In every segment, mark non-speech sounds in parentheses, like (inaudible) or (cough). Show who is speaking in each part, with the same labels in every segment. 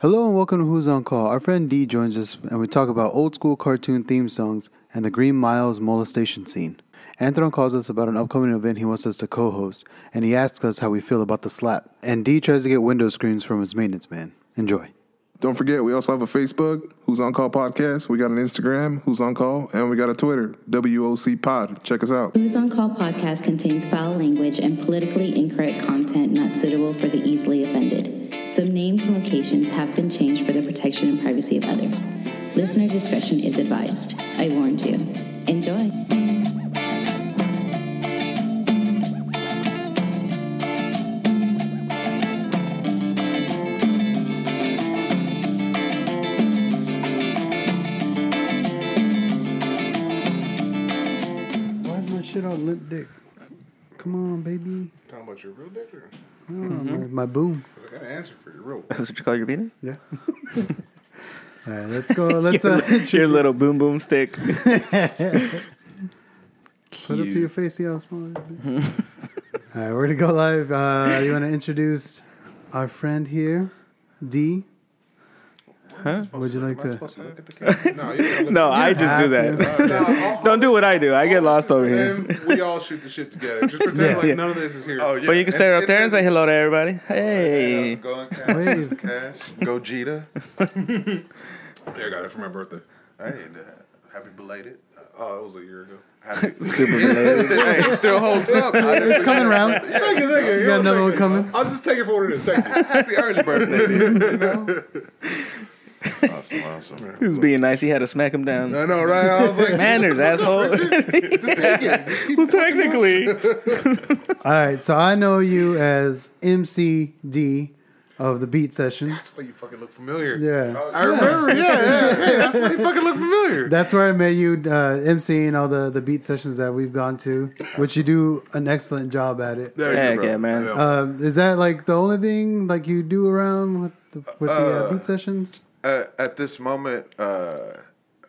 Speaker 1: Hello and welcome to Who's on Call. Our friend D joins us and we talk about old school cartoon theme songs and the Green Miles molestation scene. Anthron calls us about an upcoming event he wants us to co host and he asks us how we feel about the slap. And D tries to get window screens from his maintenance man. Enjoy.
Speaker 2: Don't forget, we also have a Facebook, Who's On Call Podcast. We got an Instagram, Who's On Call, and we got a Twitter, WOC Pod. Check us out.
Speaker 3: Who's on Call podcast contains foul language and politically incorrect content not suitable for the easily offended. Some names and locations have been changed for the protection and privacy of others. Listener discretion is advised. I warned you. Enjoy.
Speaker 4: Why is my shit all limp dick? Come on, baby.
Speaker 2: Talking about your real dick or?
Speaker 4: No, my, my boom.
Speaker 2: I got an answer for your
Speaker 5: (laughs)
Speaker 2: real.
Speaker 5: That's what you call
Speaker 2: (laughs)
Speaker 5: your penis?
Speaker 4: Yeah. all right,
Speaker 1: (laughs)
Speaker 4: let's go. Let's uh,
Speaker 5: Your little boom boom
Speaker 2: (laughs)
Speaker 5: stick.
Speaker 4: put it to your face. See how small it is. all right, we're going to go live. Uh, you want to introduce our friend here, D?
Speaker 5: Huh?
Speaker 4: Would you like to? Oh,
Speaker 2: look at the camera? no, you gotta look
Speaker 5: No, I just
Speaker 4: have
Speaker 5: do that. (laughs)
Speaker 2: at the camera.
Speaker 5: Don't do what I do. I get lost over here.
Speaker 2: We all shoot the shit together. Just pretend
Speaker 4: Yeah.
Speaker 2: like
Speaker 5: Yeah.
Speaker 2: none of this is here.
Speaker 6: Oh, yeah.
Speaker 5: But you can stare up there and say
Speaker 6: It's-
Speaker 5: hello to everybody.
Speaker 6: Hey,
Speaker 5: Hey.
Speaker 6: how's it going, Cash?
Speaker 4: Wait.
Speaker 6: Cash,
Speaker 5: (laughs)
Speaker 6: Gogeta.
Speaker 2: Yeah, I got it for my birthday.
Speaker 6: Hey, uh, happy belated. Uh,
Speaker 2: Oh, it was a year ago.
Speaker 6: Happy,
Speaker 2: (laughs)
Speaker 5: Super related.
Speaker 6: hey, still (laughs) holds up. I just-
Speaker 4: It's coming around.
Speaker 2: Thank you, thank you.
Speaker 4: You got another one coming.
Speaker 2: I'll just take it for what it is. Thank you.
Speaker 6: (laughs) happy early birthday.
Speaker 2: (laughs)
Speaker 6: dude. awesome, awesome.
Speaker 5: (laughs) He was being nice. He had to smack him down.
Speaker 2: I know, right? I was like,
Speaker 5: Manners, asshole.
Speaker 2: just take it. Just keep
Speaker 5: well, technically.
Speaker 4: All right, so I know you as MCD of the Beat Sessions.
Speaker 2: Oh, you fucking look familiar.
Speaker 4: Yeah.
Speaker 2: I remember. Yeah, yeah. Hey, that's why you fucking look familiar.
Speaker 4: That's where I met you, uh, emceeing all the, the beat sessions that we've gone to, which you do an excellent job at it.
Speaker 2: There
Speaker 5: Heck
Speaker 2: you go.
Speaker 5: yeah, man.
Speaker 2: Yeah.
Speaker 4: Um, is that like the only thing like you do around with the, with the uh, beat sessions?
Speaker 6: Uh, at this moment, uh,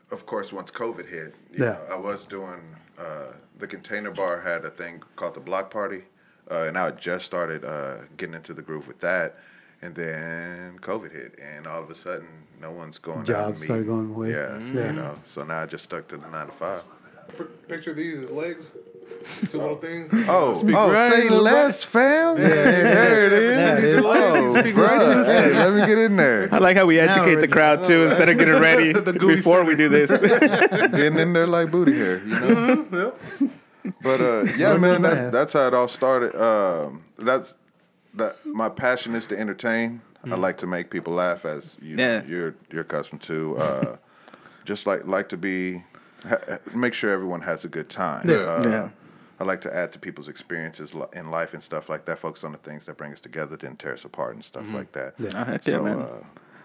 Speaker 6: of course, once COVID hit, you
Speaker 4: Yeah.
Speaker 6: know, I was doing. Uh, the Container Bar had a thing called the Block Party, uh, and I had just started uh, getting into the groove with that. And then COVID hit, and all of a sudden, no one's going. out
Speaker 4: Jobs
Speaker 6: and
Speaker 4: started
Speaker 6: meeting.
Speaker 4: going away.
Speaker 6: Yeah,
Speaker 4: Yeah.
Speaker 6: you know. So now I just stuck to the nine to five.
Speaker 2: Picture these as legs. Two little things.
Speaker 6: Oh, oh,
Speaker 2: right,
Speaker 6: say
Speaker 2: little
Speaker 6: less, fam. (laughs) there it is.
Speaker 4: There it is.
Speaker 6: Oh, bruh. Hey, let me get in there.
Speaker 5: I like how we educate
Speaker 4: we're
Speaker 5: the crowd too
Speaker 2: uh, (laughs)
Speaker 5: instead of getting ready before we do this. (laughs)
Speaker 6: Getting in there like booty hair, you know.
Speaker 5: Mm-hmm,
Speaker 6: But uh, yeah, man,
Speaker 4: does that
Speaker 6: that,
Speaker 4: have?
Speaker 6: that's how it all started. Um, that's that. My passion is to entertain. I like to make people laugh, as you
Speaker 5: Yeah.
Speaker 6: you're you're accustomed to. Uh, (laughs) just like like to be, ha, ha- make sure everyone has a good time.
Speaker 4: Yeah.
Speaker 6: Uh,
Speaker 5: Yeah.
Speaker 6: I like to add to people's experiences li- in life and stuff like that. Focus on the things that bring us together, didn't tear us apart and stuff like that. uh,
Speaker 4: Yeah.
Speaker 5: Oh, heck yeah,
Speaker 2: uh,
Speaker 5: man.
Speaker 6: the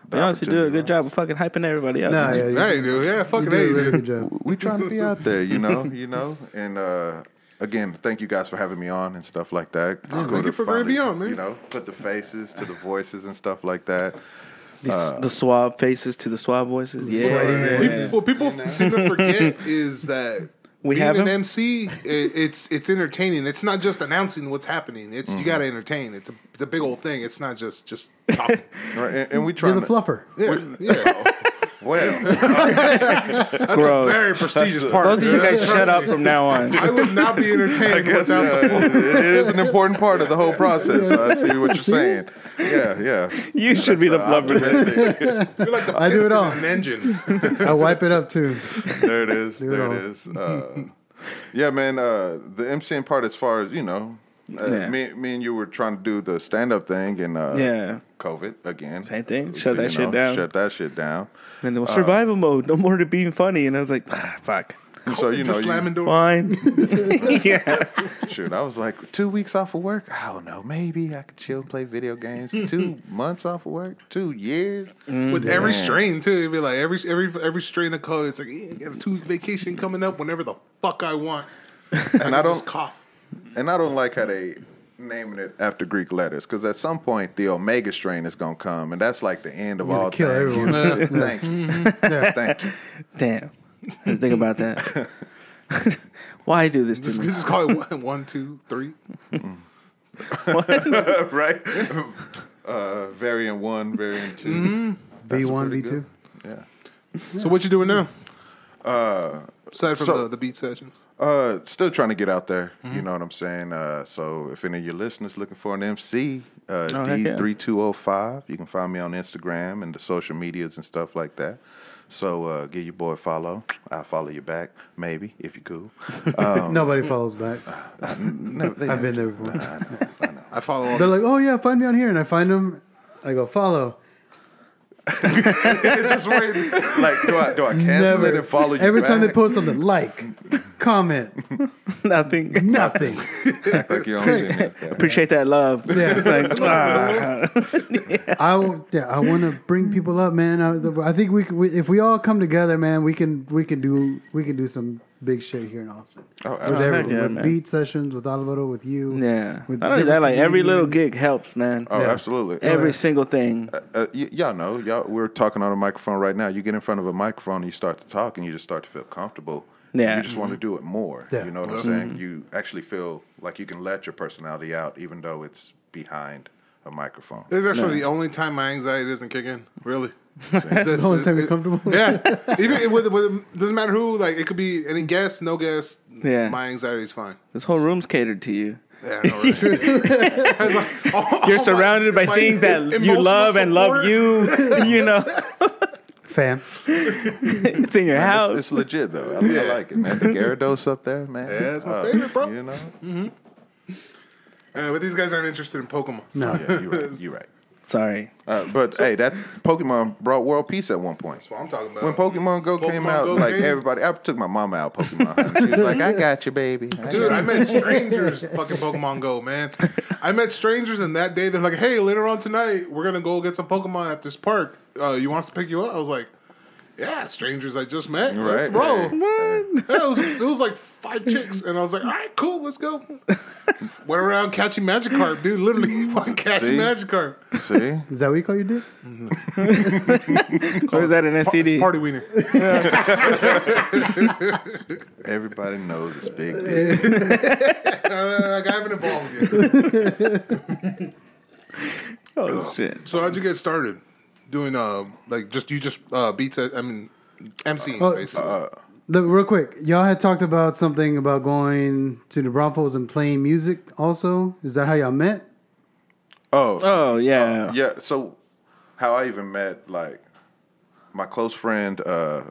Speaker 5: They honestly do a
Speaker 6: opportunity
Speaker 5: good job of fucking hyping everybody up.
Speaker 4: No,
Speaker 5: man.
Speaker 4: yeah, you,
Speaker 2: Hey, dude. Yeah,
Speaker 4: you
Speaker 2: fucking
Speaker 4: do a
Speaker 2: hey,
Speaker 4: really
Speaker 2: dude.
Speaker 4: good job.
Speaker 6: (laughs) we trying to be out there,
Speaker 2: (laughs)
Speaker 6: you know, you know. And uh, again, thank you guys for having me on and stuff like that. It's cool
Speaker 2: thank
Speaker 6: to
Speaker 2: you for bringing me
Speaker 6: finally,
Speaker 2: on, man.
Speaker 6: You know, put the faces to the voices and stuff like that.
Speaker 5: The, the suave faces to the suave voices. Yeah.
Speaker 4: Sweaty.
Speaker 2: People- What people seem to forget is that
Speaker 5: (laughs) We
Speaker 2: being
Speaker 5: have
Speaker 2: an
Speaker 5: him?
Speaker 2: MC, i it's it's entertaining. It's not just announcing what's happening. It's you got to entertain. It's a it's a big old thing. It's not just just talking.
Speaker 6: Right? And, and we try
Speaker 4: You're the fluffer.
Speaker 2: yeah, yeah. (laughs)
Speaker 6: Well,
Speaker 5: Gross.
Speaker 2: very prestigious part. (laughs)
Speaker 5: Both of you
Speaker 2: dude.
Speaker 5: guys shut up from now on.
Speaker 2: I would not be entertained
Speaker 6: yes,
Speaker 2: without
Speaker 6: yeah, it it is an important part of the
Speaker 2: (laughs)
Speaker 6: whole process. I see what you're saying. Yeah, yeah.
Speaker 5: You should be the blubber.
Speaker 6: Optimistic.
Speaker 4: I do it all.
Speaker 2: an engine.
Speaker 4: I wipe it up
Speaker 6: (laughs)
Speaker 4: too.
Speaker 6: there it is.
Speaker 4: it
Speaker 6: there it
Speaker 4: all.
Speaker 6: is. Uh, yeah, man. Uh, the MCing part, as far as you know, uh,
Speaker 5: Yeah.
Speaker 6: me, me and you were trying to do the stand up thing, and uh,
Speaker 5: Yeah.
Speaker 6: COVID again.
Speaker 5: Same thing. Shut
Speaker 6: You
Speaker 5: that shit down.
Speaker 6: Shut that shit down.
Speaker 5: And it was survival mode. No more to being funny. And I was like, ah, fuck.
Speaker 6: And so you know,
Speaker 2: just slamming
Speaker 6: you,
Speaker 2: doors.
Speaker 5: Fine. (laughs) yeah.
Speaker 6: shoot, I was like two weeks off of work. I don't know. Maybe I could chill, play video
Speaker 5: (laughs)
Speaker 6: games. two months off of work. Two years.
Speaker 5: Mm.
Speaker 2: with every
Speaker 6: Yeah.
Speaker 2: strain too. It'd be like every every every strain of code. It's like yeah, I got a two week vacation coming up whenever the fuck I want.
Speaker 6: And I
Speaker 2: I just
Speaker 6: don't.
Speaker 2: cough.
Speaker 6: And I don't like how they naming it after Greek letters because at some point the omega strain is gonna come, and that's like the end of
Speaker 4: You're
Speaker 6: all
Speaker 4: gonna kill
Speaker 6: things.
Speaker 4: everyone.
Speaker 6: (laughs) Thank you. Thank you.
Speaker 5: Damn. I didn't Think about that. (laughs) Why do this to
Speaker 2: Just, (laughs)
Speaker 5: me?
Speaker 2: just call it one, one two, three.
Speaker 4: (laughs)
Speaker 6: right? uh, variant one, variant 2
Speaker 4: Mm-hmm. V one, V
Speaker 6: pretty
Speaker 4: (laughs) two.
Speaker 6: good. Yeah.
Speaker 2: So what you doing now?
Speaker 6: Uh,
Speaker 2: Aside from
Speaker 6: So-
Speaker 2: the, the beat sessions.
Speaker 6: Uh, still trying to get out there.
Speaker 4: Mm-hmm.
Speaker 6: You know what I'm saying. Uh, so if any of your listeners looking for an MC, uh,
Speaker 5: Oh, heck yeah.
Speaker 6: D three two zero five, you can find me on Instagram and the social medias and stuff like that. So uh, give your boy a follow. I'll follow you back, maybe if
Speaker 4: (laughs)
Speaker 6: you cool. Um,
Speaker 4: Nobody follows back.
Speaker 6: no, they-
Speaker 4: I've been there before.
Speaker 2: I follow all
Speaker 4: They're like, oh yeah, find me on here, and I find them. I go follow.
Speaker 6: it's just waiting. Like, do I do I cancel
Speaker 4: Never.
Speaker 6: it and follow you?
Speaker 4: Every time they
Speaker 6: back?
Speaker 4: post something, like,
Speaker 6: (laughs)
Speaker 4: comment,
Speaker 5: Nothing.
Speaker 4: nothing.
Speaker 6: like you
Speaker 4: (laughs)
Speaker 6: don't see me. Yeah.
Speaker 5: (laughs) Appreciate that love.
Speaker 4: Yeah.
Speaker 5: It's
Speaker 2: (laughs)
Speaker 5: like, ah.
Speaker 4: I w- yeah, I want to bring people up, man. I, I think we, c- we if we all come together, man, we can we can do we can do some big shit here in Austin.
Speaker 6: Oh,
Speaker 4: with
Speaker 5: heck
Speaker 4: everything,
Speaker 5: yeah,
Speaker 4: with
Speaker 5: man.
Speaker 4: beat sessions, with Alvaro, with you.
Speaker 5: yeah.
Speaker 4: With
Speaker 5: Not only that,
Speaker 4: different
Speaker 5: like every little
Speaker 4: comedians.
Speaker 5: gig helps, man.
Speaker 6: Oh,
Speaker 4: Yeah.
Speaker 6: absolutely.
Speaker 5: every
Speaker 4: yeah.
Speaker 5: single thing.
Speaker 6: uh, y- y'all know, y'all. We're talking on a microphone right now. You get in front of a microphone, and you start to talk, and you just start to feel comfortable.
Speaker 5: Yeah.
Speaker 6: You just want to
Speaker 2: Mm-hmm.
Speaker 6: do it more.
Speaker 4: Yeah.
Speaker 6: You know what I'm saying? You actually feel like you can let your personality out, even though it's behind a microphone.
Speaker 2: This is actually the only time my anxiety doesn't kick in. Really,
Speaker 4: The only time you're comfortable.
Speaker 2: Yeah, even with, with doesn't matter who. Like it could be any guest, no guest.
Speaker 5: Yeah.
Speaker 2: my anxiety is fine.
Speaker 5: This whole room's catered to you.
Speaker 2: Yeah, I know,
Speaker 5: (laughs)
Speaker 2: right? (laughs)
Speaker 5: You're surrounded by
Speaker 2: Oh, my (laughs)
Speaker 5: things that you
Speaker 2: emotional
Speaker 5: love and love
Speaker 2: support.
Speaker 5: you.
Speaker 2: (laughs)
Speaker 5: You know, (laughs)
Speaker 4: fam.
Speaker 5: it's in your
Speaker 6: It's,
Speaker 5: house.
Speaker 6: it's legit though. I, I like it, man.
Speaker 2: (laughs)
Speaker 6: The Gyarados up there, man.
Speaker 2: Yeah, it's my favorite, bro. (laughs)
Speaker 6: You know?
Speaker 2: Uh, but these guys aren't interested in Pokemon.
Speaker 4: No,
Speaker 6: Yeah, you're right. You're right.
Speaker 5: Sorry.
Speaker 2: (laughs)
Speaker 6: Uh, but hey, that Pokemon brought world peace at one point.
Speaker 2: That's what I'm talking about.
Speaker 6: When Pokemon Go came
Speaker 2: Uh, Pokemon
Speaker 6: out,
Speaker 2: Go
Speaker 6: like
Speaker 2: came-
Speaker 6: everybody, I took my mom
Speaker 2: (laughs)
Speaker 6: out Pokemon. hunting. She was like, "I got you, baby." I got
Speaker 2: Dude, I
Speaker 5: (laughs)
Speaker 2: met strangers fucking Pokemon Go, man. I met strangers, and that day they're like, hey, later on tonight, we're going to go get some Pokemon at this park. Uh, you want us to pick you up? I was like, yeah, strangers I just met. Let's
Speaker 6: Right,
Speaker 2: roll.
Speaker 6: right.
Speaker 2: Yeah, it, was, it was like five chicks, and I was like, all right, cool, let's go. Went around catching Magikarp, dude. Literally (laughs) fucking catching
Speaker 6: See?
Speaker 2: Magikarp.
Speaker 6: See,
Speaker 4: is that what you call your dick?
Speaker 5: Or is that an
Speaker 2: Pa- it's
Speaker 5: STD?
Speaker 2: Party wiener.
Speaker 6: everybody knows it's big. Dick.
Speaker 2: Uh, like, I haven't evolved yet.
Speaker 5: Oh shit.
Speaker 2: (laughs) So how'd you get started? Doing, uh, like, just, you just, uh, beat, I mean, MC,
Speaker 5: Uh,
Speaker 4: Oh,
Speaker 2: basically.
Speaker 4: Look, real quick, y'all had talked about something about going to the Broncos and playing music. Also, is that how y'all met?
Speaker 6: Oh,
Speaker 5: Oh yeah.
Speaker 6: yeah. So, how I even met like my close friend, uh,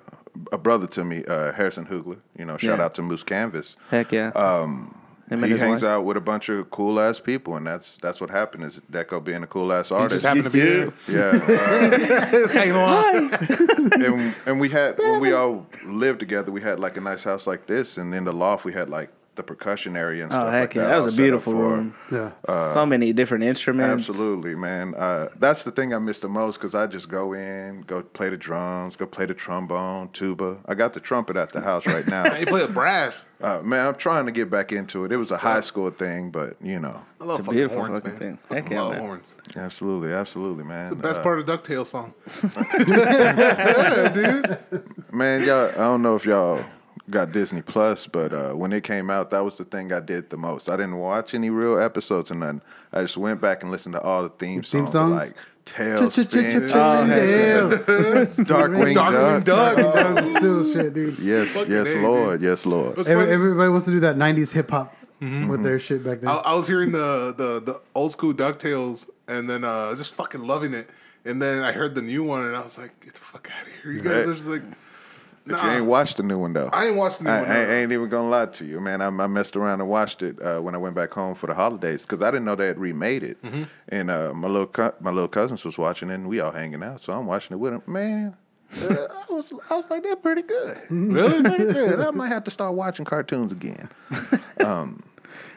Speaker 6: a brother to me, uh, Harrison Hoogler. You know, shout
Speaker 5: Yeah.
Speaker 6: out to Moose Canvas.
Speaker 5: Heck yeah. Um, Him and
Speaker 6: he
Speaker 5: his
Speaker 6: hangs
Speaker 5: wife.
Speaker 6: out with a bunch of cool ass people, and that's that's what happened. Is Deco being a cool ass
Speaker 2: You
Speaker 6: artist?
Speaker 2: just happened to be there.
Speaker 6: (laughs) yeah. uh,
Speaker 2: It's taking a while.
Speaker 6: and and we had when
Speaker 5: (laughs)
Speaker 6: we all lived together, we had like a nice house like this, and in the loft we had like the percussion area and
Speaker 5: Oh
Speaker 6: stuff.
Speaker 5: heck
Speaker 6: like
Speaker 5: yeah.
Speaker 6: that.
Speaker 5: That
Speaker 6: all
Speaker 5: was a
Speaker 6: set up
Speaker 5: beautiful
Speaker 6: for-
Speaker 5: room.
Speaker 4: Yeah,
Speaker 5: so many different instruments.
Speaker 6: Absolutely, man. Uh, that's the thing I miss the most because I just go in, go play the drums, go play the trombone, tuba. I got the trumpet at the house right
Speaker 2: (laughs)
Speaker 6: now.
Speaker 2: You play the
Speaker 5: (laughs)
Speaker 2: brass.
Speaker 6: uh, man, I'm trying to get back into it. It was a high school thing, but you know,
Speaker 2: I love
Speaker 5: It's a
Speaker 2: fucking
Speaker 5: beautiful
Speaker 2: horns,
Speaker 5: fucking
Speaker 2: man.
Speaker 5: thing.
Speaker 2: Fucking
Speaker 5: Heck yeah,
Speaker 2: love
Speaker 5: man.
Speaker 2: horns.
Speaker 6: absolutely, absolutely, man.
Speaker 2: Best
Speaker 6: Uh,
Speaker 2: part of Ducktales song. yeah, dude.
Speaker 6: Man, y'all, I don't know if
Speaker 2: (laughs)
Speaker 6: y'all got Disney Plus, but uh, when it came out, that was the thing I did the most. I didn't watch any real episodes or nothing. I just went back and listened to all the theme songs,
Speaker 4: Theme songs?
Speaker 6: like Tailspin,
Speaker 4: Darkwing
Speaker 6: Darkwing
Speaker 2: Darkwing
Speaker 6: Duck.
Speaker 2: Duck.
Speaker 5: Uh,
Speaker 4: Duck is Still shit, dude.
Speaker 6: Yes, yes,
Speaker 2: A, dude.
Speaker 6: Lord, yes, Lord.
Speaker 4: Every, everybody wants to do that '90s hip hop
Speaker 5: Mm-hmm.
Speaker 4: with their shit back then.
Speaker 5: Oh.
Speaker 2: I, I was hearing the, the, the old school Ducktales, and then uh, just fucking loving it. And then I heard the new one, and I was like, "Get the fuck out of here!" You guys
Speaker 6: Right.
Speaker 2: are just like,
Speaker 6: If you ain't
Speaker 2: "Nah."
Speaker 6: watched the new one though,
Speaker 2: I ain't watched the new
Speaker 6: I,
Speaker 2: one.
Speaker 6: I
Speaker 2: no.
Speaker 6: ain't even gonna lie to you, man. I, I messed around and watched it uh, when I went back home for the holidays because I didn't know they had remade it.
Speaker 2: Mm-hmm.
Speaker 6: And uh, my little co- my little cousins was watching it, and we all hanging out, so I'm watching it with them. Man, uh, I was I was like, they're pretty good,
Speaker 2: Mm-hmm.
Speaker 6: really
Speaker 2: (laughs)
Speaker 6: pretty good. I might have to start watching cartoons again, um,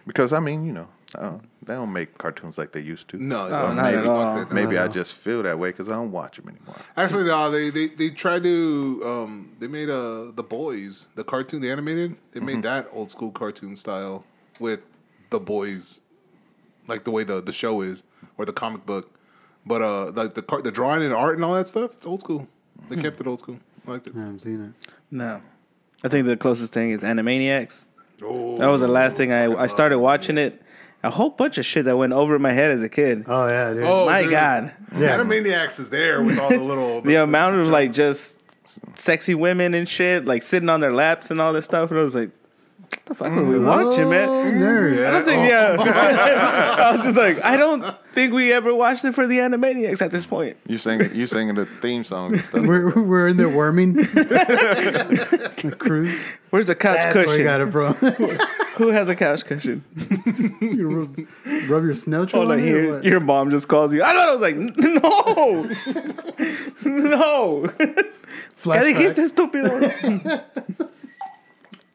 Speaker 6: because I mean, you know, uh, they don't make cartoons like they used to.
Speaker 2: No,
Speaker 5: Oh, not
Speaker 2: maybe-
Speaker 5: at all.
Speaker 2: fuck that.
Speaker 6: Maybe I just feel that way because I don't watch them anymore.
Speaker 2: Actually, no. They they they tried to. Um, they made uh the boys the cartoon, the animated. They made that old school cartoon style with the boys, like the way the the show is or the comic book. But uh, like the car, the drawing and art and all that stuff, it's old school. They kept it old school. I liked it.
Speaker 4: I haven't seen it.
Speaker 5: No. Oh. I think the closest thing is Animaniacs. That was the last thing I I started watching it a whole bunch of shit that went over my head as a kid.
Speaker 4: Oh yeah, dude.
Speaker 2: Oh
Speaker 5: my
Speaker 2: dude.
Speaker 5: God.
Speaker 4: Yeah.
Speaker 2: Animaniacs is there with all the little
Speaker 5: (laughs) The amount of like just sexy women and shit, like sitting on their laps and all this stuff. And I was like, what the fuck were we watching,
Speaker 4: Oh,
Speaker 5: man?
Speaker 4: nurse.
Speaker 5: I don't think, yeah. I was just like, I don't think we ever watched it for the Animaniacs at this point.
Speaker 6: You sing you singing the theme
Speaker 5: (laughs)
Speaker 6: song and stuff.
Speaker 4: We're, we're in there worming. the cruise.
Speaker 5: Where's the couch
Speaker 4: That's where
Speaker 5: cushion?
Speaker 4: you got it from.
Speaker 5: (laughs) Who has a couch cushion?
Speaker 4: you rub, rub your snail trail
Speaker 5: Oh,
Speaker 4: on
Speaker 5: like
Speaker 4: it or
Speaker 5: here,
Speaker 4: what?
Speaker 5: your mom just calls you. I thought I was like, (laughs) no, no. ¿Qué
Speaker 4: Flashback.
Speaker 5: dijiste, estúpido?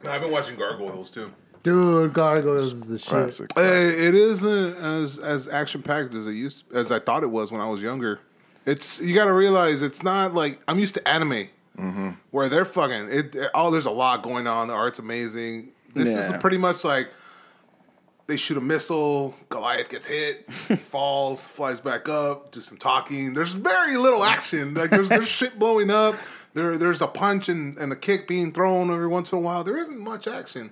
Speaker 2: No, I've been watching Gargoyles too.
Speaker 4: Dude, gargoyles is the shit.
Speaker 6: Classic.
Speaker 2: Uh, it isn't as as action packed as it used as I thought it was when I was younger. It's you got to realize it's not like I'm used to anime
Speaker 5: Mm-hmm.
Speaker 2: where they're fucking it. Oh, there's a lot going on. The art's amazing. This
Speaker 5: Yeah.
Speaker 2: is pretty much like they shoot a missile. Goliath gets
Speaker 5: (laughs)
Speaker 2: hit, falls, flies back up. Do some talking. There's very little action. Like there's there's shit blowing up. There there's a punch and, and a kick being thrown every once in a while. There isn't much action.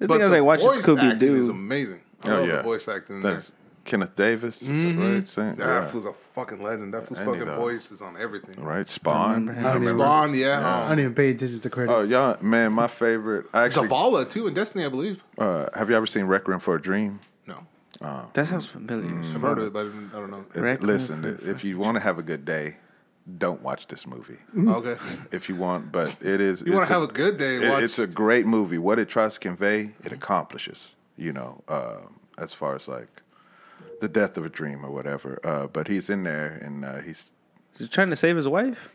Speaker 5: The thing is, like, watching
Speaker 2: voice
Speaker 5: Scooby
Speaker 2: acting is
Speaker 5: Doo.
Speaker 2: amazing. I
Speaker 6: Oh,
Speaker 2: love
Speaker 6: yeah.
Speaker 2: the voice acting in there.
Speaker 6: That's Kenneth Davis,
Speaker 5: Mm-hmm.
Speaker 6: right? Sing-
Speaker 2: That
Speaker 6: yeah.
Speaker 2: fool's a fucking legend. That fool's
Speaker 6: And he
Speaker 2: fucking
Speaker 6: does.
Speaker 2: voice is on everything.
Speaker 6: Right, Spawn.
Speaker 4: I don't, even,
Speaker 2: Spawn, yeah.
Speaker 4: I
Speaker 2: Um,
Speaker 4: don't even pay attention to
Speaker 6: Oh
Speaker 4: credits.
Speaker 6: yeah, man, my favorite. I actually,
Speaker 2: Zavala too in Destiny, I believe.
Speaker 6: uh, have you ever seen Requiem for a Dream?
Speaker 2: No,
Speaker 5: (laughs) That sounds familiar.
Speaker 2: I've heard of it, but I didn't- I don't know.
Speaker 5: Requiem
Speaker 6: Listen, if you want to have a good day, don't watch this movie.
Speaker 2: Oh, Okay,
Speaker 6: (laughs) If you want, but it is.
Speaker 2: Mm-hmm. you want
Speaker 6: it's
Speaker 2: to have a good day?
Speaker 6: it-
Speaker 2: Watch.
Speaker 6: It's a great movie. What it tries to convey, it accomplishes. You know, um, as far as like the death of a dream or whatever. Uh, but he's in there, and uh, he's
Speaker 5: Is he trying to save his wife?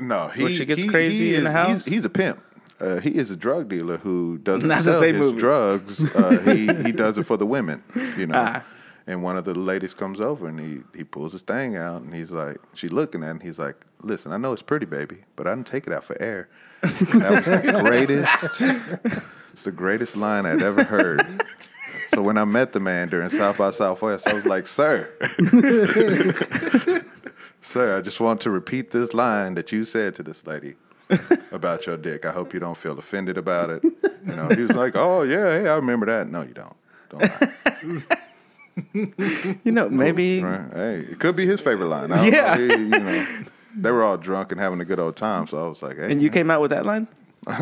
Speaker 6: no. He
Speaker 5: Where she gets
Speaker 6: he-
Speaker 5: crazy
Speaker 6: he
Speaker 5: in the
Speaker 6: is-
Speaker 5: house?
Speaker 6: He's, he's a pimp. Uh, he is a drug dealer who doesn't
Speaker 5: Not the
Speaker 6: sell
Speaker 5: same
Speaker 6: his
Speaker 5: movie.
Speaker 6: drugs. Uh,
Speaker 5: (laughs)
Speaker 6: he he does it for the women, you know.
Speaker 5: Ah.
Speaker 6: And one of the ladies comes over and he he pulls his thing out and he's like, she's looking at it and he's like, listen, I know it's pretty, baby, but I didn't take it out for air. That was
Speaker 5: (laughs)
Speaker 6: the greatest. It's the greatest line I'd ever heard. So when I met the man during South by Southwest, I was
Speaker 5: (laughs)
Speaker 6: like, sir. (laughs) Sir, I just want to repeat this line that you said to this lady about your dick. I hope you don't feel offended about it. You know, he was like, "Oh yeah, yeah, I remember that." No, you don't. Don't
Speaker 5: (laughs)
Speaker 6: lie.
Speaker 5: You know, maybe
Speaker 6: Right? Hey, it could be his favorite line. I don't
Speaker 5: Yeah.
Speaker 6: know. He- you know, they were all drunk and having a good old time, so I was like, "Hey."
Speaker 5: And you came out with that line?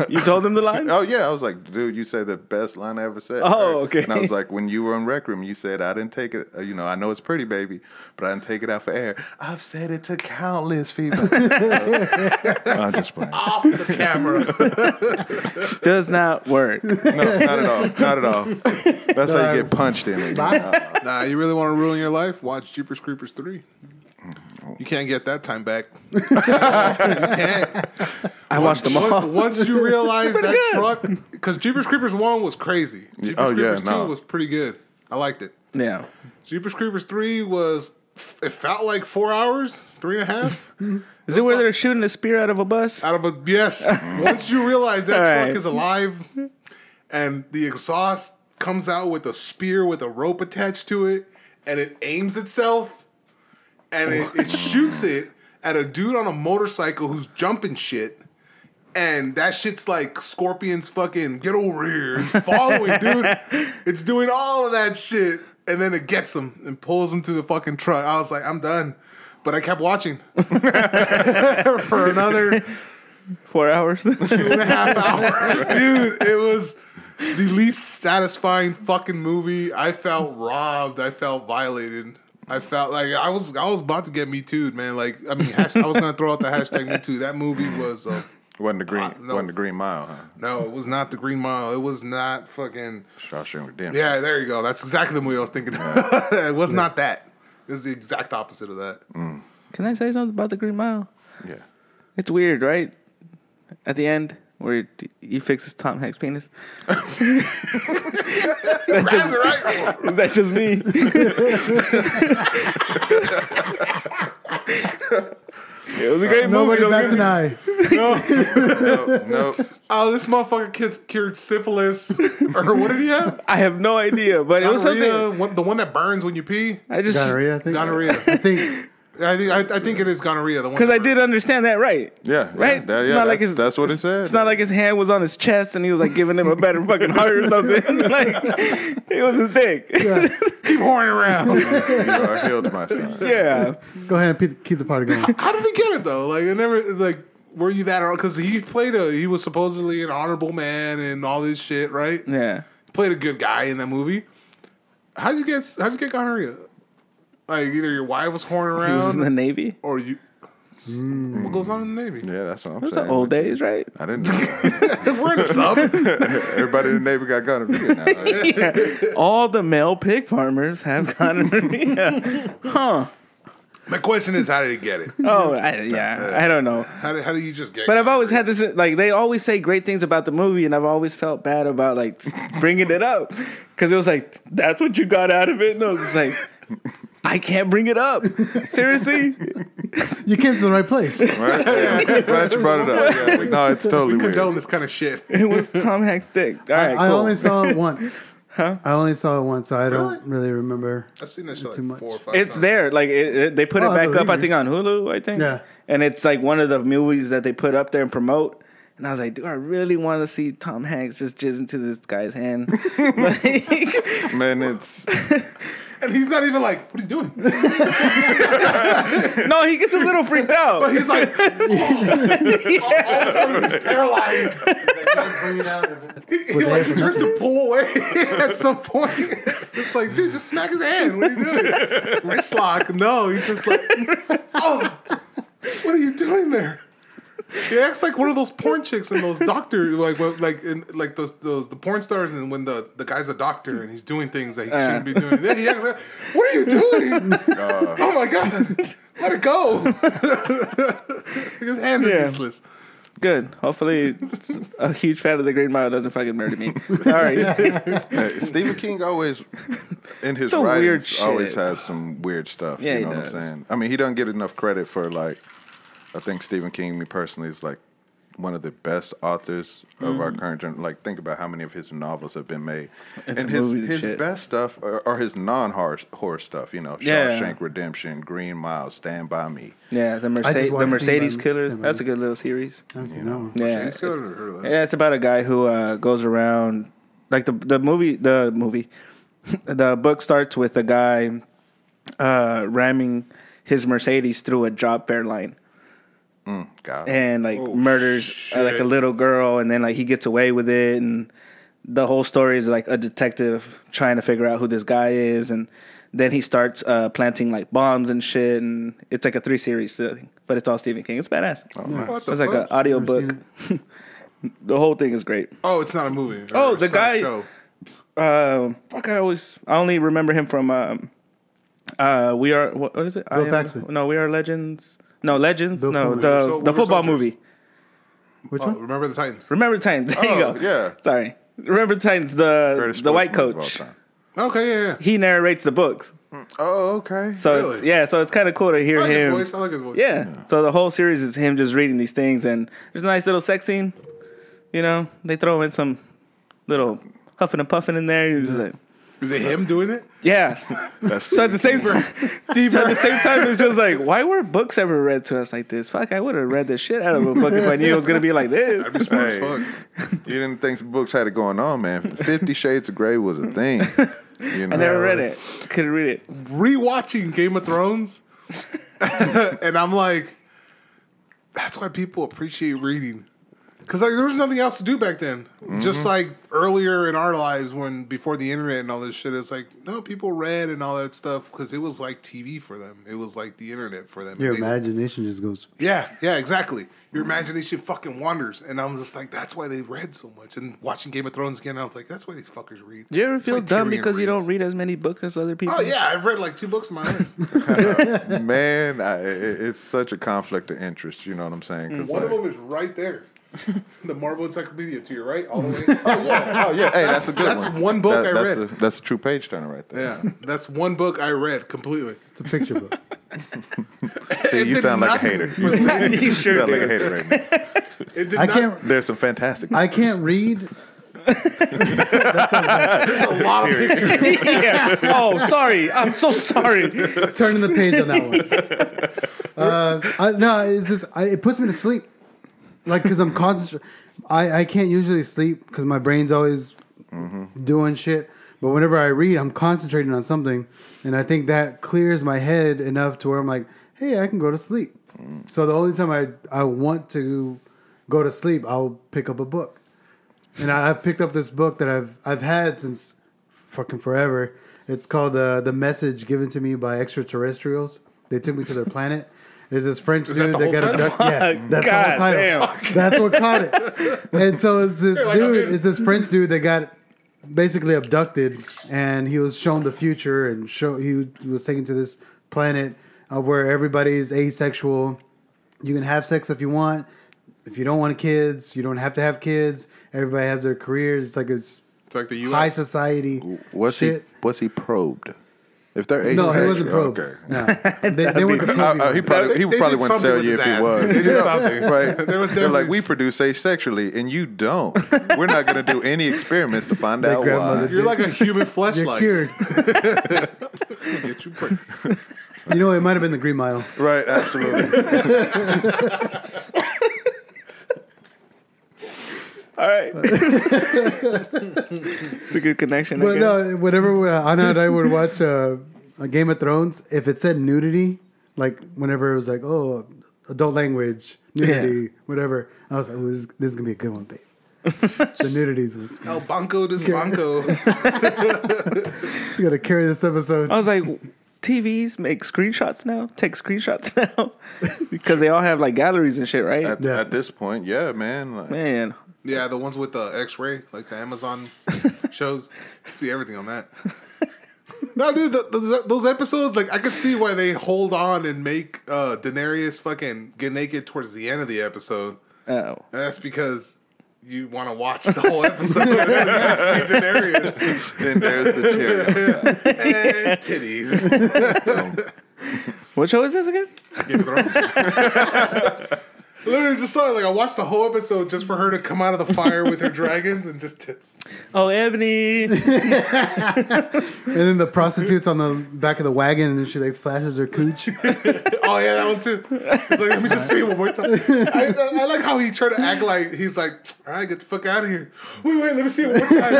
Speaker 5: You told him the line? (laughs)
Speaker 6: Oh yeah, I was like, dude, you said the best line I ever said.
Speaker 5: Oh, okay.
Speaker 6: And I was like, when you were on Rec Room, you said I didn't take it. uh, You know, I know it's pretty, baby, but I didn't take it out for air. I've said it to countless
Speaker 5: (laughs)
Speaker 6: people. I'm just playing.
Speaker 2: off the
Speaker 6: (laughs)
Speaker 2: camera.
Speaker 5: Does not work.
Speaker 6: No, not at all. Not at all. That's how you get punched in it.
Speaker 2: nah, you really want to ruin your life? Watch Jeepers Creepers three.
Speaker 6: Mm-hmm.
Speaker 2: You can't get that time
Speaker 6: (laughs)
Speaker 2: back.
Speaker 5: I watched them
Speaker 2: Once,
Speaker 5: all.
Speaker 2: once you realize
Speaker 5: Pretty
Speaker 2: that
Speaker 5: good.
Speaker 2: truck, because Jeepers Creepers one was crazy. Jeepers
Speaker 6: oh, yeah,
Speaker 2: Creepers
Speaker 6: no.
Speaker 2: two was pretty good. I liked it.
Speaker 5: (laughs) Yeah.
Speaker 2: Jeepers Creepers three was it felt like four hours, three and a half.
Speaker 5: Is it where they're shooting a spear out of a bus?
Speaker 2: out of a yes. Once you realize that
Speaker 5: (laughs) All
Speaker 2: truck
Speaker 5: right.
Speaker 2: is alive, and the exhaust comes out with a spear with a rope attached to it, and it aims itself, and it, it shoots it at a dude on a motorcycle who's jumping shit. And that shit's like Scorpion's fucking get over here. It's following,
Speaker 5: (laughs)
Speaker 2: dude. It's doing all of that shit. And then it gets him and pulls him to the fucking truck. I was like, I'm done. But I kept watching for another
Speaker 5: Four hours? (laughs)
Speaker 2: two and a half hours, dude. It was the least satisfying fucking movie. I felt robbed. I felt violated. I felt like I was I was about to get me too, man. Like I mean, hash, I was gonna throw out the hashtag me too. That movie was uh,
Speaker 6: Wasn't the green?
Speaker 2: Ah, no.
Speaker 6: Wasn't the green mile? Huh?
Speaker 2: no, it was not the Green Mile. It was not fucking
Speaker 6: Shawshank Redemption.
Speaker 2: yeah. There you go. That's exactly the movie I was thinking. of. (laughs) it was not that. It was the exact opposite of that.
Speaker 5: Can I say something about the Green Mile?
Speaker 6: Yeah.
Speaker 5: It's weird, right? At the end, where he- he fixes Tom Hanks' penis.
Speaker 2: right?
Speaker 5: Is that just me? it was a great movie.
Speaker 4: Nobody
Speaker 5: don't
Speaker 4: bats an
Speaker 5: get
Speaker 4: eye.
Speaker 5: me-
Speaker 2: (laughs)
Speaker 6: No, no.
Speaker 2: Oh, this motherfucker kid cured syphilis, (laughs) or what did he have?
Speaker 5: I have no idea, but it was
Speaker 2: Gonorrhea,
Speaker 5: something.
Speaker 2: one, the one that burns when you pee.
Speaker 5: I just
Speaker 4: Gonorrhea, I think.
Speaker 2: Gonorrhea.
Speaker 4: I think
Speaker 2: I think I, I think it is gonorrhea. The one
Speaker 5: Because I did understand that right.
Speaker 6: Yeah, yeah,
Speaker 5: Right?
Speaker 6: that- yeah, that's- that's what it said.
Speaker 5: It's not like his hand was on his chest and he was like giving him a better fucking heart or something. (laughs) like, it was his dick. Yeah. (laughs)
Speaker 2: keep whoring around.
Speaker 6: (laughs) you are healed, my son.
Speaker 4: Go ahead and pe- keep the party going.
Speaker 2: How did he get it though? Like it never like were you that because he played a he was supposedly an honorable man and all this shit right?
Speaker 5: Yeah.
Speaker 2: played a good guy in that movie. How'd you get how'd you get gonorrhea? Like either your wife was horning
Speaker 5: (laughs) He
Speaker 2: around
Speaker 5: was in the Hmm. Navy.
Speaker 2: or you what goes on in the Navy?
Speaker 6: Yeah, that's what I'm
Speaker 5: Those
Speaker 6: saying.
Speaker 5: are old days, right?
Speaker 6: I didn't
Speaker 2: (laughs)
Speaker 6: know.
Speaker 2: We're in a sub.
Speaker 6: (laughs) Everybody in the neighbor got gonorrhea
Speaker 2: (laughs)
Speaker 6: now. right?
Speaker 5: All the male pig farmers have gonorrhea. huh.
Speaker 2: My question is how did he get
Speaker 5: (laughs)
Speaker 2: it?
Speaker 5: (laughs) Oh, I, yeah. I don't know.
Speaker 2: How did, how do you just get
Speaker 5: But I've always had this like they always say great things about the movie, and I've always felt bad about like bringing it up because it was like that's what you got out of it, and I was just like. I can't bring it up. Seriously?
Speaker 4: You came to the right place.
Speaker 6: Right? Yeah. Glad you brought it up.
Speaker 2: (laughs)
Speaker 6: Yeah, no, it's totally weird.
Speaker 2: condone this kind of shit?
Speaker 5: It was Tom Hanks' dick. All right,
Speaker 4: I
Speaker 5: cool.
Speaker 4: only saw it once. Huh? I only saw it once. So I don't really remember.
Speaker 2: I've seen that shit like
Speaker 4: Too much.
Speaker 2: four or five
Speaker 5: it's
Speaker 2: times.
Speaker 5: there. Like it, it- they put
Speaker 4: Oh,
Speaker 5: it
Speaker 4: I
Speaker 5: back up.
Speaker 4: believe
Speaker 5: I
Speaker 4: you.
Speaker 5: think on Hulu. I think.
Speaker 4: Yeah.
Speaker 5: And it's like one of the movies that they put up there and promote. And I was like, do I really want to see Tom Hanks just jizz into this guy's hand? (laughs) Like, (laughs)
Speaker 6: Man, it's
Speaker 2: And he's not even like, what are you doing?
Speaker 5: no, he gets a little freaked out.
Speaker 2: He's like,
Speaker 5: (laughs)
Speaker 2: all of a sudden he's paralyzed.
Speaker 4: Bring it out of (laughs) it.
Speaker 2: He like he tries to pull away (laughs) at some point. It's like, dude, just smack his hand. What are you doing?
Speaker 5: (laughs)
Speaker 2: Wrist lock. No, he's just like, oh, what are you doing there? He acts like one of those porn chicks and those doctors, like what- like in, like those those the porn stars, and when the, the guy's a doctor and he's doing things that he
Speaker 5: Uh.
Speaker 2: shouldn't be doing. Yeah, he acts like, what are you
Speaker 5: (laughs)
Speaker 2: doing?
Speaker 5: Uh.
Speaker 2: oh my god, let it go. (laughs) his hands
Speaker 5: Yeah.
Speaker 2: are useless.
Speaker 5: Good.
Speaker 4: (laughs)
Speaker 5: Hopefully, a huge fan of the Green Mile doesn't fucking murder me. All
Speaker 4: (laughs)
Speaker 5: right.
Speaker 6: hey, Stephen King always in his
Speaker 5: Some weird
Speaker 6: writings always
Speaker 5: shit.
Speaker 6: has some weird stuff.
Speaker 5: Yeah,
Speaker 6: you
Speaker 5: he
Speaker 6: know what I'm
Speaker 5: does.
Speaker 6: saying? I mean, he doesn't get enough credit for like. I think Stephen King, me personally, is like one of the best authors of
Speaker 5: Mm.
Speaker 6: our current gen. Like, think about how many of his novels have been made, and his
Speaker 5: movies and
Speaker 6: his
Speaker 5: shit.
Speaker 6: best stuff are, are his non horror stuff. You know,
Speaker 5: Yeah.
Speaker 6: Shawshank Redemption, Green Mile, Stand by Me.
Speaker 5: Yeah, the, Merce-
Speaker 4: just
Speaker 5: the
Speaker 4: watched
Speaker 5: Mercedes
Speaker 4: Steam on-
Speaker 5: Killers.
Speaker 4: Steam on-
Speaker 5: That's a good little series.
Speaker 4: I haven't seen that one.
Speaker 5: Yeah.
Speaker 2: He's gonna hurt him.
Speaker 5: Yeah, it's about a guy who uh, goes around like the the movie the movie (laughs) the book starts with a guy uh, ramming his Mercedes through a job fair line
Speaker 6: Mm, God,
Speaker 5: and like
Speaker 2: Oh,
Speaker 5: murders uh, like a little girl and then like he gets away with it and the whole story is like a detective trying to figure out who this guy is and then he starts uh, planting like bombs and shit and it's like a three series thing but it's all Stephen King it's badass
Speaker 2: Oh. What the
Speaker 5: it's like an
Speaker 2: fuck?
Speaker 5: audio
Speaker 4: Never seen
Speaker 5: book (laughs) the whole thing is great
Speaker 2: Oh, it's not a movie.
Speaker 5: Oh,
Speaker 2: Or
Speaker 5: the
Speaker 2: it's not a
Speaker 5: guy- um, fuck, I always, I only remember him from, um, uh, we are, what, what is it? I Am-
Speaker 4: Paxton.
Speaker 5: no, we are legends. No, legends.
Speaker 4: Bill
Speaker 5: no,
Speaker 4: Pullman.
Speaker 5: the
Speaker 2: So,
Speaker 5: the
Speaker 2: Winter
Speaker 5: football
Speaker 2: Soldiers.
Speaker 5: movie.
Speaker 4: Which
Speaker 2: Oh,
Speaker 4: one?
Speaker 2: remember the Titans.
Speaker 5: Remember the Titans. (laughs) There
Speaker 6: Oh,
Speaker 5: you go.
Speaker 6: yeah.
Speaker 5: Sorry. Remember the Titans. The
Speaker 6: Greatest
Speaker 5: the white
Speaker 6: sportsman of all
Speaker 5: coach.
Speaker 6: time.
Speaker 2: Okay, yeah, yeah.
Speaker 5: He narrates the books.
Speaker 6: Oh, okay.
Speaker 5: So it's,
Speaker 2: Really?
Speaker 5: yeah, so it's kind of cool to hear
Speaker 2: I like his
Speaker 5: him.
Speaker 2: voice. I like his voice.
Speaker 5: Yeah. So the whole series is him just reading these things, and there's a nice little sex scene. You know, they throw in some little huffing and puffing in there. You're just like,
Speaker 2: Is it him doing it?
Speaker 5: yeah.
Speaker 6: That's
Speaker 5: So at the same time, so at the same time, it's just like, why were books ever read to us like this? Fuck, I would have read the shit out of a book if I knew it was gonna be like this.
Speaker 2: Smart as
Speaker 6: Hey.
Speaker 2: fuck.
Speaker 6: You didn't think some books had it going on, man. Fifty Shades of Grey was a
Speaker 4: (laughs)
Speaker 6: thing. You
Speaker 5: (laughs)
Speaker 6: know?
Speaker 5: I never read it. Couldn't read it.
Speaker 2: Rewatching Game of
Speaker 5: (laughs)
Speaker 2: Thrones, and I'm like, that's why people appreciate reading. Cause like there was nothing else to do back then.
Speaker 5: Mm-hmm.
Speaker 2: Just like earlier in our lives, when before the internet and all this shit, it's like no people read and all that stuff because it was like TV for them. It was like the internet for them.
Speaker 4: Your
Speaker 2: They-
Speaker 4: imagination just goes.
Speaker 2: Yeah, yeah, exactly. Your imagination fucking wanders, and I'm just like, that's why they read so much. And watching Game of Thrones again, I was like, that's why these fuckers read.
Speaker 5: Do you ever
Speaker 2: That's
Speaker 5: feel
Speaker 2: why
Speaker 5: dumb
Speaker 2: Tyrion
Speaker 5: because you
Speaker 2: reads.
Speaker 5: don't read as many books as other people?
Speaker 2: Oh
Speaker 5: (laughs)
Speaker 2: yeah, I've read like two books in my life.
Speaker 6: man. I, it- it's such a conflict of interest. You know what I'm saying? 'Cause
Speaker 2: One of
Speaker 6: like-
Speaker 2: them is right there, the Marvel Encyclopedia to your right, all the
Speaker 5: (laughs)
Speaker 2: way. Oh,
Speaker 6: oh yeah, hey, that's a good
Speaker 2: That's
Speaker 6: one.
Speaker 2: one book I
Speaker 6: that's
Speaker 2: read.
Speaker 6: A, that's a true page turner right there.
Speaker 2: yeah, that's one book I read completely.
Speaker 4: It's a picture (laughs) book.
Speaker 6: See,
Speaker 2: It
Speaker 6: you
Speaker 2: did
Speaker 6: sound like a
Speaker 4: (laughs)
Speaker 2: nothing
Speaker 6: hater.
Speaker 2: for
Speaker 6: You
Speaker 2: me.
Speaker 6: sound like a hater right now.
Speaker 2: It did
Speaker 4: I
Speaker 2: not-
Speaker 4: can't.
Speaker 6: There's some fantastic.
Speaker 4: I can't read
Speaker 2: There's a lot of pictures.
Speaker 5: yeah. Oh, sorry. I'm so sorry.
Speaker 4: Turning the page on that one. (laughs) Uh, I, no, it's just I, it puts me to sleep, like because I'm concentrating. I I can't usually sleep because my brain's always doing shit. But whenever I read, I'm concentrating on something, and I think that clears my head enough to where I'm like, hey, I can go to sleep. So the only time I I want to go to sleep, I'll pick up a book, and I, I've picked up this book that I've I've had since fucking forever. It's called uh, "The Message Given to Me by Extraterrestrials." They took me to their planet. There's this
Speaker 2: (laughs)
Speaker 4: French dude
Speaker 2: the
Speaker 4: that,
Speaker 2: whole
Speaker 4: got
Speaker 2: title?
Speaker 4: abducted. Yeah, that's
Speaker 2: (laughs)
Speaker 5: Fuck,
Speaker 4: the
Speaker 5: God
Speaker 4: whole title.
Speaker 5: damn.
Speaker 4: That's what caught it. And so it's
Speaker 2: (laughs)
Speaker 4: this
Speaker 2: like,
Speaker 4: dude.
Speaker 2: okay.
Speaker 4: It's this French dude that got basically abducted, and he was shown the future, and show he was taken to this planet uh, where everybody's asexual. You can have sex if you want. If you don't want kids, you don't have to have kids. Everybody has their careers. It's like it's
Speaker 2: It's like the
Speaker 4: high
Speaker 2: U.S.
Speaker 4: society
Speaker 6: Was he
Speaker 4: shit.
Speaker 6: was he probed? If they're
Speaker 4: No, he wasn't
Speaker 6: asexual-
Speaker 4: probed.
Speaker 6: okay. (laughs)
Speaker 4: No, they, they went to
Speaker 6: Uh,
Speaker 4: probe.
Speaker 6: (laughs) uh, he probably he
Speaker 2: They did
Speaker 6: probably wouldn't
Speaker 2: something
Speaker 6: tell
Speaker 2: with
Speaker 6: you
Speaker 2: his
Speaker 6: if he
Speaker 2: ass,
Speaker 6: was.
Speaker 2: dude.
Speaker 6: (laughs)
Speaker 2: They did something.
Speaker 6: right?
Speaker 2: There was
Speaker 6: They're
Speaker 2: definitely-
Speaker 6: like we produce asexually, and you don't. We're not going to do any experiments to find
Speaker 4: Their
Speaker 6: out
Speaker 4: grandmother
Speaker 6: why.
Speaker 2: You're like a
Speaker 4: (laughs)
Speaker 2: human
Speaker 4: You're
Speaker 2: fleshlight.
Speaker 4: cured.
Speaker 2: Get you prick.
Speaker 4: you know, it might have been the Green Mile.
Speaker 6: (laughs) Right? Absolutely.
Speaker 5: All right. it's a good connection. I
Speaker 4: But
Speaker 5: guess.
Speaker 4: no, whenever uh, Anna and I would watch uh, a Game of Thrones, if it said nudity, like whenever it was like, oh, adult language, nudity, whatever, I was like, oh, this, this is gonna be a good one, babe. the nudities, it's,
Speaker 2: El Banco des Banco.
Speaker 4: (laughs) it's gonna carry this episode.
Speaker 5: I was like, TVs make screenshots now. Take screenshots (laughs) now because they all have like galleries and shit, right?
Speaker 6: At,
Speaker 4: Yeah.
Speaker 6: at this point, yeah, man. Like,
Speaker 5: Man,
Speaker 2: Yeah, the ones with the X-ray, like the Amazon shows. See everything on that. (laughs) No, dude, th th those episodes, like, I could see why they hold on and make uh, Daenerys fucking get naked towards the end of the episode.
Speaker 5: oh,
Speaker 2: And that's because you want to watch the whole episode. It's like, "Yeah, see Daenerys
Speaker 6: Then there's the cherry.
Speaker 2: and titties.
Speaker 5: what show is this again?
Speaker 2: Game of Thrones. Literally just saw it. Like, I watched the whole episode just for her to come out of the fire with her dragons and just tits.
Speaker 5: Oh, (laughs) Ebony.
Speaker 4: And then the prostitutes on the back of the wagon, and she like flashes her cooch. (laughs)
Speaker 2: Oh yeah, that one too. It's like, let me just see it one more time. I, I, I like how he tried to act like he's like, all right, get the fuck out of here. Wait, wait, let me see it one more
Speaker 6: (laughs)
Speaker 2: time.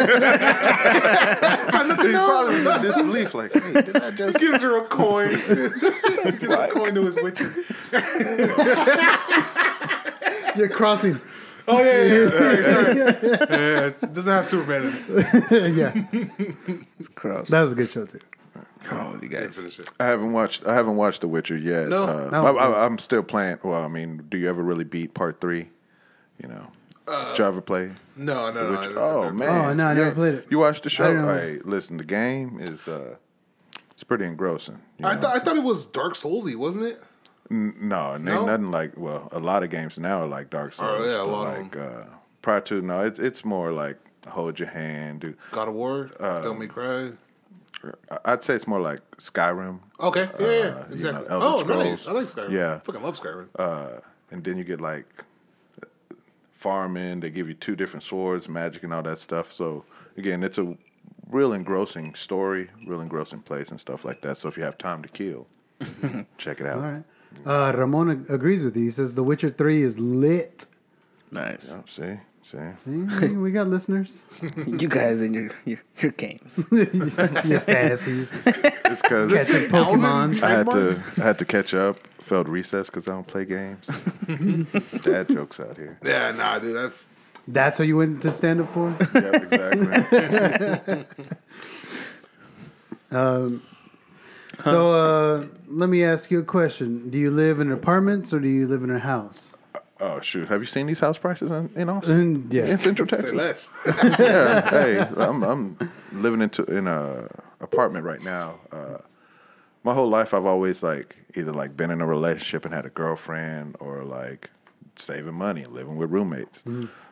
Speaker 2: Got nothing
Speaker 6: He's
Speaker 2: wrong.
Speaker 6: probably in disbelief, like, hey, did I just?
Speaker 2: Gives her a coin. Gives a coin to his witcher.
Speaker 4: You're crossing. (laughs)
Speaker 2: Oh yeah, yeah. yeah. Sorry,
Speaker 6: (laughs)
Speaker 2: sorry. Yeah, it doesn't have Superman. In it.
Speaker 4: yeah,
Speaker 5: It's gross.
Speaker 4: that was a good show too.
Speaker 5: oh, you guys.
Speaker 2: Finish it.
Speaker 6: (laughs) I haven't watched. I haven't watched The Witcher yet.
Speaker 2: No.
Speaker 6: uh,
Speaker 4: That one's
Speaker 6: I,
Speaker 4: good.
Speaker 6: I, I'm still playing. Well, I mean, do you ever really beat Part Three? You know, Java play.
Speaker 2: No, no, no. I don't-
Speaker 6: Oh man!
Speaker 4: Oh, no, I never
Speaker 6: You-
Speaker 4: played it.
Speaker 6: You watched the show?
Speaker 4: don't know.
Speaker 6: Hey, listen, the game is uh, it's pretty engrossing. you
Speaker 2: I
Speaker 6: know?
Speaker 2: thought I thought it was Dark Soulsy, wasn't it?
Speaker 6: N- no, and
Speaker 2: No?
Speaker 6: ain't nothing like. Well, a lot of games now are like Dark
Speaker 2: Oh,
Speaker 6: Souls.
Speaker 2: yeah, a
Speaker 6: but,
Speaker 2: lot of
Speaker 6: like, Uh, prior to no, it's it's more like hold your hand. Do
Speaker 2: God of War,
Speaker 6: Uh,
Speaker 2: Don't Make Cry.
Speaker 6: I- I'd say it's more like Skyrim,
Speaker 2: Okay, yeah, yeah,
Speaker 6: uh, you
Speaker 2: exactly.
Speaker 6: know, Elder
Speaker 2: oh, nice.
Speaker 6: Scrolls.
Speaker 2: I like Skyrim.
Speaker 6: Yeah.
Speaker 2: fucking love Skyrim.
Speaker 6: uh, and then you get like farming. They give you two different swords, magic, and all that stuff. So again, it's a real engrossing story, real engrossing place, and stuff like that. So if you have time
Speaker 4: (laughs)
Speaker 6: to kill, check it out.
Speaker 4: All right. Uh, Ramon ag- agrees with you. He says The Witcher Three is lit.
Speaker 5: Nice.
Speaker 6: Oh, see, see,
Speaker 4: See, we- we got listeners. (laughs)
Speaker 5: You guys and your your, your games.
Speaker 4: Your fantasies.
Speaker 6: it's because
Speaker 4: Catching Pokemon.
Speaker 6: I had to I had to catch up. Failed recess because I don't play games. Dad jokes out here.
Speaker 2: Yeah, nah, dude. I've
Speaker 4: That's what you went to stand up for?
Speaker 6: Yep, exactly.
Speaker 4: So uh, let me ask you a question. Do you live in apartments or do you live in a house? (laughs)
Speaker 6: oh shoot, have you seen these house prices in, in Austin?
Speaker 4: And, yeah.
Speaker 6: In Central
Speaker 2: say
Speaker 6: Texas.
Speaker 2: less.
Speaker 6: yeah, hey, I'm I'm living into in a apartment right now. Uh, my whole life, I've always like either like been in a relationship and had a girlfriend, or like saving money, living with roommates.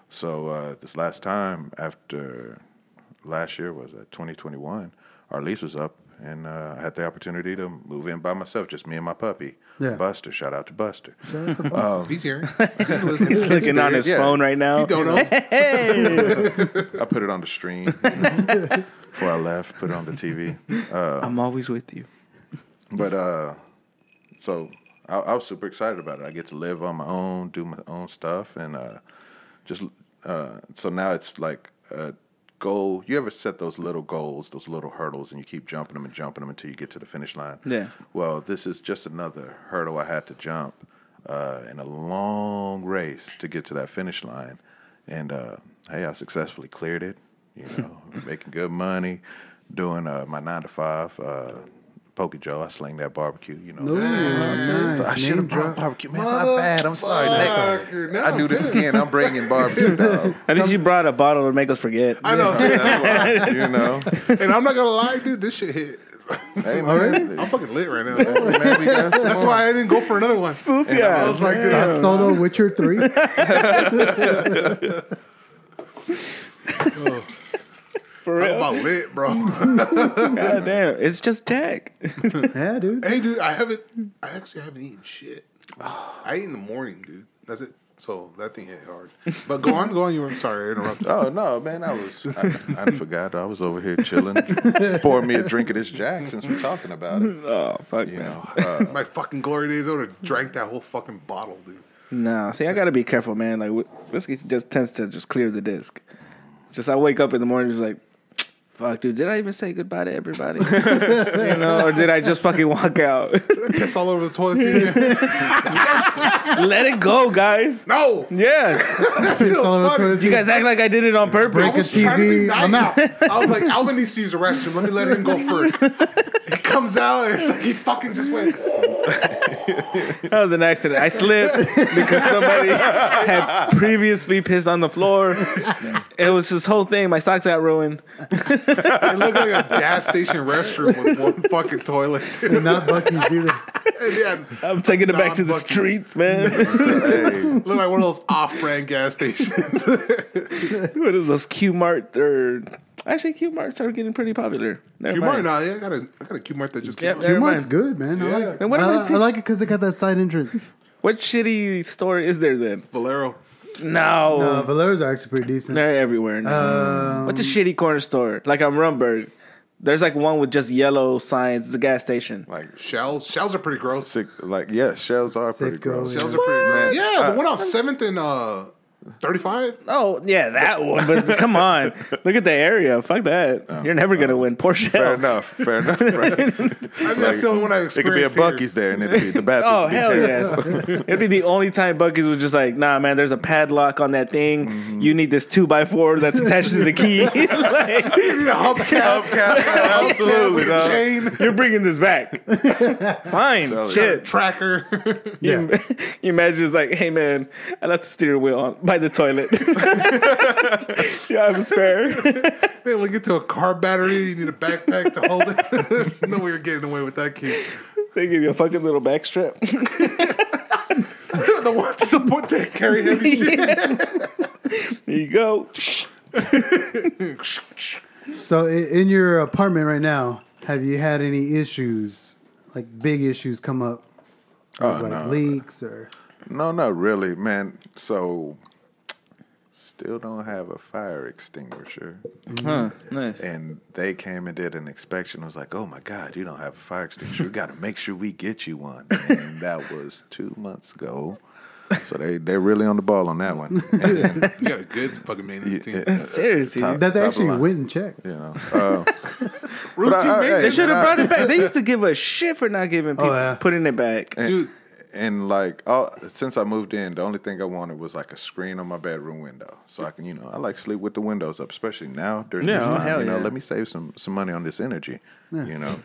Speaker 6: So uh, this last time after last year was uh, 2021, our lease was up, and uh, I had the opportunity to move in by myself, just me and my puppy,
Speaker 4: Yeah.
Speaker 6: Buster. Shout out to Buster.
Speaker 4: Shout out to Buster.
Speaker 2: He's here. (laughs)
Speaker 5: He's looking on
Speaker 6: weird,
Speaker 5: his
Speaker 6: yeah.
Speaker 5: phone right now.
Speaker 2: He don't know.
Speaker 6: I put it on the stream you know, before I left. Put it on the TV.
Speaker 5: I'm always with you.
Speaker 6: But uh, so I, I was super excited about it. I get to live on my own, do my own stuff, and uh, just uh, so now it's like a goal. You ever set those little goals, those little hurdles, and you keep jumping them and jumping them until you get to the finish line?
Speaker 5: Yeah.
Speaker 6: Well, this is just another hurdle I had to jump uh, in a long race to get to that finish line, and uh, hey, I successfully cleared it. You know, making good money, doing uh, my nine to five. Uh, Poke Joe, I sling that barbecue, you know.
Speaker 4: Ooh, nice.
Speaker 6: So Oh. I should
Speaker 4: Name
Speaker 6: have brought
Speaker 4: drop.
Speaker 6: barbecue. Man, my bad. I'm sorry. Next time. I do this again. I'm bringing
Speaker 4: (laughs)
Speaker 6: barbecue, dog.
Speaker 5: At least you brought a bottle to make us forget.
Speaker 2: I know. (laughs)
Speaker 6: That's why, you know.
Speaker 2: and I'm not gonna lie, dude. This shit hit.
Speaker 6: Hey, (laughs) man.
Speaker 2: I'm fucking lit right now.
Speaker 6: Man, we got some
Speaker 2: That's why I didn't go for another one. I was like, dude, I-
Speaker 4: Solo Witcher 3.
Speaker 5: For
Speaker 2: talk
Speaker 5: real.
Speaker 2: about lit,
Speaker 6: (laughs)
Speaker 2: bro.
Speaker 5: God damn. It's just Jack.
Speaker 4: yeah, dude.
Speaker 2: hey, dude, I haven't. I actually haven't eaten shit. I ate in the morning, dude. That's it. So that thing hit hard. But go on, go on. You were sorry, I interrupted.
Speaker 6: Oh no, man! I was I, I
Speaker 4: (laughs)
Speaker 6: forgot. I was over here chilling. Pour me a drink of this Jack since we're talking about it.
Speaker 5: (laughs) Oh, fuck,
Speaker 6: You
Speaker 5: man.
Speaker 4: (laughs)
Speaker 6: know, uh,
Speaker 2: My fucking glory days. I would have drank that whole fucking bottle, dude.
Speaker 5: No. See, I got to be careful, man. Like, wh- whiskey just tends to just clear the disc. Just, I wake up in the morning, just like, fuck, dude, did I even say goodbye
Speaker 2: (laughs)
Speaker 5: to everybody? you know, or did I just fucking walk out?
Speaker 2: Piss all over the toilet.
Speaker 6: (laughs)
Speaker 2: seat.
Speaker 5: (laughs) Let it go, guys.
Speaker 2: no,
Speaker 5: Yes.
Speaker 4: Piss all over Twitter.
Speaker 5: You guys act like I did it on purpose.
Speaker 4: Break
Speaker 2: I
Speaker 4: a
Speaker 2: was trying to be
Speaker 4: TV. I'm out.
Speaker 2: nice. I was like, Alvin needs to use a restroom. Let me let him go first. He comes out and it's like he fucking just went.
Speaker 5: That was an accident. I slipped because somebody had previously pissed on the (laughs) floor. It was this whole thing. My socks got ruined.
Speaker 2: It looked like a gas station restroom with one fucking toilet. Dude.
Speaker 4: And not (laughs) Bucky's either.
Speaker 2: And (laughs) yeah,
Speaker 5: I'm taking it back to the
Speaker 2: Non-buckets.
Speaker 5: streets, (laughs) man.
Speaker 6: hey,
Speaker 2: looked like one of those off-brand gas stations.
Speaker 5: what is those Q Mart or actually Q Marts are getting pretty popular. Never
Speaker 2: Q Mart,
Speaker 5: mind.
Speaker 2: nah, yeah, I got a, I got a Q Mart that just
Speaker 5: Yep,
Speaker 2: came out.
Speaker 5: there- Never
Speaker 4: Mart's
Speaker 5: mind.
Speaker 4: good, man. I like it.
Speaker 5: And what
Speaker 4: I,
Speaker 5: am I
Speaker 4: li- I
Speaker 5: think-
Speaker 4: like it because it got that side entrance.
Speaker 5: What shitty store is there then?
Speaker 2: Valero.
Speaker 5: No, Um,
Speaker 4: Uh, Valero's are actually pretty decent. Uh,
Speaker 5: they're everywhere. now. What's a shitty corner store? Like on Rumberg, there's like one with just yellow signs. It's a gas station.
Speaker 6: like
Speaker 2: Shells. Shells are pretty gross.
Speaker 6: sick, like yeah, shells are pretty
Speaker 4: Sicko,
Speaker 6: gross.
Speaker 4: yeah.
Speaker 2: Shells are pretty gross.
Speaker 6: Man,
Speaker 2: Yeah, the one on Seventh and uh, Thirty-Five.
Speaker 5: Oh yeah, that one. But come (laughs) on, look at the area. Fuck that. You're never gonna win. Poor
Speaker 6: Fair
Speaker 5: (laughs) shell.
Speaker 6: enough. Fair enough. Right?
Speaker 2: I mean, that's the only one I've
Speaker 6: It could be a
Speaker 2: experienced. here.
Speaker 6: Bucky's there, and it'd be the bathroom.
Speaker 5: Oh hell yes! (laughs) It'd be the only time Bucky's was just like, nah, man. There's a padlock on that thing. You need this two by four that's attached to the key. (laughs) Like,
Speaker 2: Hubcap,
Speaker 5: (laughs)
Speaker 6: Absolutely, dog.
Speaker 2: chain,
Speaker 5: you're bringing this back. Fine, shit.
Speaker 2: tracker. (laughs)
Speaker 4: yeah.
Speaker 5: (laughs) You imagine it's like, hey man, I left the steering wheel on by the toilet. (laughs) yeah, I'm a spare. (laughs)
Speaker 2: They link it to a car battery. You need a backpack to hold it. (laughs) There's no way you're getting away with that, (laughs) kid.
Speaker 5: they give you a fucking little back strap.
Speaker 2: the one to support
Speaker 5: (laughs)
Speaker 2: to carry heavy shit.
Speaker 5: There you go.
Speaker 4: So, i- in your apartment right now, have you had any issues, like big issues, come up? With, like leaks or.
Speaker 6: No, not really, man. So, still don't have a fire extinguisher.
Speaker 5: Mm-hmm. Huh, nice.
Speaker 6: And they came and did an inspection. I was like, oh my God, you don't have a fire extinguisher. We got to make sure we get you one. And that was two months ago. So they, they're really on the ball on that one. And,
Speaker 2: You got a good fucking
Speaker 6: you-
Speaker 2: maintenance team.
Speaker 6: it- uh,
Speaker 5: Seriously,
Speaker 6: Top-
Speaker 4: That they
Speaker 6: top
Speaker 4: actually
Speaker 6: line.
Speaker 4: went and checked.
Speaker 6: you know, uh,
Speaker 2: Routine
Speaker 6: I- I-
Speaker 2: maintenance.
Speaker 5: They should have
Speaker 6: nah.
Speaker 5: brought it back. They used to give a shit for not giving people
Speaker 4: yeah.
Speaker 5: putting it back.
Speaker 6: and,
Speaker 2: Dude.
Speaker 6: And like, all, since I moved in, the only thing I wanted was like a screen on my bedroom window, so I can, you know, I like sleep with the windows up, especially now during
Speaker 5: Yeah,
Speaker 6: this
Speaker 5: oh,
Speaker 6: time.
Speaker 5: hell
Speaker 6: you know,
Speaker 5: yeah.
Speaker 6: let me save some some money on this energy. You
Speaker 5: (laughs)
Speaker 6: know,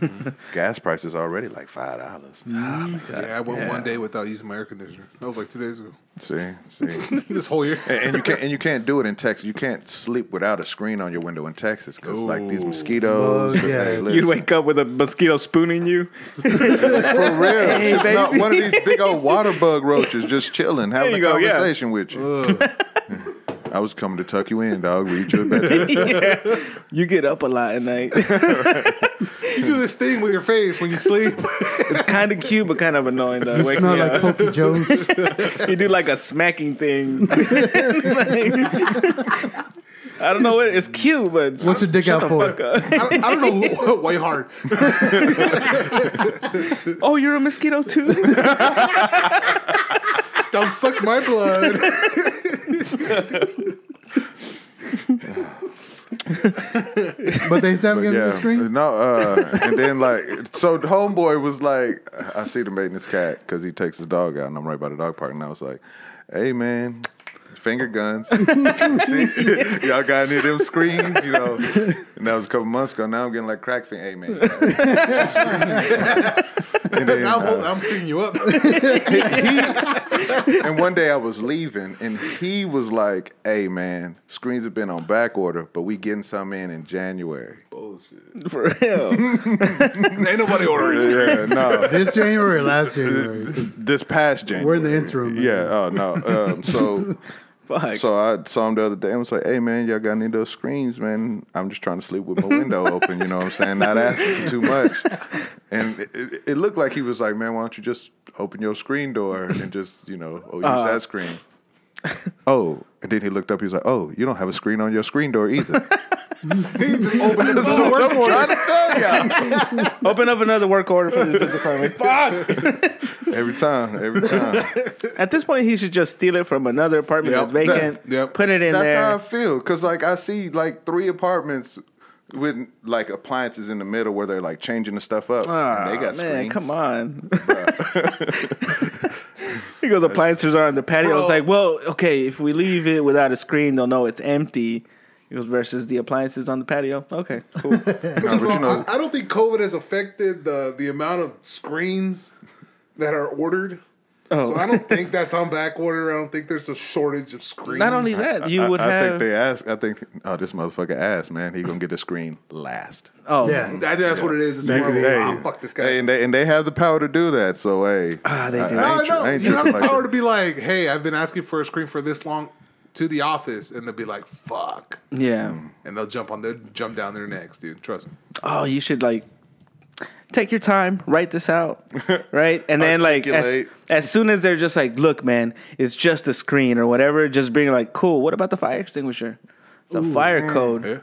Speaker 6: gas prices already like five dollars.
Speaker 5: Mm-hmm.
Speaker 2: Yeah, I went one day without using my air conditioner. That was like two days ago.
Speaker 6: See, see.
Speaker 2: This whole year.
Speaker 6: and you can't and you can't do it in Texas. You can't sleep without a screen on your window in Texas because like these mosquitoes.
Speaker 4: Oh, yeah.
Speaker 6: they live-
Speaker 5: You'd wake up with a mosquito spooning you.
Speaker 6: for real. It's
Speaker 5: baby.
Speaker 6: not one of these big old water bug roaches just chilling, having
Speaker 5: There you
Speaker 6: a
Speaker 5: go, yeah.
Speaker 6: conversation with you. (laughs) I was coming to tuck you in, dog. Read you a bedtime.
Speaker 5: (laughs) You get up a lot at night.
Speaker 2: you do this thing with your face when you sleep.
Speaker 5: It's kind of cute, but kind of annoying though.
Speaker 4: You
Speaker 5: Wake
Speaker 4: smell
Speaker 5: me
Speaker 4: like
Speaker 5: up.
Speaker 4: Pokey (laughs) Jones.
Speaker 5: you do like a smacking thing. (laughs) Like, I don't know what it's cute, but
Speaker 4: What's your dick out for?
Speaker 2: I don't, I don't know (laughs) why you're hard.
Speaker 5: oh, you're a mosquito too. (laughs)
Speaker 2: Don't suck my blood. (laughs)
Speaker 4: But they said I'm giving me
Speaker 6: yeah.
Speaker 4: a screen.
Speaker 6: No, uh, and then like, so the homeboy was like, I see the maintenance cat because he takes his dog out, and I'm right by the dog park, and I was like, hey man. Finger guns. (laughs) See, (laughs) y'all got any of them screens, you know. And that was a couple months ago. Now I'm getting like crack finger. Hey man. you know. and, then,
Speaker 2: Now
Speaker 6: uh,
Speaker 2: I'm sticking (laughs) you up.
Speaker 6: and one day I was leaving, and he was like, "Hey man, screens have been on back order, but we getting some in in January."
Speaker 5: For real.
Speaker 2: Ain't nobody ordering. it.
Speaker 6: Yeah, no.
Speaker 4: (laughs) This January, or last January. 'Cause
Speaker 6: this past January.
Speaker 4: We're in the interim.
Speaker 6: Yeah. Oh no.
Speaker 4: (laughs)
Speaker 6: Um, so,
Speaker 5: Fuck.
Speaker 6: so I saw him the other day. and was like, "Hey man, y'all got any of those screens, man? I'm just trying to sleep with my window open. You know what I'm saying? Not asking for too much." And it, it, it looked like he was like, "Man, why don't you just open your screen door and just you know or use that screen?" Oh, and then he looked up. He was like, "Oh, you don't have a screen on your screen door either."
Speaker 2: Just open it
Speaker 6: (laughs) That's
Speaker 2: up.
Speaker 6: what I'm trying to tell y'all.
Speaker 5: Open up another work order for this (laughs) department. Fuck.
Speaker 6: Every time, every time.
Speaker 5: At this point, he should just steal it from another apartment
Speaker 2: Yep.
Speaker 5: that's
Speaker 6: (laughs)
Speaker 5: vacant.
Speaker 2: That- yep.
Speaker 5: Put it in
Speaker 6: That's
Speaker 5: there.
Speaker 6: how I feel. Cause like I see like three apartments with like appliances in the middle where they're like changing the stuff up. and they
Speaker 5: Aw,
Speaker 6: got
Speaker 5: Ah, man,
Speaker 6: screens.
Speaker 5: come on. (laughs) he goes, appliances are on the patio. It's
Speaker 2: Bro.
Speaker 5: like, well, okay, if we leave it without a screen, they'll know it's empty. He goes, versus the appliances on the patio. Okay,
Speaker 6: (laughs)
Speaker 5: cool.
Speaker 6: No, but you
Speaker 2: Well,
Speaker 6: know,
Speaker 2: I, I don't think COVID has affected the the amount of screens that are ordered.
Speaker 5: Oh.
Speaker 2: So I don't think that's on back order. I don't think there's a shortage of screens.
Speaker 5: (laughs) Not only that, you
Speaker 6: I,
Speaker 5: would
Speaker 6: I
Speaker 5: have.
Speaker 6: think they asked. I think oh, this motherfucker asked, man. He gonna get the screen last.
Speaker 5: oh,
Speaker 4: Yeah.
Speaker 2: That- that's what it is. It's
Speaker 4: That
Speaker 2: more
Speaker 4: could
Speaker 2: of
Speaker 4: be-
Speaker 2: a,
Speaker 6: Hey,
Speaker 2: "Ah, fuck this guy.
Speaker 6: Hey, and they and they have the power to do that. So hey,
Speaker 5: Ah, they do.
Speaker 2: no,
Speaker 6: ain't-
Speaker 2: no,
Speaker 6: ain't
Speaker 2: you have the
Speaker 6: tripping like
Speaker 2: power
Speaker 6: that.
Speaker 2: to be like, hey, I've been asking for a screen for this long to the office, and they'll be like, fuck,
Speaker 5: yeah.
Speaker 6: Hmm.
Speaker 2: and they'll jump on, they'll jump down their necks, dude. Trust me.
Speaker 5: Oh, you should like take your time, write this
Speaker 6: (laughs)
Speaker 5: out, right? And then like as,
Speaker 6: Articulate.
Speaker 5: as soon as they're just like, look, man, it's just a screen or whatever, just being like, cool. What about the fire extinguisher? It's a fire code.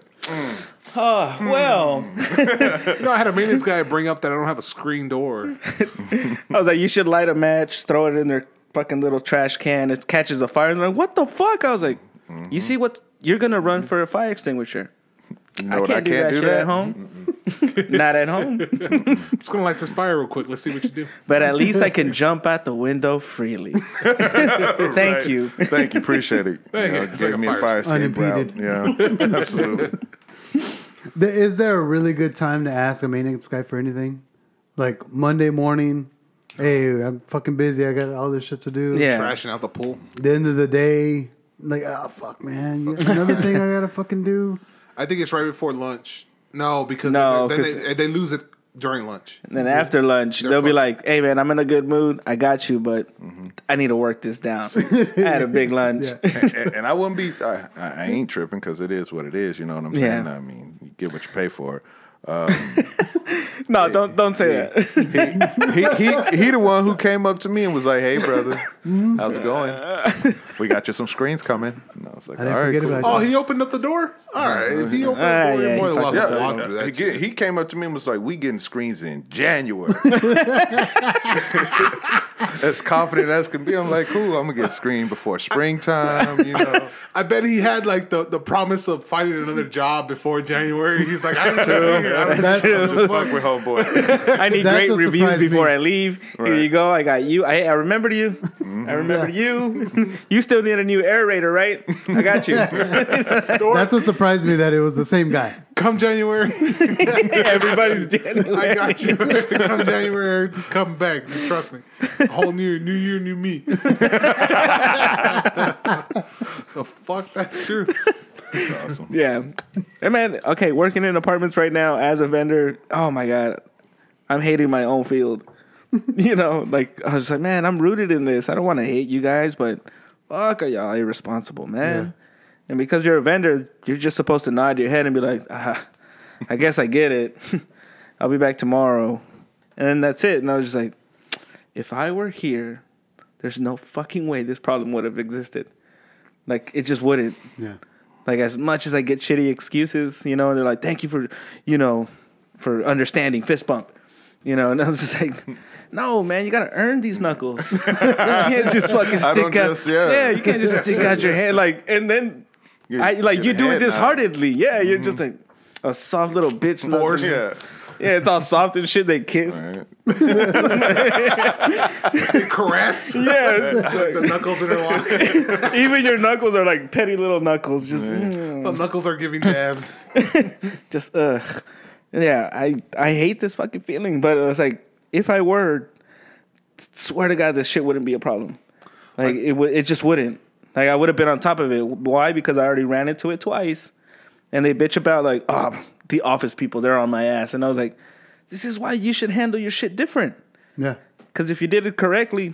Speaker 5: Oh well,
Speaker 2: You know, I had a maintenance guy bring up that I don't have a screen door.
Speaker 5: I was like, you should light a match, throw it in their fucking little trash can. It catches a fire, and they're like, what the fuck? I was like, you see what you're gonna run for a fire extinguisher?
Speaker 6: You
Speaker 5: I
Speaker 6: know
Speaker 5: can't,
Speaker 6: what I
Speaker 5: do that
Speaker 6: can't do
Speaker 5: shit at home. Not at home.
Speaker 6: (laughs)
Speaker 2: I'm just gonna light this fire real quick. Let's see what you do.
Speaker 5: but at least I can jump out the window
Speaker 6: (laughs)
Speaker 5: freely. Thank
Speaker 6: Right.
Speaker 5: you.
Speaker 6: (laughs) Thank you, appreciate it.
Speaker 2: Thank
Speaker 6: you
Speaker 2: you.
Speaker 6: know,
Speaker 2: It's
Speaker 6: gave
Speaker 2: like a
Speaker 6: me a
Speaker 2: fire
Speaker 6: fire escape route.
Speaker 4: Unimpeded.
Speaker 6: Yeah, (laughs) absolutely.
Speaker 4: There- Is there a really good time to ask a maintenance guy for anything? Like Monday morning, hey, I'm fucking busy. I got all this shit to do.
Speaker 5: (laughs) Yeah.
Speaker 2: Trashing out the pool.
Speaker 4: The end of the day, like, oh, fuck, man. you- Another thing I got to fucking do.
Speaker 2: I think it's right before lunch. No, because
Speaker 5: No,
Speaker 2: then,
Speaker 5: 'cause-
Speaker 2: they, they lose it during lunch.
Speaker 5: And then after lunch,
Speaker 2: They're
Speaker 5: they'll be
Speaker 2: fucked.
Speaker 5: like, "Hey man, I'm in a good mood. I got you, but
Speaker 6: Mm-hmm.
Speaker 5: I need to work this
Speaker 6: (laughs)
Speaker 5: down. I had a big lunch.
Speaker 4: Yeah.
Speaker 6: and, and I wouldn't be. I, I I ain't tripping because it is what it is. You know what I'm saying?
Speaker 5: Yeah.
Speaker 6: I mean, you get what you pay for.
Speaker 5: (laughs) No, don't don't say that.
Speaker 6: He, he he, the one who came up to me and was like, "Hey, brother, how's it going? We got you some screens coming." And I was like,
Speaker 4: I didn't
Speaker 6: "All right,
Speaker 4: forget
Speaker 6: cool."
Speaker 4: about
Speaker 2: Oh, he opened up the door? All right. If he opened
Speaker 5: Ah,
Speaker 2: up the door,
Speaker 5: yeah,
Speaker 2: you're more
Speaker 5: he
Speaker 2: than welcome
Speaker 5: fucked
Speaker 2: to
Speaker 5: us
Speaker 2: walk
Speaker 5: up.
Speaker 2: through
Speaker 6: he,
Speaker 2: that.
Speaker 6: get- he came up to me and was like, "We getting screens in
Speaker 4: (laughs)
Speaker 6: January." as confident as can be, I'm like, "Cool, I'm gonna get screened before springtime." You
Speaker 2: (laughs)
Speaker 6: know,
Speaker 2: I bet he had like the, the promise of finding another job before January. He's like, I don't know. I
Speaker 4: That's
Speaker 2: don't know.
Speaker 6: just fuck with homeboy. (laughs)
Speaker 5: I
Speaker 4: (laughs)
Speaker 5: need
Speaker 4: That's
Speaker 5: great
Speaker 4: what
Speaker 5: reviews
Speaker 4: surprised me.
Speaker 5: before I leave. Here
Speaker 6: Right.
Speaker 5: you go. I got you. I I remembered you. I remember you. you still need a new aerator, right? I
Speaker 4: (laughs)
Speaker 5: got you. (laughs)
Speaker 4: That's what surprised me that it was the same guy.
Speaker 2: Come January. (laughs)
Speaker 5: Everybody's dead.
Speaker 2: I got you. come January. Just come back. Just trust me. Whole new year, new year, new me. (laughs) the fuck? That's true.
Speaker 5: (laughs) Yeah. And man, okay, working in apartments right now as a vendor, oh my God. I'm hating my own field. (laughs) you know, like I was like, man, I'm rooted in this. I don't want to hate you guys, but fuck are y'all irresponsible, man. And because you're a vendor, you're just supposed to nod your head and be like, ah, I guess I get it. (laughs) I'll be back tomorrow. And then that's it. And I was just like, if I were here, there's no fucking way this problem would have existed. Like it just wouldn't.
Speaker 4: Yeah.
Speaker 5: Like as much as I get shitty excuses, you know, and they're like, "Thank you for, you know, for understanding." Fist bump, you know, (laughs) and I was just like, "No, man, you gotta earn these knuckles. (laughs) you can't just fucking
Speaker 6: I don't
Speaker 5: stick out.
Speaker 6: just- yeah.
Speaker 5: you can't just stick out your hand like." And then, I like
Speaker 6: your
Speaker 5: you do it
Speaker 6: head now. Mm-hmm.
Speaker 5: disheartedly. Yeah, you're just like a soft little bitch.
Speaker 2: Force.
Speaker 5: Yeah. yeah, it's all soft and shit. They kiss.
Speaker 6: Right.
Speaker 2: They caress
Speaker 5: Yeah,
Speaker 6: (laughs)
Speaker 2: the knuckles interlock.
Speaker 5: even your knuckles are like petty little knuckles. Just. mm.
Speaker 2: the knuckles are giving dabs.
Speaker 5: just uh yeah i i hate this fucking feeling but it's like if i were swear to god this shit wouldn't be a problem like it would it just wouldn't like i would have been on top of it why because i already ran into it twice and they bitch about like oh the office people they're on my ass and i was like this is why you should handle your shit different
Speaker 4: Yeah.
Speaker 5: because if you did it correctly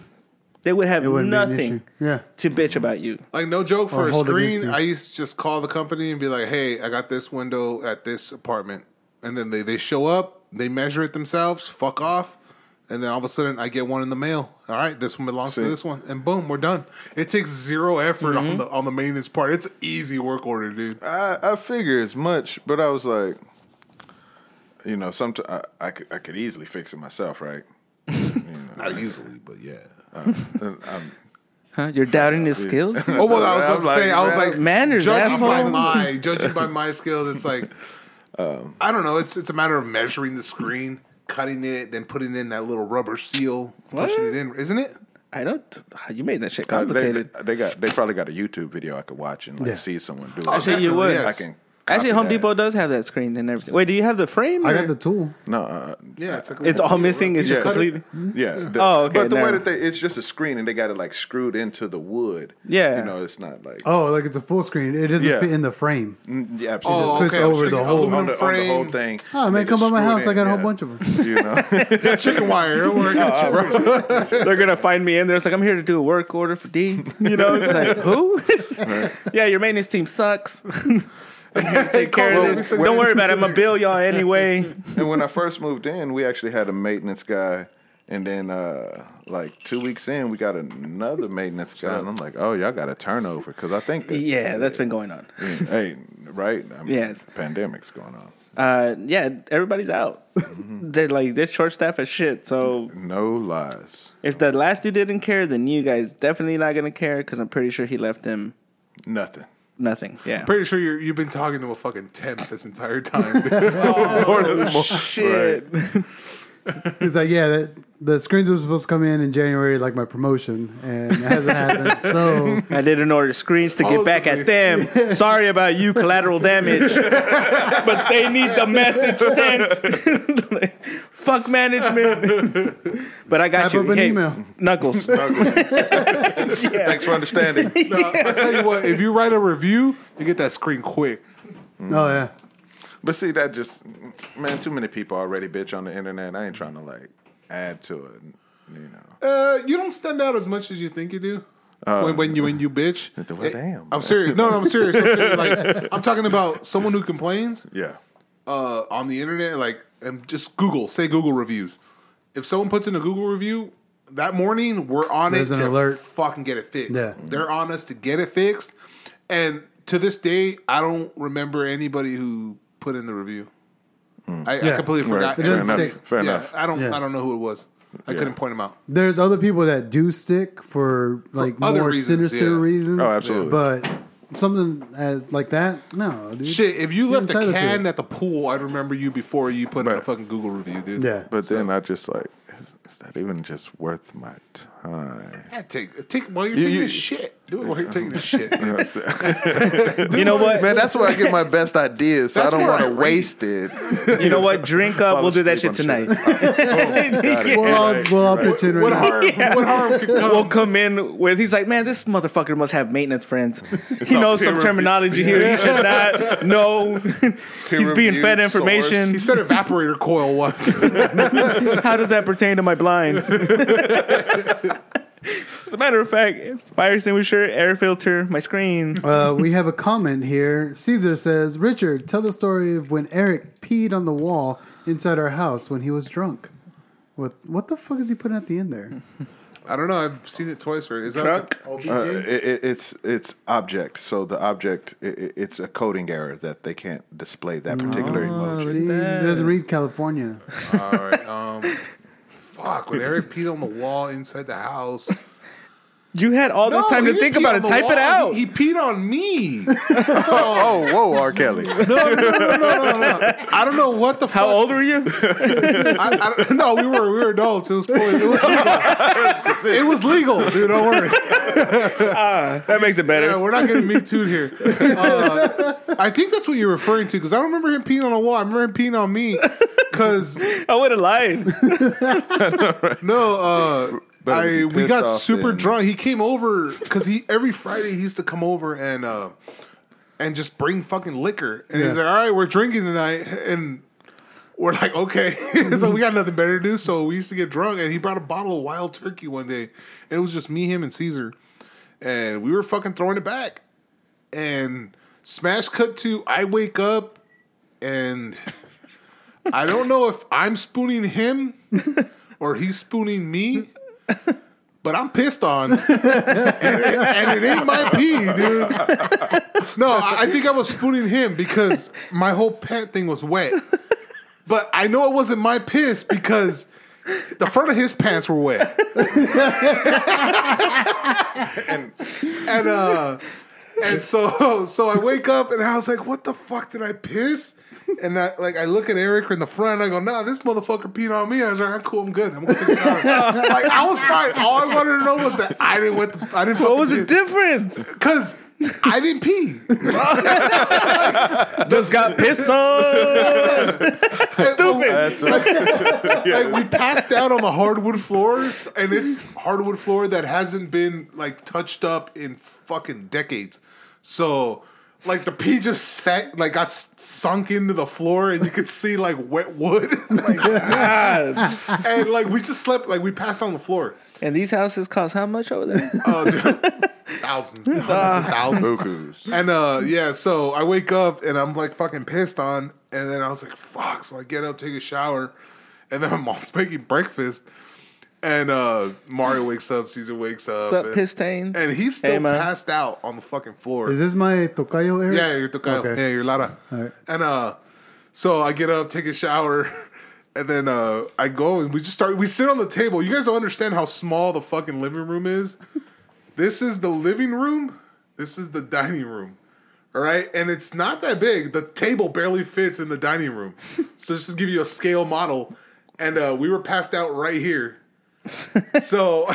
Speaker 5: they would have
Speaker 4: It wouldn't be an
Speaker 5: nothing
Speaker 4: issue. Yeah.
Speaker 5: to bitch about you
Speaker 2: Like no joke for
Speaker 4: Or
Speaker 2: a
Speaker 4: hold against
Speaker 2: screen,
Speaker 4: you.
Speaker 2: I used to just call the company and be like, "Hey, I got this window at this apartment," and then they they show up, they measure it themselves, fuck off, and then all of a sudden I get one in the mail. All right, this one belongs to this one, and boom, we're done. It takes zero effort
Speaker 4: Mm-hmm.
Speaker 2: on the on the maintenance part. It's easy work order, dude.
Speaker 6: I, I figure as much, but I was like, you know, sometimes I, I could I could easily fix it myself, right?
Speaker 2: Not easily, but yeah.
Speaker 6: And I'm-
Speaker 5: huh you're doubting his skills
Speaker 2: Oh well, I was about
Speaker 6: I'm
Speaker 2: to say, I was
Speaker 6: man,
Speaker 2: like,
Speaker 5: manners,
Speaker 2: judging by
Speaker 5: asshole.
Speaker 2: my judging by my skills, it's like I don't know. It's it's a matter of measuring the screen, cutting it, then putting in that little rubber seal, pushing it in, isn't it?
Speaker 5: (laughs) i don't you made that shit
Speaker 6: uh, they,
Speaker 5: complicated
Speaker 6: they got they probably got a YouTube video I could watch and like
Speaker 4: Yeah.
Speaker 6: see someone do it.
Speaker 2: I'll
Speaker 5: bet you would.
Speaker 6: I can.
Speaker 5: Actually,
Speaker 6: copy
Speaker 5: Home
Speaker 6: that.
Speaker 5: Depot does have that screen and everything. Wait, do you have the frame?
Speaker 4: I
Speaker 5: or-
Speaker 4: got the tool.
Speaker 6: No, uh,
Speaker 2: Yeah, it's, like a
Speaker 5: It's
Speaker 2: little
Speaker 5: all
Speaker 2: rubber-
Speaker 5: missing. It's just
Speaker 6: Yeah.
Speaker 5: completely.
Speaker 6: yeah.
Speaker 4: Hmm?
Speaker 6: the-
Speaker 5: Oh, okay,
Speaker 6: But the way
Speaker 5: never-
Speaker 6: that they, it's just a screen and they got it like screwed into the wood.
Speaker 5: Yeah.
Speaker 6: you know, it's not like
Speaker 4: Oh, like it's a full screen. It doesn't
Speaker 6: Yeah.
Speaker 4: fit in the frame.
Speaker 6: Mm, yeah, absolutely.
Speaker 2: Oh,
Speaker 4: It just
Speaker 2: okay.
Speaker 4: fits over the whole-
Speaker 6: on,
Speaker 2: aluminum
Speaker 6: the, on the
Speaker 2: frame.
Speaker 6: whole thing.
Speaker 4: Oh man,
Speaker 6: They
Speaker 4: come by
Speaker 6: just
Speaker 4: my
Speaker 6: screwed
Speaker 4: house.
Speaker 6: in,
Speaker 4: I got a
Speaker 6: yeah.
Speaker 4: whole bunch of them.
Speaker 6: You
Speaker 4: (laughs)
Speaker 6: know,
Speaker 2: It's chicken wire. Don't
Speaker 5: (laughs)
Speaker 2: worry.
Speaker 5: They're gonna find me in there. It's like I'm here to do a work order for D. You know, it's like who? (laughs) yeah, your maintenance team sucks. (laughs) I'm here to take care
Speaker 6: Well,
Speaker 5: of it. Don't worry about it. I'm gonna bill y'all anyway.
Speaker 6: and when I first moved in, we actually had a maintenance guy, and then uh, like two weeks in, we got another maintenance guy, and I'm like, oh, y'all got a turnover because I think that,
Speaker 5: Yeah, that's been going on.
Speaker 6: hey, right? I mean,
Speaker 5: Yes.
Speaker 6: pandemic's going on.
Speaker 5: Uh, yeah, everybody's out. They're like they're short staffed as shit. So
Speaker 6: No lies.
Speaker 5: if that last dude didn't care, then you guys definitely not gonna care because I'm pretty sure he left them
Speaker 6: Nothing.
Speaker 5: nothing. Yeah.
Speaker 2: Pretty sure you're, you've been talking to a fucking temp this entire time.
Speaker 5: (laughs)
Speaker 2: dude.
Speaker 6: (laughs)
Speaker 5: Oh, shit.
Speaker 4: He's like, yeah, that, the screens were supposed to come in in January, like my promotion, and it hasn't happened. So
Speaker 5: I didn't order screens to get back at them.
Speaker 4: (laughs)
Speaker 5: Sorry about you, collateral damage. (laughs) but they need the message sent. Like, (laughs) Fuck management. but I got
Speaker 4: Type
Speaker 5: you.
Speaker 4: up an email. (laughs)
Speaker 5: Knuckles.
Speaker 6: Thanks for
Speaker 5: (laughs)
Speaker 6: understanding.
Speaker 2: No, I tell you what, if you write a review, you get that screen quick.
Speaker 4: oh yeah,
Speaker 6: But see, that just man, too many people already bitch on the internet. I ain't trying to like add to it. You know,
Speaker 2: Uh, you don't stand out as much as you think you do. when, when you when you bitch,
Speaker 6: (laughs) Well,
Speaker 2: It-
Speaker 6: damn.
Speaker 2: I'm serious. No, no, I'm serious. I'm, serious.
Speaker 6: (laughs)
Speaker 2: Like, I'm talking about someone who complains
Speaker 6: yeah.
Speaker 2: uh, on the internet. Like, and just Google, say Google reviews. If someone puts in a Google review that morning, we're on
Speaker 4: There's
Speaker 2: it
Speaker 4: an
Speaker 2: to
Speaker 4: alert.
Speaker 2: Fucking get it fixed.
Speaker 4: Yeah.
Speaker 2: they're on us to get it fixed. And to this day, I don't remember anybody who put in the review. I, I
Speaker 4: Yeah.
Speaker 2: completely forgot.
Speaker 4: It doesn't
Speaker 6: enough.
Speaker 4: stick.
Speaker 6: Hmm. Fair
Speaker 2: yeah,
Speaker 6: enough.
Speaker 2: I don't.
Speaker 4: Yeah.
Speaker 2: I don't know who it was. I couldn't point him out.
Speaker 4: there's other people that do stick for like
Speaker 2: other
Speaker 4: more
Speaker 2: reasons,
Speaker 4: sinister
Speaker 2: yeah.
Speaker 4: reasons.
Speaker 6: Oh, absolutely.
Speaker 4: But something as like that, no, dude.
Speaker 2: Shit, if you
Speaker 4: You're
Speaker 2: left a
Speaker 4: entitled to
Speaker 2: can
Speaker 4: it.
Speaker 2: at the pool, I'd remember you before you put in a
Speaker 6: Right.
Speaker 2: fucking Google review, dude.
Speaker 4: yeah,
Speaker 6: But then I just like, is, is that even just worth my time? (laughs)
Speaker 2: Yeah, take take while you're taking
Speaker 6: you-
Speaker 2: this shit. Do it while you're
Speaker 5: (laughs)
Speaker 2: taking this shit.
Speaker 6: You know what I'm saying?
Speaker 5: you know what?
Speaker 6: Man, (laughs) that's where I get my best ideas, so
Speaker 2: That's
Speaker 6: I don't
Speaker 2: where I
Speaker 6: want
Speaker 2: read.
Speaker 6: to waste (laughs) it.
Speaker 5: You know what? Drink up.
Speaker 6: Fall
Speaker 5: We'll do that shit
Speaker 6: asleep on
Speaker 5: tonight. (laughs)
Speaker 6: shit.
Speaker 4: we'll all
Speaker 6: Right,
Speaker 4: we'll all
Speaker 6: right.
Speaker 4: pitch in
Speaker 2: What
Speaker 4: right now.
Speaker 2: harm? What harm could come?
Speaker 5: We'll come in with. He's like, man, this motherfucker must have maintenance friends. He knows some
Speaker 6: peer-reviewed.
Speaker 5: terminology here. He (laughs) should not know. He's being fed
Speaker 6: Peer-reviewed
Speaker 5: information.
Speaker 2: he said evaporator coil once. (laughs)
Speaker 5: How does that pertain to my blinds? As a matter of fact, it's fire extinguisher, air filter, my screen.
Speaker 4: Uh, we have a comment here. Caesar says, Richard, tell the story of when Eric peed on the wall inside our house when he was drunk. What what the fuck is he putting at the end there?
Speaker 2: I don't know. I've seen it twice already. Is that
Speaker 5: Truck.
Speaker 2: the-
Speaker 6: Uh, it, it, it's it's object. So the object i i- it's a coding error that they can't display that particular emotion.
Speaker 4: See, he doesn't read California.
Speaker 2: All right. Um, fuck. When Eric peed on the wall inside the house.
Speaker 5: You had all this
Speaker 2: No,
Speaker 5: time
Speaker 2: he didn't
Speaker 5: to think
Speaker 2: pee
Speaker 5: about
Speaker 2: on
Speaker 5: it.
Speaker 2: the
Speaker 5: Type
Speaker 2: wall.
Speaker 5: it out.
Speaker 2: He, he peed on me.
Speaker 6: Oh, whoa, (laughs) R. Kelly.
Speaker 2: I don't know what the fuck.
Speaker 5: (laughs) How old
Speaker 2: (laughs)
Speaker 5: were you?
Speaker 2: I, I don't, no, we were we were adults. It was it
Speaker 5: (laughs)
Speaker 2: was legal. it was legal, dude. Don't worry.
Speaker 5: That makes it
Speaker 2: Yeah,
Speaker 5: better.
Speaker 2: we're not getting me too here. Uh, I think that's what you're referring to because I don't remember him peeing on a wall. I remember him peeing on me because
Speaker 5: I would have lied.
Speaker 2: No, uh,
Speaker 6: Better be
Speaker 2: I we
Speaker 6: pissed
Speaker 2: got
Speaker 6: off
Speaker 2: super
Speaker 6: than-
Speaker 2: drunk. He came over because he every Friday he used to come over and uh, and just bring fucking liquor. And he's
Speaker 4: Yeah.
Speaker 2: like, "All right, we're drinking tonight," and we're like, "Okay." (laughs) so we got nothing better to do, so we used to get drunk. And he brought a bottle of wild turkey one day, and it was just me, him, and Caesar, and we were fucking throwing it back. And smash cut to I wake up and. (laughs) I don't know if I'm spooning him or he's spooning me, but I'm pissed on. and, and it ain't my pee, dude. No, I, I think I was spooning him because my whole pant thing was wet. But I know it wasn't my piss because the front of his pants were wet. and and uh and so so I wake up and I was like, what the fuck did I piss? And I like I look at Eric in the front and I go, nah, this motherfucker peed on me. I was like, "Ah, cool, I'm good. I'm gonna take it out. like I was fine. All I wanted to know was that I didn't went I didn't (laughs)
Speaker 5: What was the difference?
Speaker 2: Because I didn't pee.
Speaker 5: Just got pissed on. Stupid.
Speaker 6: (laughs) That's a,
Speaker 2: like we passed out on the hardwood floors, and it's hardwood floor that hasn't been like touched up in fucking decades. So, like the pee just sat, like got s- sunk into the floor, and you could see like wet wood, (laughs) Like,
Speaker 5: God.
Speaker 2: and like we just slept, like we passed out on the floor.
Speaker 5: And these houses cost how much over there?
Speaker 2: Oh, dude. (laughs) thousands, hundreds of thousands.
Speaker 6: Bukus.
Speaker 2: And uh, yeah, so I wake up and I'm like fucking pissed on, and then I was like, fuck. So I get up, take a shower, and then (laughs) my mom's making breakfast, and uh, Mario wakes up, Caesar wakes up,
Speaker 5: What's up,
Speaker 2: and,
Speaker 5: piss stains?
Speaker 2: and he's still
Speaker 5: Hey, man.
Speaker 2: passed out on the fucking floor.
Speaker 4: Is this my Tocayo Eric?
Speaker 2: yeah, you're Tocayo.
Speaker 4: Okay.
Speaker 2: Yeah, you're Lara.
Speaker 4: Alright.
Speaker 2: And uh, so I get up, take a shower. (laughs) And then uh, I go and we just start. We sit on the table. You guys don't understand how small the fucking living room is. This is the living room. This is the dining room. All right. And it's not that big. The table barely fits in the dining room. So just to give you a scale model. And uh, we were passed out right here. So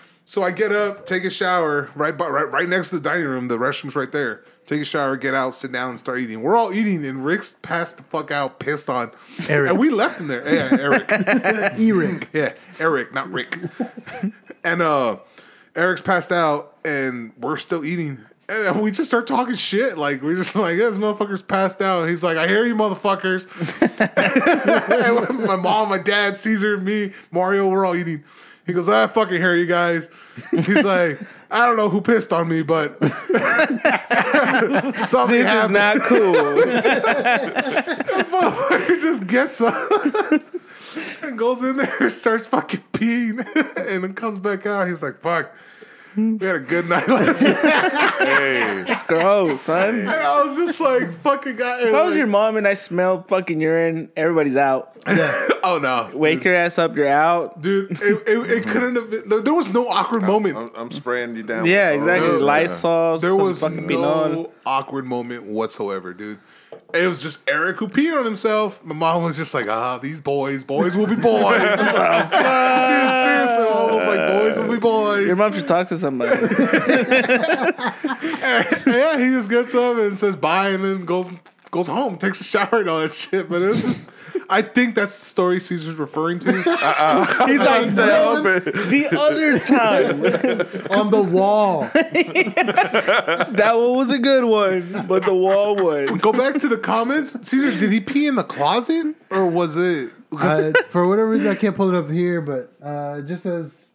Speaker 2: (laughs) so I get up, take a shower, right by, right right next to the dining room, the restroom's right there. Take a shower, get out, sit down, and start eating. We're all eating, and Rick's passed the fuck out, pissed on.
Speaker 4: Eric.
Speaker 2: And we left him there. Yeah, Eric.
Speaker 4: (laughs) Eric.
Speaker 2: (laughs) Yeah, Eric, not Rick. (laughs) and uh Eric's passed out and we're still eating. And then we just start talking shit. Like we're just (laughs) like, yeah, this motherfucker's passed out. He's like, I hear you motherfuckers. (laughs) and my mom, my dad, Caesar, me, Mario, we're all eating. He goes, I fucking hear you guys. (laughs) He's like, I don't know who pissed on me, but (laughs) something
Speaker 5: This is
Speaker 2: happened.
Speaker 5: not
Speaker 2: (laughs)
Speaker 5: cool.
Speaker 2: This (laughs) motherfucker just gets up and goes in there, starts fucking peeing, (laughs) and then comes back out. He's like, "Fuck, we had a good night (laughs) last night."
Speaker 6: Hey,
Speaker 5: It's gross, son.
Speaker 2: And I was just like, "Fucking guy."
Speaker 5: If I was your mom and I smelled fucking urine, everybody's out.
Speaker 2: (laughs) oh no,
Speaker 5: Wake your ass up, you're out.
Speaker 2: dude, it, it, it couldn't have. Been, there- there was no awkward
Speaker 6: I'm,
Speaker 2: moment.
Speaker 6: I'm spraying you down.
Speaker 5: Yeah, exactly.
Speaker 2: no.
Speaker 5: Lysol,
Speaker 2: Oh, There was
Speaker 5: fucking
Speaker 2: no awkward moment whatsoever, dude. It was just Eric who peed on himself. My mom was just like, "Ah, these boys, boys will be boys." (laughs) dude, seriously, I was like, "Boys will be boys."
Speaker 5: Your mom should talk
Speaker 2: (laughs)
Speaker 5: to somebody.
Speaker 2: yeah, he just gets up and says bye, and then goes goes home, takes a shower, and all that shit. But it was just, I think that's the story Caesar's referring to.
Speaker 5: He's like,
Speaker 6: Help it.
Speaker 5: the other time.
Speaker 4: On the wall.
Speaker 5: That one was a good one, but the wall one.
Speaker 2: Go back to the comments, Caesar. Did he pee in the closet, or was it?
Speaker 4: Uh, for whatever reason, I can't pull it up here, but uh, it just says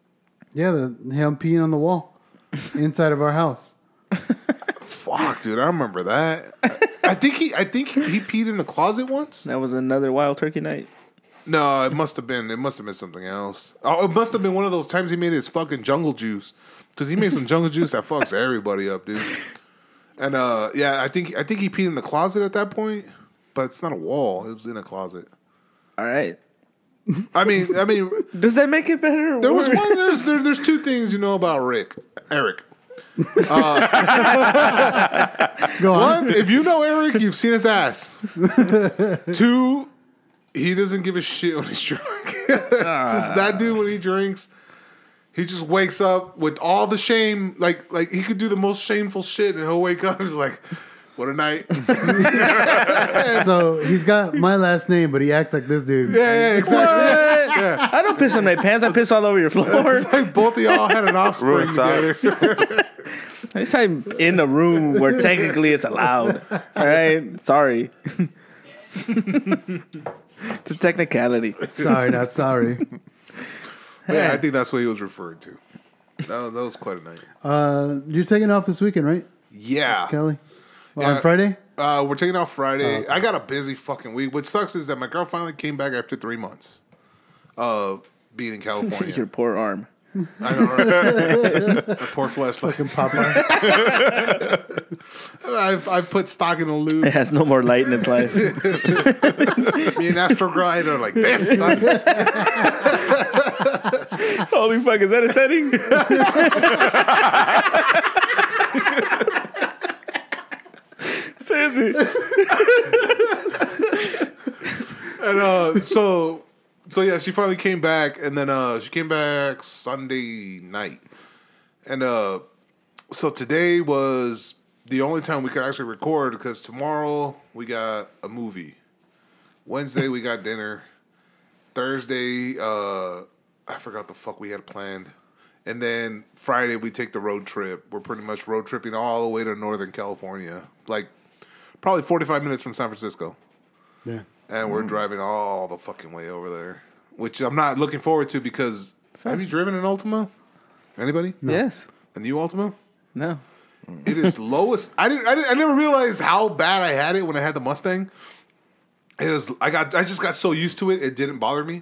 Speaker 4: Yeah, the, him peeing on the wall inside of our house.
Speaker 2: Fuck, dude, I remember that. I think he, I think he peed in the closet once.
Speaker 5: That was another wild turkey night.
Speaker 2: No, it must have been. It must have been something else. Oh, it must have been one of those times he made his fucking jungle juice because he made some jungle juice that fucks everybody up, dude. And uh, yeah, I think I think he peed in the closet at that point, but it's not a wall. It was in a closet.
Speaker 5: All right.
Speaker 2: I mean, I mean,
Speaker 5: Does that make it better? Or
Speaker 2: there was
Speaker 5: worse? (laughs)
Speaker 2: one. There's there, there's two things you know about Rick, Eric. (laughs)
Speaker 4: Go on.
Speaker 2: Uh, One, if you know Eric, you've seen
Speaker 4: (laughs)
Speaker 2: his ass. Two, he doesn't give a shit when he's drunk. (laughs) it's just
Speaker 4: Ah.
Speaker 2: that dude when he drinks. He just wakes up with all the shame, like like he could do the most shameful shit, and he'll wake up and he's like, "What a night!"
Speaker 4: (laughs)
Speaker 2: yeah,
Speaker 4: So he's got my last name, but he acts like this dude.
Speaker 2: (laughs) yeah, exactly. Yeah.
Speaker 5: I don't piss on my pants. I piss all over your floor.
Speaker 2: (laughs) It's like both of
Speaker 4: (laughs)
Speaker 2: y'all had an offspring
Speaker 6: Ruined
Speaker 2: together.
Speaker 6: socks.
Speaker 5: At least I'm in the room where technically it's allowed. All right. Sorry. (laughs) it's a technicality.
Speaker 4: Sorry, not sorry.
Speaker 2: Yeah, I think that's what he was referring to. That was, that was quite a night.
Speaker 4: Uh, you're taking off this weekend, right,
Speaker 2: Yeah.
Speaker 4: Kelly? Oh, Well,
Speaker 2: Yeah.
Speaker 4: On Friday?
Speaker 2: Uh, we're taking off Friday. I got a busy fucking week. What sucks is that my girl finally came back after three months of
Speaker 4: (laughs)
Speaker 2: being in
Speaker 5: Your
Speaker 2: California.
Speaker 5: poor arm.
Speaker 2: I know,
Speaker 4: (laughs)
Speaker 2: right? My poor flashlight.
Speaker 4: Fucking Popeye.
Speaker 2: (laughs) I've, I've put stock in the
Speaker 5: It
Speaker 2: loop.
Speaker 5: has no more light in its life.
Speaker 2: Me and Astro Grind are like this. son.
Speaker 5: Holy fuck, is that
Speaker 2: (laughs)
Speaker 5: a setting? Seriously.
Speaker 2: and uh, so, so yeah, she finally came back, and then uh, she came back Sunday night, and uh, so today was the only time we could actually record because tomorrow we got a movie. Wednesday we got dinner. Thursday, uh, I forgot the fuck we had planned. And then Friday we take the road trip. We're pretty much road tripping all the way to Northern California, like probably forty five minutes from San Francisco
Speaker 4: (laughs) Yeah.
Speaker 2: and we're driving all the fucking way over there, which I'm not looking forward to because have you driven an Ultima? Anybody?
Speaker 5: Yes.
Speaker 2: A new Ultima?
Speaker 5: No.
Speaker 2: It (laughs) is lowest. I didn't, I didn't. I never realized how bad I had it when I had the Mustang. It was. I got. I just got so used to it. It didn't bother me.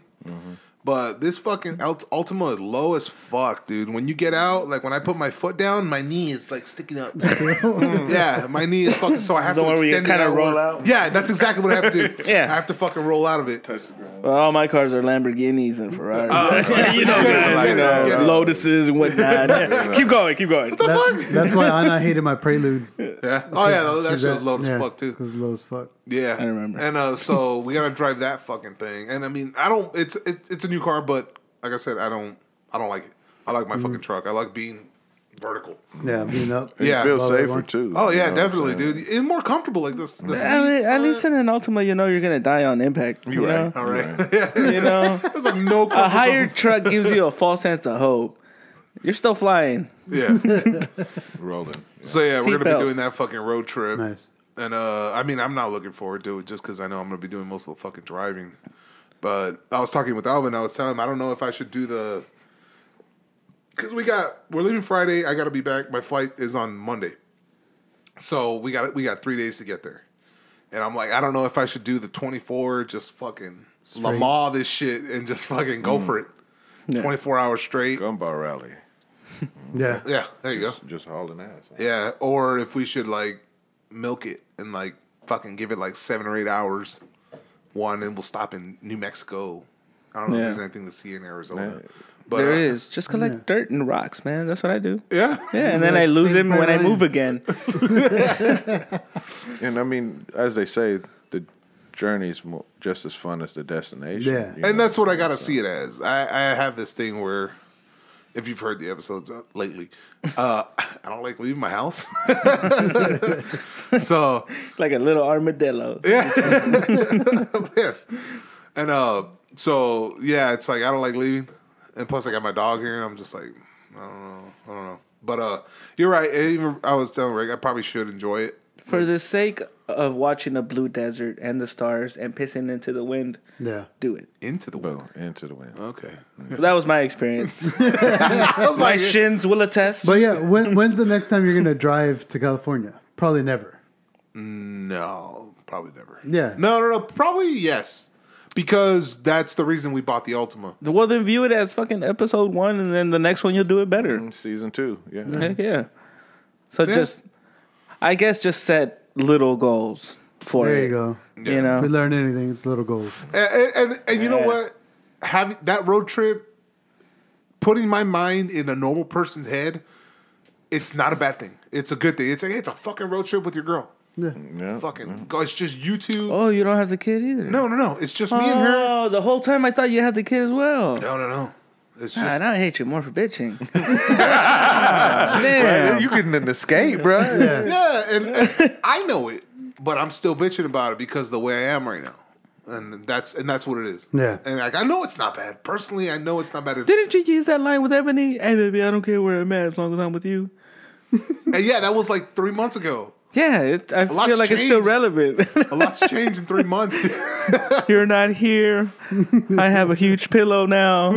Speaker 2: But this fucking Ult- Ultima is low as fuck, dude. When you get out, like when I put my foot down, my knee is like sticking (laughs) up. yeah, my knee is fucking. So I have
Speaker 5: The
Speaker 2: to
Speaker 5: one where you
Speaker 2: extend it
Speaker 5: kinda
Speaker 2: outward.
Speaker 5: roll out?
Speaker 2: Yeah, that's exactly what I have to do.
Speaker 5: (laughs) Yeah.
Speaker 2: I have to fucking roll out of it.
Speaker 5: Well, all my cars are Lamborghinis and Ferraris.
Speaker 2: Oh,
Speaker 5: (laughs) you know,
Speaker 2: Get it,
Speaker 5: guys,
Speaker 2: get
Speaker 5: you
Speaker 2: it,
Speaker 5: know,
Speaker 2: get it.
Speaker 5: Lotuses and whatnot. Yeah. (laughs) keep going, keep going.
Speaker 4: That- that's why Anna hated my prelude.
Speaker 2: Yeah. (laughs) Oh yeah, that, that
Speaker 4: She's
Speaker 2: shit was low as
Speaker 4: yeah,
Speaker 2: fuck
Speaker 4: It
Speaker 2: too.
Speaker 4: was low as fuck.
Speaker 2: Yeah,
Speaker 5: I remember.
Speaker 2: And uh, so we gotta drive that fucking thing. And I mean, I don't. It's it, it's a new car, but like I said, I don't. I don't like it. I like my fucking truck. I like being vertical.
Speaker 4: Yeah, being up.
Speaker 2: Mm. Yeah.
Speaker 6: Feel
Speaker 4: Love
Speaker 6: safer
Speaker 4: everyone.
Speaker 6: too.
Speaker 2: Oh
Speaker 6: you
Speaker 2: yeah,
Speaker 6: know what I'm
Speaker 2: definitely,
Speaker 6: saying?
Speaker 2: dude. It's more comfortable like this. The
Speaker 5: I mean,
Speaker 2: seats,
Speaker 5: at
Speaker 2: uh,
Speaker 5: least in an Ultima, you know you're gonna die on impact. You
Speaker 6: right.
Speaker 5: know,
Speaker 2: all right. Yeah.
Speaker 5: you know,
Speaker 2: There's like no
Speaker 5: a higher
Speaker 2: comfort
Speaker 5: truck gives you a false sense of hope. You're still flying.
Speaker 2: zone. (laughs) Yeah.
Speaker 6: Rolling.
Speaker 2: So yeah, we're
Speaker 5: Seat
Speaker 2: gonna be
Speaker 5: belts.
Speaker 2: doing that fucking road trip.
Speaker 4: Nice.
Speaker 2: And uh, I mean, I'm not looking forward to it just because I know I'm going to be doing most of the fucking driving. But I was talking with Alvin. I was telling him I don't know if I should do the because we got we're leaving Friday. I got to be back. My flight is on Monday, so we got we got three days to get there. And I'm like, I don't know if I should do the 24, just fucking Lamar this shit and just fucking go for it. 24 hours straight.
Speaker 6: Gumball rally.
Speaker 4: Yeah.
Speaker 2: Yeah, there you go.
Speaker 6: Just hauling ass.
Speaker 2: Yeah, or if we should like milk it and like fucking give it like seven or eight hours, one, and we'll stop in New Mexico. I don't know
Speaker 5: Yeah.
Speaker 2: if there's anything to see in Arizona,
Speaker 6: Yeah.
Speaker 2: but
Speaker 5: There
Speaker 2: uh,
Speaker 5: is just collect dirt and rocks, man. That's what I do.
Speaker 2: Yeah,
Speaker 5: Yeah, and then I lose
Speaker 4: same
Speaker 5: him when I
Speaker 4: priority.
Speaker 5: move again.
Speaker 6: And I mean, as they say, the journey's mo- just as fun as the destination.
Speaker 4: Yeah.
Speaker 2: and
Speaker 6: you know?
Speaker 2: that's what I gotta see it as. I, I have this thing where, if you've heard the episodes uh, lately, uh, (laughs) I don't like leaving my house. (laughs) so
Speaker 5: like a little armadillo.
Speaker 2: (laughs) I'm pissed. And uh, so yeah, it's like I don't like leaving, and plus I got my dog here, and I'm just like, I don't know, I don't know. But uh, you're right. it even- I was telling Rick, I probably should enjoy it
Speaker 5: For the sake of watching a blue desert and the stars and pissing into the wind,
Speaker 4: Yeah.
Speaker 5: do it.
Speaker 2: Into the
Speaker 6: Boom, into the wind.
Speaker 2: (laughs) Okay.
Speaker 5: That was my
Speaker 2: (laughs)
Speaker 5: experience. my shins will attest.
Speaker 4: But yeah, when, when's the next time you're gonna drive to California? Probably never.
Speaker 2: No, probably never.
Speaker 4: Yeah.
Speaker 2: No, no, no. Probably yes, because that's the reason we bought the Ultima.
Speaker 5: well, then view it as fucking episode one, and then the next one you'll do it better.
Speaker 6: Season two, yeah.
Speaker 5: Heck yeah. So
Speaker 2: Mm. Yeah.
Speaker 5: just, I guess, just set little goals for
Speaker 4: There
Speaker 5: it.
Speaker 4: you go.
Speaker 5: You
Speaker 4: If we
Speaker 5: know,
Speaker 4: learn anything, it's little goals.
Speaker 2: And and, and you know
Speaker 5: Yeah.
Speaker 2: what? Having that road trip, putting my mind in a normal person's head, it's not a bad thing. It's a good thing. It's a it's a fucking road trip with your girl.
Speaker 4: Yeah.
Speaker 6: yeah.
Speaker 2: Fucking go. It's just you two.
Speaker 5: Mm-hmm. oh, you don't have the kid either.
Speaker 2: No, no, no. It's just
Speaker 5: oh,
Speaker 2: me and her.
Speaker 5: the whole time I thought you had the kid as well.
Speaker 2: No, no, no. It's just
Speaker 5: God, I hate you more
Speaker 2: (laughs)
Speaker 5: for bitching. (laughs) Damn.
Speaker 6: You getting an escape, bro? yeah.
Speaker 2: Yeah, and,
Speaker 5: (laughs)
Speaker 2: and I know it, but I'm still bitching about it because the way I am right now, and that's and that's what it is.
Speaker 4: Yeah.
Speaker 2: and like I know it's not bad. Personally, I know it's not bad.
Speaker 5: Didn't you use that line with Ebony? Hey, baby, I don't care where I'm at as long as I'm with you.
Speaker 2: and yeah, that was like three months ago.
Speaker 5: Yeah, it, I
Speaker 2: lot's
Speaker 5: feel like it's still
Speaker 2: changed. Oh.
Speaker 5: relevant. (laughs)
Speaker 2: A lot's changed in three months. Dude.
Speaker 5: You're not here. I have a huge pillow now.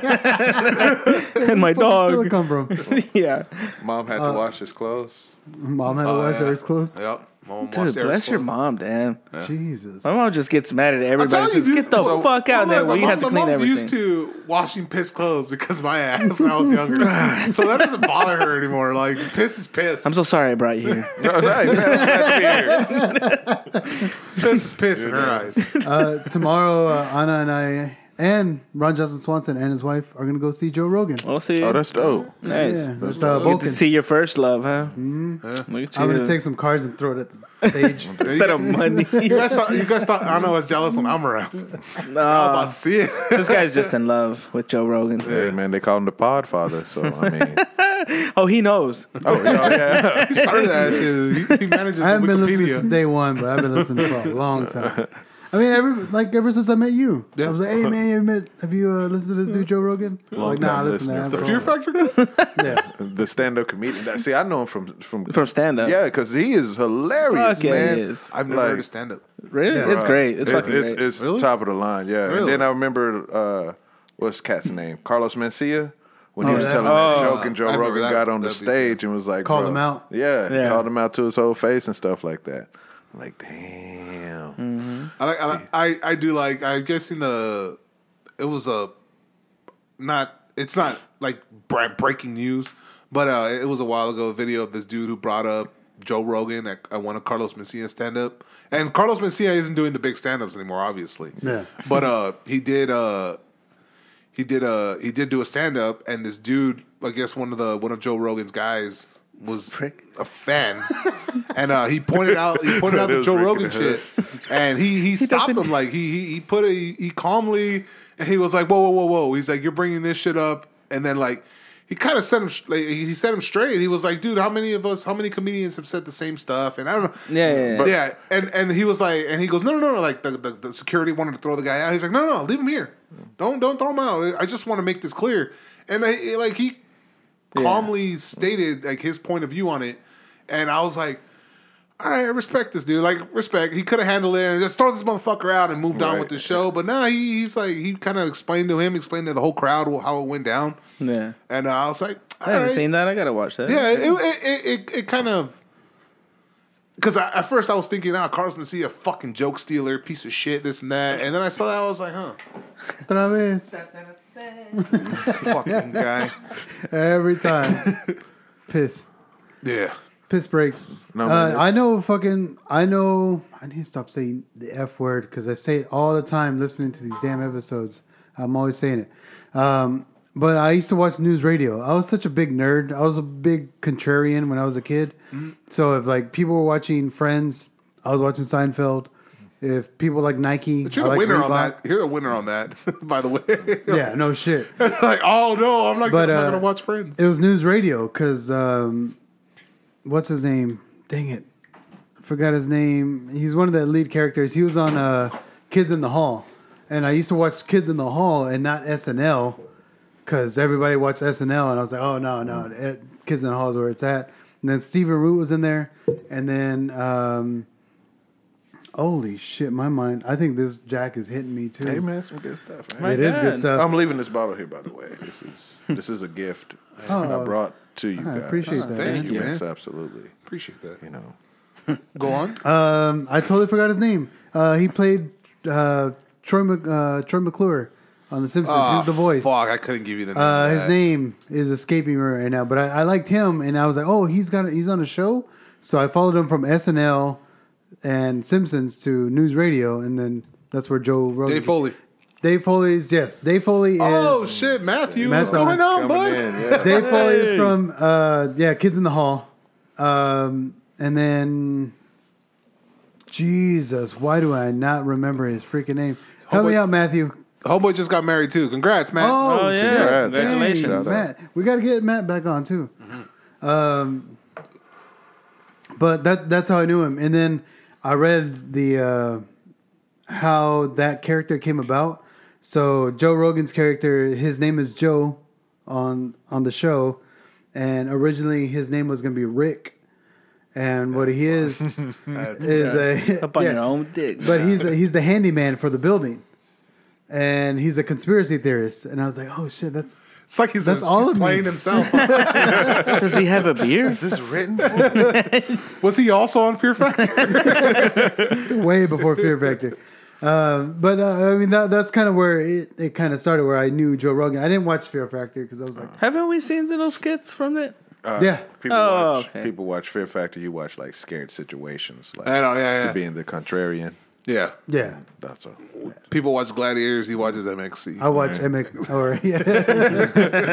Speaker 5: (laughs) and my
Speaker 4: Where'd it
Speaker 5: dog.
Speaker 4: come
Speaker 5: (laughs)
Speaker 4: from?
Speaker 5: Yeah.
Speaker 6: Mom had to wash his clothes.
Speaker 4: Mom had to wash
Speaker 2: Oh, yeah.
Speaker 4: hers clothes.
Speaker 2: Yep. Mom
Speaker 5: Dude,
Speaker 2: washed
Speaker 5: bless your
Speaker 2: clothes.
Speaker 5: mom, damn.
Speaker 4: Jesus.
Speaker 5: My mom just gets mad at
Speaker 2: telling
Speaker 5: everybody.
Speaker 2: you,
Speaker 5: Says,
Speaker 2: dude,
Speaker 5: Get the
Speaker 2: so-
Speaker 5: fuck
Speaker 2: Well,
Speaker 5: out there.
Speaker 2: my
Speaker 5: Well, you
Speaker 2: mom-
Speaker 5: have to
Speaker 2: my
Speaker 5: clean
Speaker 2: mom's
Speaker 5: everything.
Speaker 2: used to washing piss clothes because
Speaker 5: (laughs)
Speaker 2: of my ass when I was younger, so that doesn't bother her anymore. Like piss is piss.
Speaker 5: I'm so sorry I brought you
Speaker 2: (laughs)
Speaker 6: (laughs)
Speaker 5: here.
Speaker 6: No, Oh, right, that's weird.
Speaker 2: piss is piss in her eyes.
Speaker 4: Uh, tomorrow, uh, Anna and I and Ron Johnson Swanson and his wife are gonna go see Joe Rogan.
Speaker 5: We'll see.
Speaker 6: Oh, that's dope.
Speaker 5: nice.
Speaker 4: yeah, with uh,
Speaker 5: Get to
Speaker 4: Vulcan.
Speaker 5: see your first love, huh? Look at
Speaker 4: I'm
Speaker 5: you.
Speaker 4: gonna take some cards and throw it at the stage.
Speaker 5: instead
Speaker 2: (laughs)
Speaker 5: of money. Uh,
Speaker 2: You guys thought you guys thought Anna was jealous when I'm around. How
Speaker 5: (laughs) Nah,
Speaker 2: about see it? (laughs)
Speaker 5: this guy's just in love with Joe Rogan.
Speaker 6: Hey, man, they call him the Podfather. So I mean,
Speaker 5: Oh, he knows.
Speaker 6: oh yeah,
Speaker 2: He started that shit. He, he manages
Speaker 4: I haven't
Speaker 2: the
Speaker 4: been listening
Speaker 2: Wikipedia.
Speaker 4: since day one, but I've been listening for a long time. I mean, ever like ever since I met you, I was like, "Hey man, you met? Have you uh, listened to this dude Joe Rogan?" like, nah, I
Speaker 6: time
Speaker 4: listen to
Speaker 6: listener.
Speaker 4: that.
Speaker 2: the Fear
Speaker 5: (laughs)
Speaker 2: Factor.
Speaker 4: Yeah,
Speaker 6: (laughs) the stand-up comedian. That- See, I know him from from,
Speaker 5: From stand up.
Speaker 6: yeah, because he is hilarious,
Speaker 5: Fuck yeah,
Speaker 6: man.
Speaker 5: he is.
Speaker 2: I've never
Speaker 6: Like-
Speaker 2: heard of stand up.
Speaker 5: Really? It's great. It's
Speaker 6: It-
Speaker 5: fucking
Speaker 6: it's,
Speaker 5: great.
Speaker 6: it's
Speaker 2: Really?
Speaker 6: top of the line, yeah. And
Speaker 2: Really?
Speaker 6: then I remember uh, what's the cat's name? Carlos Mencia. When
Speaker 4: Oh,
Speaker 6: he was
Speaker 4: that-
Speaker 6: telling
Speaker 5: Oh.
Speaker 6: that joke, and Joe
Speaker 2: I remember
Speaker 6: Rogan
Speaker 2: that-
Speaker 6: got on the
Speaker 2: that'd be-
Speaker 6: stage and was like,
Speaker 4: Called
Speaker 6: bro-
Speaker 4: him out.
Speaker 6: Yeah,
Speaker 5: Yeah.
Speaker 6: called him out to his whole face and stuff like that. I'm like, damn.
Speaker 2: I like, I, like I I do like I'm guessing the it was a not it's not like bra- breaking news, but uh, it was a while ago a video of this dude who brought up Joe Rogan at, at one of Carlos Mencia's stand up. And Carlos Mencia isn't doing the big stand ups anymore, obviously.
Speaker 4: Yeah.
Speaker 2: But uh he did uh he did a he did do a stand up and this dude I guess one of the one of Joe Rogan's guys was a fan and uh, he pointed out he pointed out
Speaker 6: That
Speaker 2: the
Speaker 6: was
Speaker 2: Joe
Speaker 6: Rick
Speaker 2: Rogan
Speaker 6: and
Speaker 2: shit and
Speaker 5: (laughs)
Speaker 2: he he stopped him like he he, he put a he calmly and he was like whoa whoa whoa whoa he's like you're bringing this shit up and then like he kind of set him like, he set him straight he was like dude how many of us how many comedians have said the same stuff and I don't know
Speaker 5: yeah, yeah, yeah.
Speaker 2: but, yeah, and and he was like, and he goes, no, no, no, no. like the, the the security wanted to throw the guy out. He's like, no, no, no, leave him here. Don't don't throw him out. I just want to make this clear. And I, like he calmly stated like his point of view on it, and I was like. all right, I respect this dude. Like respect, he could have handled it and just throw this motherfucker out and moved on
Speaker 6: Right.
Speaker 2: with the show. But nah, he, he's like he kind of explained to him, explained to the whole crowd how it went down.
Speaker 5: yeah.
Speaker 2: And uh, I was like,
Speaker 5: I haven't seen that. I gotta watch that.
Speaker 2: yeah, it it it, it, it kind of because at first I was thinking, ah, Carlos Mencia, fucking joke stealer, piece of shit, this and that, and then I saw that I was like, huh,
Speaker 4: Otra vez. (laughs)
Speaker 2: fucking guy.
Speaker 4: every time. Piss.
Speaker 2: Yeah,
Speaker 4: Piss breaks.
Speaker 6: No,
Speaker 4: uh,
Speaker 6: man.
Speaker 4: I know fucking. I know. I need to stop saying the F word because I say it all the time listening to these damn episodes. I'm always saying it. Um, but I used to watch news radio. I was such a big nerd. I was a big contrarian when I was a kid.
Speaker 2: Mm-hmm.
Speaker 4: So if like people were watching Friends, I was watching Seinfeld. If people like Nike,
Speaker 2: but you're
Speaker 4: I
Speaker 2: the
Speaker 4: like
Speaker 2: winner on
Speaker 4: Reebok.
Speaker 2: that. You're the winner on that, (laughs) by the way.
Speaker 4: Yeah, no shit.
Speaker 2: (laughs) like, oh no, I'm like,
Speaker 4: But,
Speaker 2: I'm
Speaker 4: uh,
Speaker 2: not gonna watch Friends.
Speaker 4: It was news radio because um, what's his name? Dang it, I forgot his name. He's one of the lead characters. He was on uh, Kids in the Hall, and I used to watch Kids in the Hall and not SNL because everybody watched SNL, and I was like, oh no, no, it, Kids in the Hall is where it's at. And then Steven Root was in there. And then, um, holy shit, my mind. I think this Jack is hitting me too.
Speaker 6: Hey man, some good stuff. Man.
Speaker 4: It is good
Speaker 5: God.
Speaker 4: stuff.
Speaker 6: I'm leaving this bottle here, by the way. This
Speaker 2: (laughs)
Speaker 6: is this is a gift I brought to you.
Speaker 4: I
Speaker 6: guys.
Speaker 4: appreciate that.
Speaker 2: thank
Speaker 4: man.
Speaker 2: you, man.
Speaker 6: Yes, absolutely.
Speaker 2: Appreciate that.
Speaker 6: You know,
Speaker 2: Go on.
Speaker 4: Um, I totally forgot his name. Uh, he played uh, Troy, Mc, uh, Troy McClure on The Simpsons.
Speaker 2: Ah,
Speaker 4: He's the voice.
Speaker 2: Fuck, I couldn't give you the name.
Speaker 4: Uh,
Speaker 2: of
Speaker 4: his
Speaker 2: that.
Speaker 4: name is escaping me right now, but I, I liked him, and I was like, oh, he's got a, he's on a show, so I followed him from SNL and Simpsons to News Radio, and then that's where Joe Rogan.
Speaker 2: Dave Foley.
Speaker 4: Dave Foley's yes, Dave Foley is.
Speaker 2: Oh shit, Matthew, what's
Speaker 4: Matthew.
Speaker 2: going on,
Speaker 6: Coming
Speaker 2: bud?
Speaker 4: (laughs)
Speaker 6: in, yeah.
Speaker 4: Dave Foley is from uh, yeah, Kids in the Hall, um, and then Jesus, why do I not remember his freaking name? Help me
Speaker 2: Homeboy-
Speaker 4: out, Matthew.
Speaker 2: Homeboy just got married too. Congrats, Matt.
Speaker 4: Oh,
Speaker 5: Oh,
Speaker 4: shit.
Speaker 5: yeah.
Speaker 4: Dang,
Speaker 6: Congratulations.
Speaker 4: Matt. We got to get Matt back on, too. Um, but that that's how I knew him. And then I read the uh, how that character came about. So Joe Rogan's character, his name is Joe on on the show, and originally his name was going to be Rick. And what he is is a
Speaker 5: Up on
Speaker 4: yeah.
Speaker 5: your own dick.
Speaker 4: But he's he's the handyman for the building, and he's a conspiracy theorist. And I was like, oh shit, that's
Speaker 2: It's like he's,
Speaker 4: That's
Speaker 2: he's
Speaker 4: all of me. (laughs)
Speaker 2: playing himself.
Speaker 5: Does he have a beard?
Speaker 6: Is this written? for?
Speaker 2: Was he also on Fear
Speaker 4: (laughs)
Speaker 2: Factor?
Speaker 4: way before Fear
Speaker 6: (laughs)
Speaker 4: Factor. Um, but uh, I mean, that, that's kind of where it, it kind of started. Where I knew Joe Rogan. I didn't watch Fear Factor because I was like,
Speaker 5: Haven't we seen little skits from it?
Speaker 6: Uh,
Speaker 4: Yeah.
Speaker 6: People
Speaker 5: Oh,
Speaker 6: watch.
Speaker 5: okay.
Speaker 6: People watch Fear Factor. You watch like scared situations. Like
Speaker 2: I know, yeah, yeah.
Speaker 6: To being the contrarian.
Speaker 2: yeah.
Speaker 4: yeah,
Speaker 2: (laughs)
Speaker 6: That's all.
Speaker 2: People watch Gladiators. He watches MXC.
Speaker 4: I watch Emmett. Or (laughs) yeah,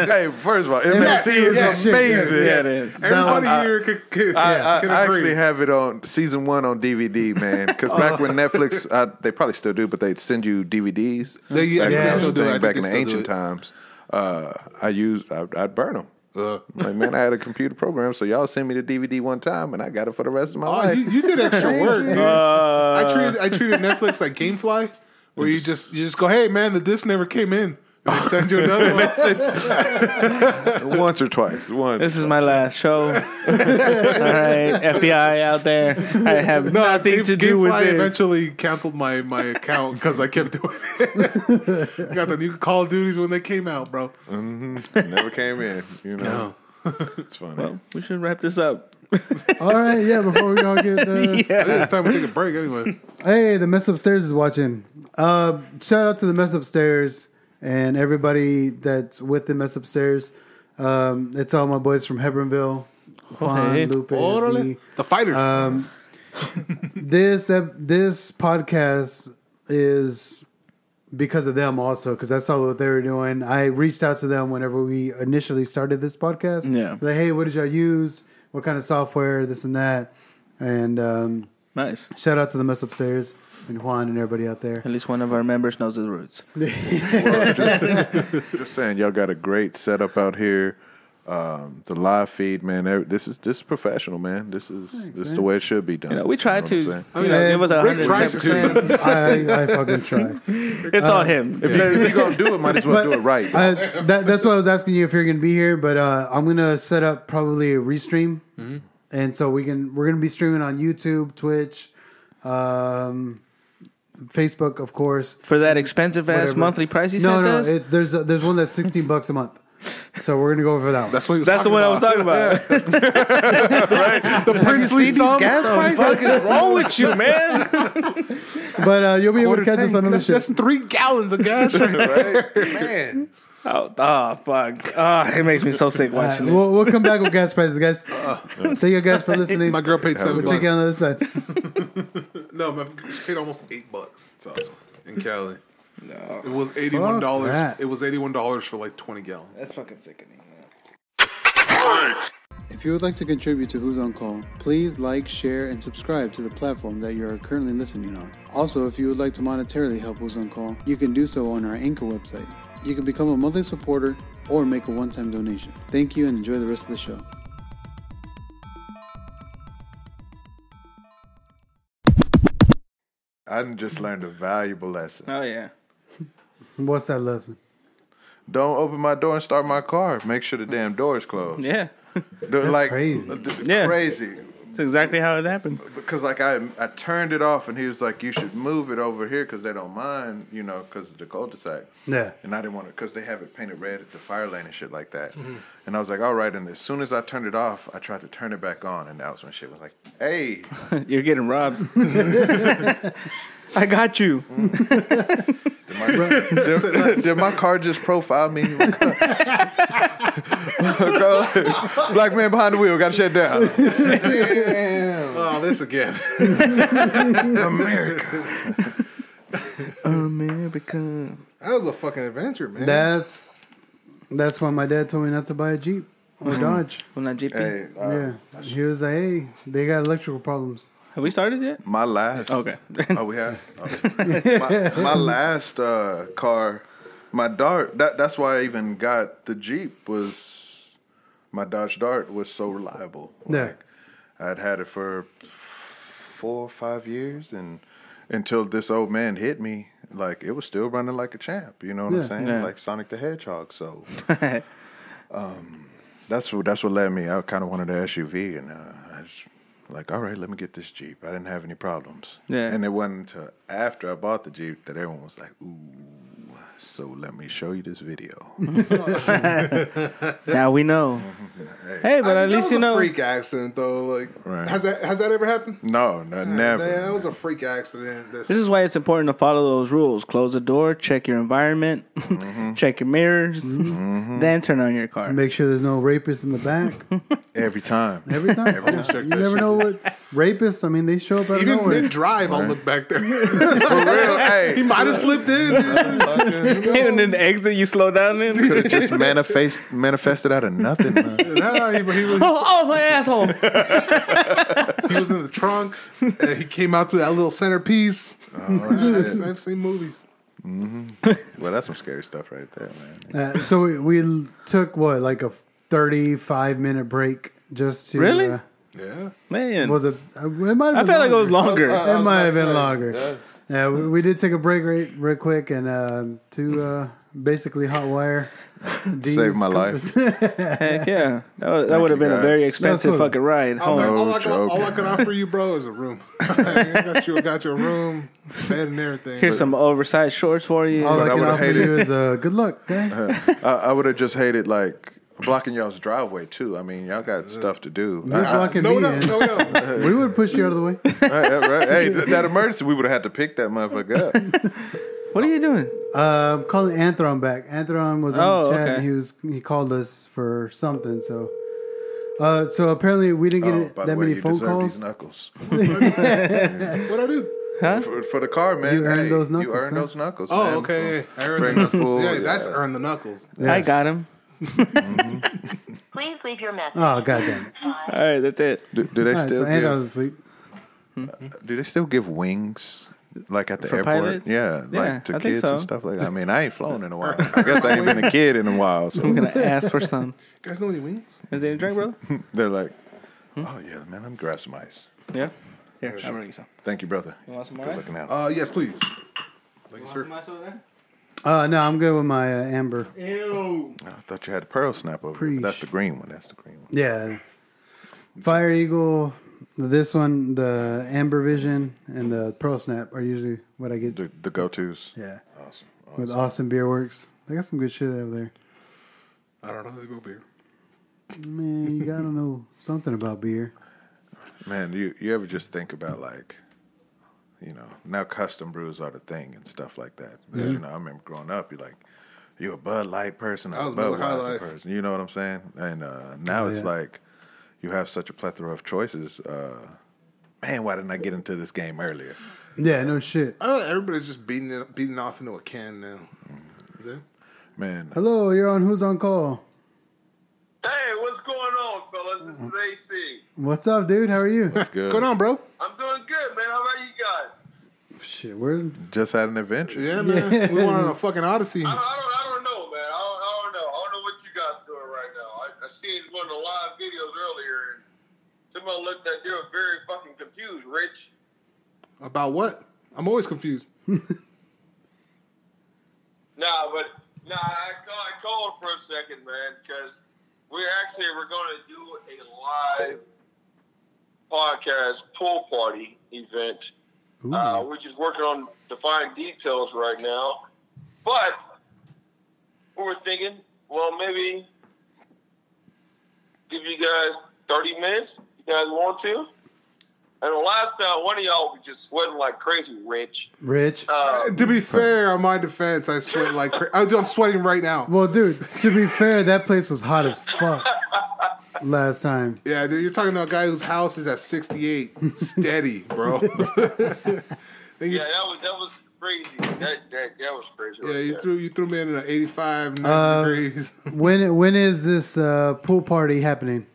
Speaker 6: hey, first of all,
Speaker 4: Matt,
Speaker 6: MSC is
Speaker 4: yeah, shit,
Speaker 6: amazing.
Speaker 5: Yeah, it is.
Speaker 2: Everybody
Speaker 6: I-
Speaker 2: here could, could,
Speaker 6: (laughs) I, I,
Speaker 2: could
Speaker 6: I
Speaker 2: agree.
Speaker 6: actually have it on season one on DVD, man. Because back
Speaker 2: (laughs)
Speaker 6: when Netflix, I, they probably still do, but they'd send you DVDs.
Speaker 2: They- yeah, I think
Speaker 6: back when
Speaker 4: they
Speaker 6: that
Speaker 4: still
Speaker 6: was
Speaker 2: do it.
Speaker 6: a
Speaker 2: I think
Speaker 6: thing, back
Speaker 2: they
Speaker 6: in the
Speaker 2: still do it.
Speaker 6: ancient times, uh, I used, I'd, I'd burn them.
Speaker 2: Uh.
Speaker 4: Oh,
Speaker 6: Like, man, I had a computer program, so y'all sent me the DVD one time, and I got it for the rest of my
Speaker 2: Oh,
Speaker 6: life.
Speaker 2: you, you did extra work. dude.
Speaker 5: Uh,
Speaker 2: I treated I treated Netflix like GameFly, where you just you just go, hey man, the disc never came in. And they send you another one.
Speaker 6: Once or twice. Once.
Speaker 5: this is my last show. All right, FBI out there. I have nothing to do with
Speaker 2: GameFly
Speaker 5: this.
Speaker 2: eventually canceled my, my account because I kept doing it. (laughs) Got the new Call of Duties when they came out, bro.
Speaker 6: Never came in. You know, (laughs) it's funny.
Speaker 5: Well, we should wrap this up.
Speaker 4: all right, yeah. Before we all get, uh,
Speaker 6: (laughs)
Speaker 2: I think it's time we take a break (laughs) anyway.
Speaker 4: hey, the mess upstairs is watching. Uh, shout out to the mess upstairs and everybody that's with the mess upstairs. Um, it's all my boys from Hebronville, Juan,
Speaker 5: Hey.
Speaker 4: Lupe,
Speaker 2: Orale.
Speaker 4: Lee.
Speaker 2: The fighters.
Speaker 4: Um, this ep- this podcast is because of them also because I saw what they were doing. I reached out to them whenever we initially started this podcast.
Speaker 5: Yeah.
Speaker 4: like hey, what did y'all use? What kind of software? This and that. And um,
Speaker 5: Nice.
Speaker 4: shout out to the mess upstairs and Juan and everybody out there.
Speaker 5: At least one of our members knows the roots.
Speaker 6: Just saying, y'all got a great setup out here. Um, the live feed, man. every- This is this is professional, man. This is this is the way it should be done.
Speaker 5: You know, we try to.
Speaker 6: You
Speaker 5: You
Speaker 6: know what
Speaker 5: know,
Speaker 6: I'm
Speaker 5: it was
Speaker 2: Rick tries
Speaker 5: 110%.
Speaker 4: I, I fucking try.
Speaker 5: It's all him.
Speaker 6: If you- if you're gonna do it, might as well do it right.
Speaker 4: I, that, that's why I was asking you if you're going to be here, but uh, I'm going to set up probably a restream, and so we can we're going to be streaming on YouTube, Twitch, um, Facebook, of course.
Speaker 5: For that expensive ass
Speaker 4: Whatever.
Speaker 5: monthly price you
Speaker 4: No,
Speaker 5: sent
Speaker 4: no,
Speaker 5: us.
Speaker 4: it, there's a, there's one that's 16 bucks a month, so we're going to go over that. One.
Speaker 2: That's (laughs) what he was
Speaker 5: That's the
Speaker 2: talking
Speaker 5: one I was
Speaker 2: about.
Speaker 5: talking
Speaker 2: (laughs)
Speaker 5: about.
Speaker 2: The princely sum. Gas
Speaker 5: What the fuck is wrong with you, man?
Speaker 4: But uh, you'll be able to catch us on another
Speaker 2: that's,
Speaker 4: show.
Speaker 2: that's three gallons of gas. Right there.
Speaker 6: right? Man,
Speaker 5: (laughs) Oh, oh, fuck. Oh, it makes me so sick
Speaker 4: Uh,
Speaker 5: watching
Speaker 4: we'll, we'll come back with gas prices,
Speaker 2: (laughs)
Speaker 4: guys. Thank you guys for listening.
Speaker 2: My girl paid seven
Speaker 4: We'll check you
Speaker 2: bucks.
Speaker 4: on the other side.
Speaker 2: No, my she paid almost eight bucks
Speaker 6: it's awesome.
Speaker 2: in Cali. No. It was eighty one dollars.
Speaker 4: that.
Speaker 2: It was eighty one dollars for like twenty gallons.
Speaker 5: That's fucking sickening.
Speaker 4: If you would like to contribute to Who's on Call, please like, share, and subscribe to the platform that you are currently listening on. Also, if you would like to monetarily help Who's on Call, you can do so on our Anchor website. You can become a monthly supporter or make a one time donation. Thank you and enjoy the rest of the show.
Speaker 6: I just learned a valuable lesson.
Speaker 5: Oh, yeah.
Speaker 4: What's that lesson?
Speaker 6: Don't open my door and start my car. Make sure the damn door is closed.
Speaker 5: Yeah.
Speaker 6: They're like uh,
Speaker 4: crazy.
Speaker 6: d-
Speaker 5: Yeah.
Speaker 6: crazy.
Speaker 5: That's exactly how it happened. (laughs)
Speaker 6: Because like I, I turned it off, and he was like, "You should move it over here because they don't mind, you know, because of the cul-de-sac."
Speaker 4: Yeah.
Speaker 6: And I didn't want to because they have it painted red at the fire lane and shit like that. And I was like, "All right." And as soon as I turned it off, I tried to turn it back on, and that was when shit was like, "Hey,
Speaker 5: You're getting robbed. (laughs) I got you.
Speaker 6: did my, did, did my car just profile me?" (laughs) (laughs) Black man behind the wheel got shut down. Damn.
Speaker 2: Oh, this again.
Speaker 6: America.
Speaker 5: America.
Speaker 2: (laughs) that was a fucking adventure, man.
Speaker 4: That's that's why my dad told me not to buy a Jeep or Dodge.
Speaker 5: Well, not JP.
Speaker 6: Hey, uh,
Speaker 4: Yeah. He was like, hey, they got electrical problems.
Speaker 5: Have we started yet?
Speaker 6: My last.
Speaker 5: Okay.
Speaker 4: (laughs)
Speaker 6: oh, we have. Okay. my, my last uh, car, my Dart. That, that's why I even got the Jeep. Was my Dodge Dart was so reliable.
Speaker 4: Yeah.
Speaker 6: I'd had it for four or five years, and until this old man hit me, like it was still running like a champ. You know what
Speaker 4: Yeah.
Speaker 6: I'm saying?
Speaker 5: Yeah.
Speaker 6: Like Sonic the Hedgehog. So that's what that's what led me. I kind of wanted an SUV, and uh, I just like, all right, let me get this Jeep. I didn't have any problems.
Speaker 5: Yeah.
Speaker 6: And it wasn't until after I bought the Jeep that everyone was like, ooh. So let me show you this video.
Speaker 5: (laughs)
Speaker 6: (laughs)
Speaker 5: now we know. Hey,
Speaker 2: I mean,
Speaker 5: but at
Speaker 2: that
Speaker 5: least
Speaker 2: was
Speaker 5: you
Speaker 2: a
Speaker 5: know.
Speaker 2: freak accident though. Like,
Speaker 6: Right.
Speaker 2: has that has that ever happened?
Speaker 6: no, no, never.
Speaker 2: Man, that was a freak accident. That's, (laughs)
Speaker 5: This is why it's important to follow those rules. Close the door, check your environment, (laughs) check your mirrors, then turn on your car.
Speaker 4: Make sure there's no rapists in the back. (laughs)
Speaker 6: every time.
Speaker 4: Every time.
Speaker 6: Everyone's
Speaker 4: Yeah.
Speaker 6: checked
Speaker 4: You (laughs)
Speaker 6: that
Speaker 4: never
Speaker 6: shit.
Speaker 4: know what rapists, I mean, they show up out of
Speaker 2: even
Speaker 4: nowhere.
Speaker 2: mid drive, I'll look back there.
Speaker 6: For real,
Speaker 2: he
Speaker 6: hey,
Speaker 2: might have slipped in. dude.
Speaker 5: and then the exit, you slow down in.
Speaker 6: (laughs) could have just manifest manifested out of nothing.
Speaker 2: (laughs)
Speaker 6: man.
Speaker 2: (laughs) nah, he, he was,
Speaker 5: oh, oh, my asshole.
Speaker 2: he was in the trunk. And he came out through that little centerpiece. (laughs) I've, I've seen movies.
Speaker 6: Well, that's some scary stuff right there, man.
Speaker 4: Uh, so we, we l- took what, like a 35 minute break just to.
Speaker 5: Really?
Speaker 4: Uh,
Speaker 2: Yeah.
Speaker 5: Man.
Speaker 4: was it? uh, It might
Speaker 5: I
Speaker 4: have been
Speaker 5: felt like it was
Speaker 4: longer.
Speaker 5: longer.
Speaker 4: It might have been longer. Yeah, we, we did take a break right, real quick and uh, to uh, basically hot wire. D's
Speaker 6: (laughs) Saved my
Speaker 4: compass. (laughs)
Speaker 5: Heck yeah. That, wa- that would have
Speaker 6: you,
Speaker 5: been a
Speaker 6: guys.
Speaker 5: very
Speaker 4: That's cool.
Speaker 5: expensive fucking ride
Speaker 2: I was like,
Speaker 5: home.
Speaker 2: all I, can,
Speaker 6: joke.
Speaker 2: all I can offer you, bro, is a
Speaker 6: (laughs)
Speaker 2: room. (laughs) I got you, I got you a room, bed, and everything.
Speaker 5: Here's some oversized shorts for you.
Speaker 4: All I
Speaker 6: I
Speaker 4: can
Speaker 6: would've
Speaker 4: offer
Speaker 6: hated-
Speaker 4: you is uh, good luck, guy.
Speaker 6: I, I would have just hated like blocking y'all's driveway too. I mean, y'all got stuff to do.
Speaker 4: You're
Speaker 6: I- I-
Speaker 4: blocking
Speaker 2: no,
Speaker 4: me
Speaker 2: no,
Speaker 4: in.
Speaker 2: no, no.
Speaker 4: We would push you out of
Speaker 6: (laughs)
Speaker 4: the way.
Speaker 6: right, yeah, right. Hey, th- that emergency, we would have had to pick that motherfucker up.
Speaker 5: What are you doing?
Speaker 4: Uh, I'm calling Anthron back. Anthron was in
Speaker 5: Oh,
Speaker 4: the chat.
Speaker 5: okay.
Speaker 4: And he was he called us for something. So, uh, so apparently we didn't get
Speaker 6: Oh,
Speaker 4: it-
Speaker 6: by the
Speaker 4: that
Speaker 6: way,
Speaker 4: many
Speaker 6: you
Speaker 4: phone
Speaker 6: deserve
Speaker 4: calls.
Speaker 6: These knuckles
Speaker 2: What'd I do?
Speaker 6: for, for the car, man.
Speaker 4: You earned
Speaker 6: hey,
Speaker 4: those
Speaker 6: You
Speaker 4: knuckles,
Speaker 6: earned
Speaker 4: huh?
Speaker 6: those knuckles.
Speaker 2: Oh,
Speaker 6: man.
Speaker 2: okay. I earned
Speaker 6: Bring
Speaker 2: the
Speaker 6: the fool,
Speaker 2: Yeah, that's
Speaker 6: yeah.
Speaker 2: earn the knuckles.
Speaker 4: Yeah.
Speaker 5: I got him.
Speaker 7: Please leave your message.
Speaker 4: Oh goddamn! it.
Speaker 5: All right, that's it.
Speaker 6: Do, do they
Speaker 4: All right,
Speaker 6: still
Speaker 4: so
Speaker 6: give,
Speaker 4: Anthron's asleep.
Speaker 6: Do they still give wings? Like at the
Speaker 5: For
Speaker 6: airport,
Speaker 5: pilots?
Speaker 6: yeah,
Speaker 5: Yeah,
Speaker 6: like to
Speaker 5: I think
Speaker 6: kids
Speaker 5: so.
Speaker 6: and stuff like that. I mean, I ain't flown in
Speaker 4: (laughs)
Speaker 6: a while. I guess I ain't been a kid in a while,
Speaker 5: I'm
Speaker 6: so
Speaker 5: going to ask for
Speaker 2: You
Speaker 5: some.
Speaker 2: guys know any wings?
Speaker 5: Is there any drink, bro?
Speaker 6: (laughs) they're like,
Speaker 5: Hmm?
Speaker 6: "Oh yeah, man, I'm grab some ice."
Speaker 5: Yeah. Here, I'll bring you some.
Speaker 6: Thank you, brother.
Speaker 5: You want some more?
Speaker 6: Good looking out.
Speaker 2: Uh, yes, please. Thank you, sir.
Speaker 4: Uh, no, I'm good with my uh, amber.
Speaker 5: Ew.
Speaker 6: I thought you had a pearl snap over. Here, but that's
Speaker 4: Preesh.
Speaker 6: the green one. That's the green one.
Speaker 4: Yeah, Fire Eagle. This one, the Amber Vision and the Pearl Snap are usually what I get.
Speaker 6: The, the go tos.
Speaker 4: Yeah,
Speaker 6: Awesome.
Speaker 4: with Austin Beer Works. They got some good shit over there.
Speaker 2: I don't know. They go beer.
Speaker 4: Man, you gotta know (laughs) something about beer.
Speaker 6: Man, you you ever just think about like, you know, now custom brews are the thing and stuff like that. You know, I remember growing up, you're like, you a Bud Light person, or
Speaker 2: I
Speaker 6: a
Speaker 2: was Miller High
Speaker 6: Budweiser
Speaker 2: Life.
Speaker 6: person. You know what I'm saying? And uh, now
Speaker 4: Oh,
Speaker 6: it's
Speaker 4: yeah.
Speaker 6: like, you have such a plethora of choices. Uh, man, why didn't I get into this game earlier?
Speaker 4: Yeah, no shit.
Speaker 2: Uh, everybody's just beating it, beating off into a can now. Is it?
Speaker 6: Man,
Speaker 4: Hello, you're on Who's on Call?
Speaker 8: Hey, what's going on, fellas? This is AC.
Speaker 4: What's up, dude? How are you?
Speaker 6: that's good.
Speaker 2: What's going on, bro?
Speaker 8: I'm doing good, man. How about you
Speaker 4: (laughs)
Speaker 8: guys?
Speaker 4: shit, we're
Speaker 6: Just had an adventure.
Speaker 2: Yeah, man. we went on a fucking odyssey.
Speaker 8: I don't, I don't, I don't know, man. I don't, I don't know. I don't know what you guys doing right now. I, I seen one of the live videos earlier, and someone looked at you very fucking confused, Rich.
Speaker 2: About what? I'm always confused.
Speaker 8: Nah, but nah, I, ca- I called for a second, man, because we actually we're going to do a live podcast pool party event. Uh, we're just working on the fine details right now, but we were thinking, well, maybe give you guys 30 minutes. if You guys want to? And the last time, one of y'all was just sweating like crazy, Rich.
Speaker 4: Rich.
Speaker 8: Uh,
Speaker 2: To be fair, on my defense, I sweat like cra- I- I'm sweating right now.
Speaker 4: Well, dude, to be fair, that place was hot as (laughs) fuck last time.
Speaker 2: Yeah, dude, you're talking to a guy whose house is at 68, steady, bro. (laughs) Then you-
Speaker 8: yeah, that was that was crazy. That that, that was crazy.
Speaker 2: yeah,
Speaker 8: right
Speaker 2: you
Speaker 8: there.
Speaker 2: threw you threw me in at 85, 90
Speaker 4: Uh,
Speaker 2: degrees. (laughs)
Speaker 4: When when is this uh, pool party happening?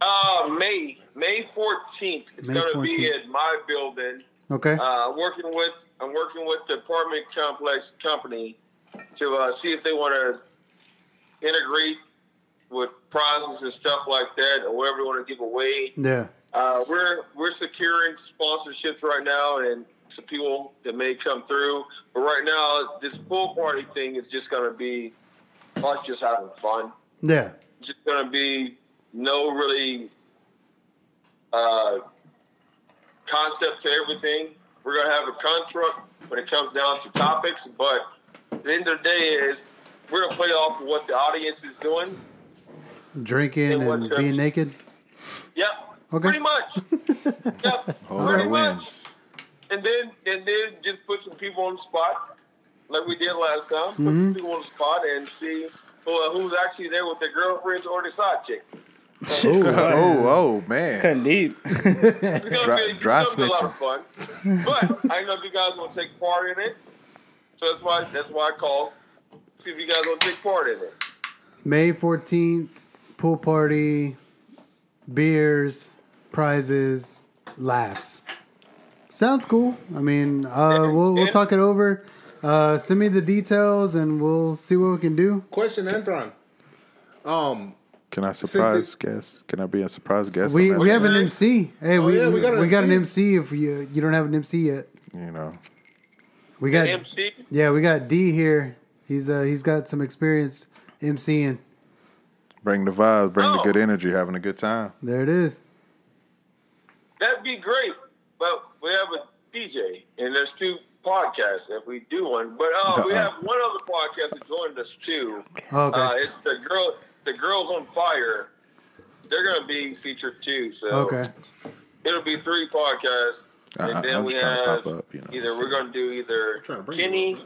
Speaker 8: Uh, May May fourteenth. It's
Speaker 4: May
Speaker 8: gonna be
Speaker 4: 14th.
Speaker 8: at my building.
Speaker 4: Okay.
Speaker 8: Uh, working with I'm working with the apartment complex company to uh, see if they want to integrate with prizes and stuff like that, or whatever they want to give away.
Speaker 4: yeah.
Speaker 8: Uh, we're we're securing sponsorships right now and some people that may come through. But right now, this pool party thing is just gonna be us just having fun
Speaker 4: Yeah.
Speaker 8: just gonna be no really uh, concept to everything. We're gonna have a construct when it comes down to topics, but at the end of the day is we're gonna play off of what the audience is doing.
Speaker 4: Drinking
Speaker 8: It was,
Speaker 4: and
Speaker 8: uh,
Speaker 4: being naked.
Speaker 8: Yep.
Speaker 4: Okay.
Speaker 8: Pretty much. yep.
Speaker 6: All
Speaker 8: pretty
Speaker 6: that
Speaker 8: much.
Speaker 6: wins.
Speaker 8: And then and then just put some people on the spot, like we did last time. Put some people on the spot and see who, who's actually there with their girlfriends or their side chick.
Speaker 6: Oh, oh man.
Speaker 5: Cutting deep.
Speaker 8: It's gonna
Speaker 6: Dry-
Speaker 8: be, it's
Speaker 6: dry
Speaker 8: gonna be a lot of fun. But I know if you guys want to take part in it. So that's why that's why I called. See if you guys want to take part in it.
Speaker 4: May 14th, pool party, beers, prizes, laughs. Sounds cool. I mean, uh, we'll, we'll talk it over. Uh, send me the details and we'll see what we can do.
Speaker 2: Question, Anthron. Um,
Speaker 6: Can I
Speaker 2: it-
Speaker 6: surprise guest? Can I be a surprise guest?
Speaker 4: We,
Speaker 6: on
Speaker 4: we
Speaker 6: that?
Speaker 4: have an MC. Hey, we,
Speaker 2: yeah,
Speaker 4: we,
Speaker 2: we got
Speaker 4: got,
Speaker 2: an
Speaker 4: an MC
Speaker 2: MC.
Speaker 4: if you, you don't have an MC yet.
Speaker 6: you know.
Speaker 4: We got
Speaker 8: MC,
Speaker 4: yeah, we got D here. He's uh he's got some experience MCing.
Speaker 6: Bring the vibe, bring the
Speaker 8: Oh.
Speaker 6: good energy, having a good time.
Speaker 4: There it is.
Speaker 8: that'd be great. But we have a DJ and there's two podcasts if we do one. But uh, we
Speaker 6: Uh-uh.
Speaker 8: have one other podcast that joined us too.
Speaker 4: Oh, Okay.
Speaker 8: Uh, it's the girl the girls on fire. They're gonna be featured too. So
Speaker 4: okay.
Speaker 8: it'll be three podcasts, and
Speaker 6: I- I-
Speaker 8: then
Speaker 6: I'm
Speaker 8: we
Speaker 6: just trying to
Speaker 8: have
Speaker 6: pop up, you know,
Speaker 8: either
Speaker 6: so-
Speaker 8: we're going to do either
Speaker 2: trying to bring
Speaker 8: Kenny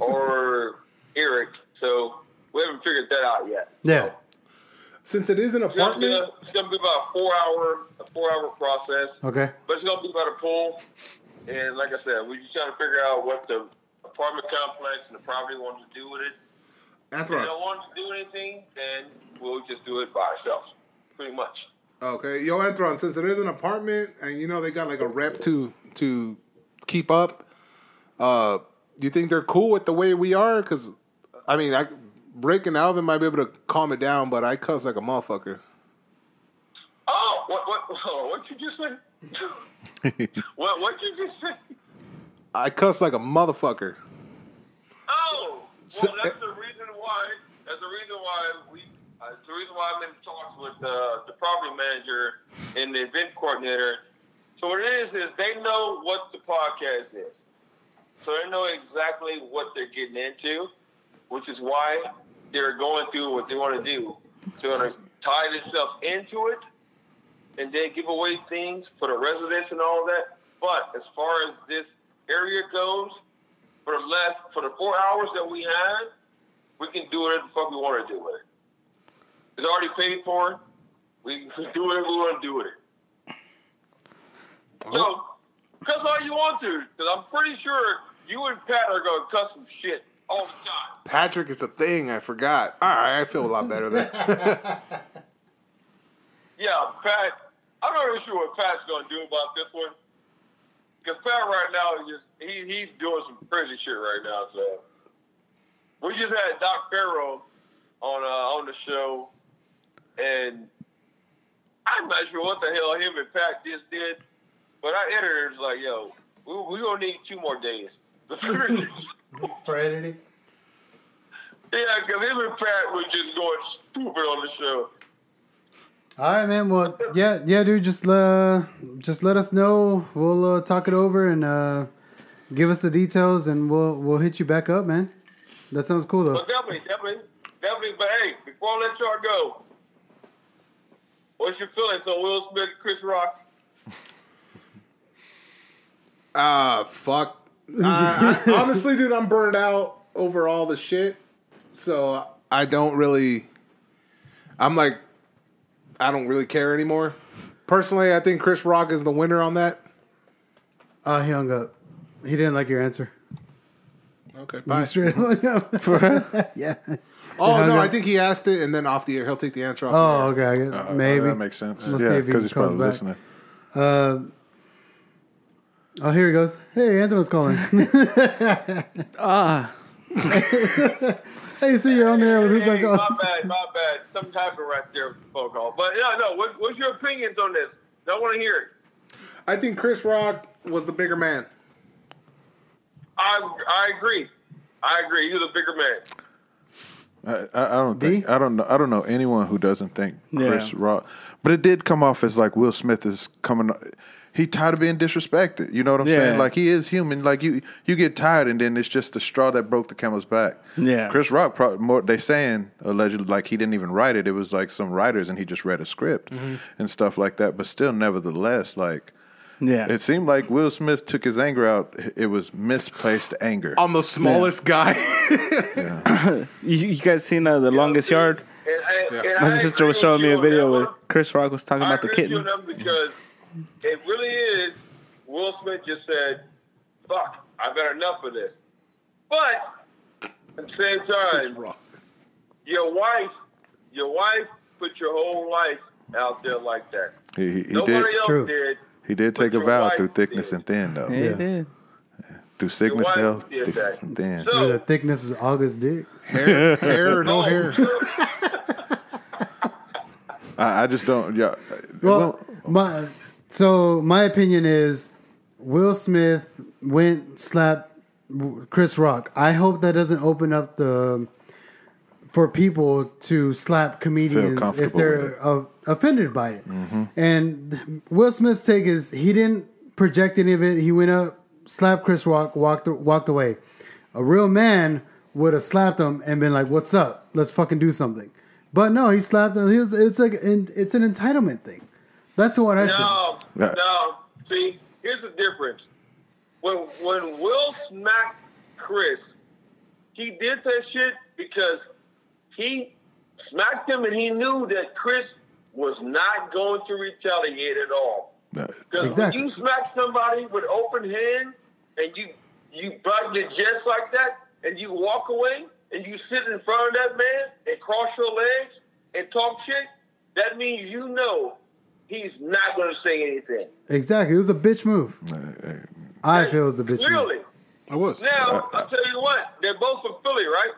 Speaker 8: or Eric. So we haven't figured that out yet.
Speaker 4: Yeah.
Speaker 2: since it is an
Speaker 8: It's going to be,
Speaker 2: apartment,
Speaker 8: a- it's gonna be about a four hour a four hour process,
Speaker 4: Okay.
Speaker 8: but it's going to be about a pool. And like I said, we're just trying to figure out what the apartment complex and the property wants to do with it. If they
Speaker 2: Anthron.
Speaker 8: don't want to do anything, then we'll just do it by ourselves, pretty much.
Speaker 2: Okay, yo, Anthron. Since it is an apartment, and you know they got like a rep to to keep up, uh, you think they're cool with the way we are? Because, I mean, I Rick and Alvin might be able to calm it down, but I cuss like a motherfucker.
Speaker 8: Oh, what what oh, what (laughs) you just say? (laughs) what what you just say?
Speaker 2: I cuss like a motherfucker.
Speaker 8: Oh,
Speaker 2: So-
Speaker 8: well, that's the reason why. That's the reason why we. Uh, it's the reason why I'm in talks with uh, the property manager and the event coordinator. So what it is is they know what the podcast is, so they know exactly what they're getting into, which is why they're going through what they want to do. They're going to tie themselves into it, and then give away things for the residents and all that. But as far as this area goes, for the last for the four hours that we had, we can do whatever the fuck we want to do with it. It's already paid for. We (laughs) can do whatever we want to do with it. So, cuss all you want to, because I'm pretty sure you and Pat are gonna cuss some shit all the time.
Speaker 2: Patrick is a thing. I forgot. All right, I feel a lot better then.
Speaker 8: Yeah, Pat. I'm not really sure what Pat's gonna do about this one, because Pat right now is just he, he's doing some crazy shit right now. So we just had Doc Farrow on uh, on the show, and I'm not sure what the hell him and Pat just did, but our editor was like, "Yo, we (laughs) we gonna need two more days."
Speaker 4: For editing.
Speaker 8: Yeah, because him and Pat were just going stupid on the show.
Speaker 4: All right, man. Well, yeah, yeah, dude. Just uh, just let us know. We'll uh, talk it over and uh, give us the details, and we'll we'll hit you back up, man. That sounds cool though.
Speaker 8: But definitely, definitely, definitely. But hey, before I let y'all go, what's your feelings on Will Smith and Chris Rock?
Speaker 2: Ah, fuck. I, (laughs) I- honestly, dude, I'm burned out over all the shit. So I don't really. I'm like, I don't really care anymore. Personally, I think Chris Rock is the winner on that.
Speaker 4: Uh, he hung up. He didn't like your answer.
Speaker 2: Okay,
Speaker 4: He
Speaker 2: bye.
Speaker 4: straight hung up. (laughs) yeah.
Speaker 2: Oh
Speaker 4: hung
Speaker 2: no,
Speaker 4: up.
Speaker 2: I think he asked it, and then off the air, he'll take the answer off.
Speaker 4: Oh,
Speaker 2: the air.
Speaker 4: okay. I get,
Speaker 6: Uh,
Speaker 4: maybe.
Speaker 6: that makes sense.
Speaker 4: We'll see
Speaker 6: yeah,
Speaker 4: if he
Speaker 6: because he's
Speaker 4: comes
Speaker 6: probably
Speaker 4: back.
Speaker 6: listening.
Speaker 4: Uh, oh, here he goes. Hey, Anthony's calling. (laughs)
Speaker 5: Ah,
Speaker 4: hey, see, you're on there with who's on
Speaker 8: Hey, my
Speaker 4: call.
Speaker 8: bad, my bad. Something happened right there with the phone call. But no, no. What, what's your opinions on this? I want to hear it.
Speaker 2: I think Chris Rock was the bigger man.
Speaker 8: I I agree. I agree. You're the bigger man.
Speaker 6: I, I I don't
Speaker 4: D?
Speaker 6: think I don't know I don't know anyone who doesn't think
Speaker 5: Yeah.
Speaker 6: Chris Rock, but it did come off as like Will Smith is coming. He tired of being disrespected. You know what I'm
Speaker 5: Yeah.
Speaker 6: saying? Like he is human. Like you you get tired, and then it's just the straw that broke the camel's back.
Speaker 5: Yeah.
Speaker 6: Chris Rock probably more. They saying allegedly like he didn't even write it. It was like some writers, and he just read a script
Speaker 5: Mm-hmm.
Speaker 6: and stuff like that. But still, nevertheless, like.
Speaker 5: yeah.
Speaker 6: It seemed like Will Smith took his anger out. It was misplaced anger.
Speaker 4: Oh.
Speaker 2: I'm the smallest guy.
Speaker 5: you, you guys seen uh, the longest yard?
Speaker 8: And, and,
Speaker 2: Yeah.
Speaker 8: and
Speaker 5: My
Speaker 8: I
Speaker 5: sister was
Speaker 8: agree
Speaker 5: showing
Speaker 8: with
Speaker 5: me
Speaker 8: you
Speaker 5: a
Speaker 8: on
Speaker 5: video
Speaker 8: that
Speaker 5: where
Speaker 8: one.
Speaker 5: Chris Rock was talking
Speaker 8: I
Speaker 5: about the
Speaker 8: agree with you on
Speaker 5: kittens.
Speaker 8: that because it really is. Will Smith just said, "Fuck, I've had enough of this." But at the
Speaker 2: (laughs)
Speaker 8: same
Speaker 2: Chris
Speaker 8: time,
Speaker 2: Rock.
Speaker 8: your wife, your wife put your whole life out there like that.
Speaker 6: He, he, he did.
Speaker 8: Nobody else
Speaker 4: True.
Speaker 8: did.
Speaker 6: He did
Speaker 8: But
Speaker 6: take a
Speaker 8: your
Speaker 6: vow
Speaker 8: wife
Speaker 6: through thickness
Speaker 8: did.
Speaker 6: and thin, though.
Speaker 5: Yeah,
Speaker 4: Yeah.
Speaker 5: it did.
Speaker 6: Through sickness,
Speaker 8: wife
Speaker 6: health,
Speaker 8: did
Speaker 6: thickness
Speaker 8: that.
Speaker 6: and thin.
Speaker 8: So-
Speaker 4: Dude, the thickness is August dick.
Speaker 2: Hair, hair, no
Speaker 8: Oh,
Speaker 2: hair.
Speaker 8: (laughs)
Speaker 6: I, I just don't. Yeah.
Speaker 4: Well, my so my opinion is Will Smith went slapped Chris Rock. I hope that doesn't open up the for people to slap comedians if
Speaker 6: comfortable with
Speaker 4: they're
Speaker 6: it. Mm-hmm.
Speaker 4: uh, offended by it. And Will Smith's take is he didn't project any of it. He went up, slapped Chris Rock, walked walked away. A real man would have slapped him and been like, "What's up? Let's fucking do something." But no, he slapped him. He was, it's like an, it's an entitlement thing. That's what I think.
Speaker 8: No,
Speaker 6: Yeah.
Speaker 8: no. See, here's the difference. When when Will smacked Chris, he did that shit because he smacked him and he knew that Chris was not going to retaliate at all. Because
Speaker 4: Exactly.
Speaker 8: when you smack somebody with open hand and you you button it just like that and you walk away and you sit in front of that man and cross your legs and talk shit, that means you know he's not going to say anything.
Speaker 4: Exactly. It was a bitch move. I feel it was a bitch move.
Speaker 8: Really?
Speaker 2: I was.
Speaker 6: Uh,
Speaker 8: Now I'll tell you what, they're both from Philly, right?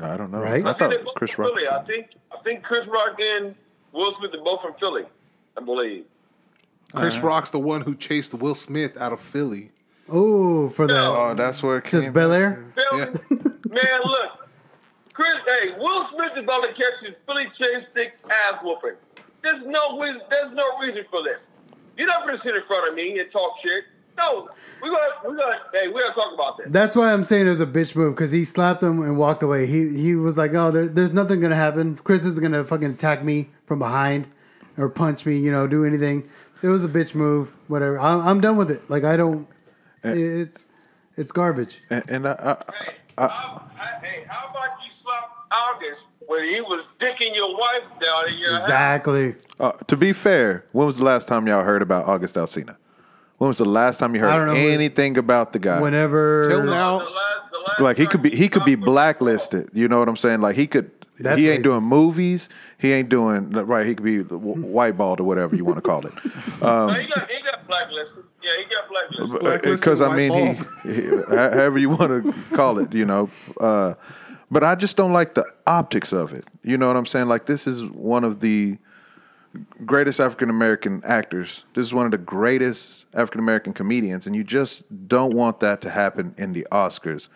Speaker 6: I don't know.
Speaker 4: Right?
Speaker 6: I
Speaker 8: I think
Speaker 6: thought
Speaker 8: they're both
Speaker 6: Chris
Speaker 8: from
Speaker 6: Rock.
Speaker 8: Philly. I think I think Chris Rock and Will Smith are both from Philly, I believe.
Speaker 2: Chris Rock's the one who chased Will Smith out of Philly. (laughs)
Speaker 4: Oh, for that.
Speaker 8: No.
Speaker 6: Oh, that's where it
Speaker 4: Just
Speaker 6: came.
Speaker 4: Bel Air.
Speaker 8: Philly,
Speaker 2: Yeah.
Speaker 8: man, look, Chris. Hey, Will Smith is about to catch his Philly chase stick ass whooping. There's no reason. There's no reason for this. You're not gonna sit in front of me and talk shit. No, we're gonna, we're gonna, hey, we're gonna talk about this.
Speaker 4: (laughs) That's why I'm saying it was a bitch move because he slapped him and walked away. He he was like, oh, there, there's nothing gonna happen. Chris is gonna fucking attack me from behind or punch me, you know, do anything. It was a bitch move. Whatever. I'm, I'm done with it. Like I don't. It's it's garbage.
Speaker 6: And, and I, I,
Speaker 8: Hey, how, I, hey, how about you slap August when he was dicking your wife down in your house?
Speaker 4: Exactly.
Speaker 6: uh, to be fair, when was the last time y'all heard about August Alsina? When was the last time you
Speaker 4: I don't
Speaker 6: heard
Speaker 4: know.
Speaker 6: anything about the guy?
Speaker 4: Whenever.
Speaker 2: Till now.
Speaker 8: The last- the last
Speaker 6: like he
Speaker 8: time
Speaker 6: could be he could be
Speaker 8: slapped was-
Speaker 6: blacklisted. You know what I'm saying? Like he could.
Speaker 4: That's
Speaker 6: he ain't doing
Speaker 4: racist.
Speaker 6: movies. He ain't doing right. He could
Speaker 4: (laughs)
Speaker 6: be white balled or whatever you want to call it.
Speaker 8: No,
Speaker 6: Um,
Speaker 8: he got, he got blacklisted. Yeah, he got blacklisted.
Speaker 2: Blacklisted,
Speaker 6: because I
Speaker 2: white
Speaker 6: mean, he, (laughs) he- however you want to call it, you know. Uh, but I just don't like the optics of it. You know what I'm saying? Like this is one of the greatest African American actors. This is one of the greatest African American comedians, and you just don't want that to happen in the Oscars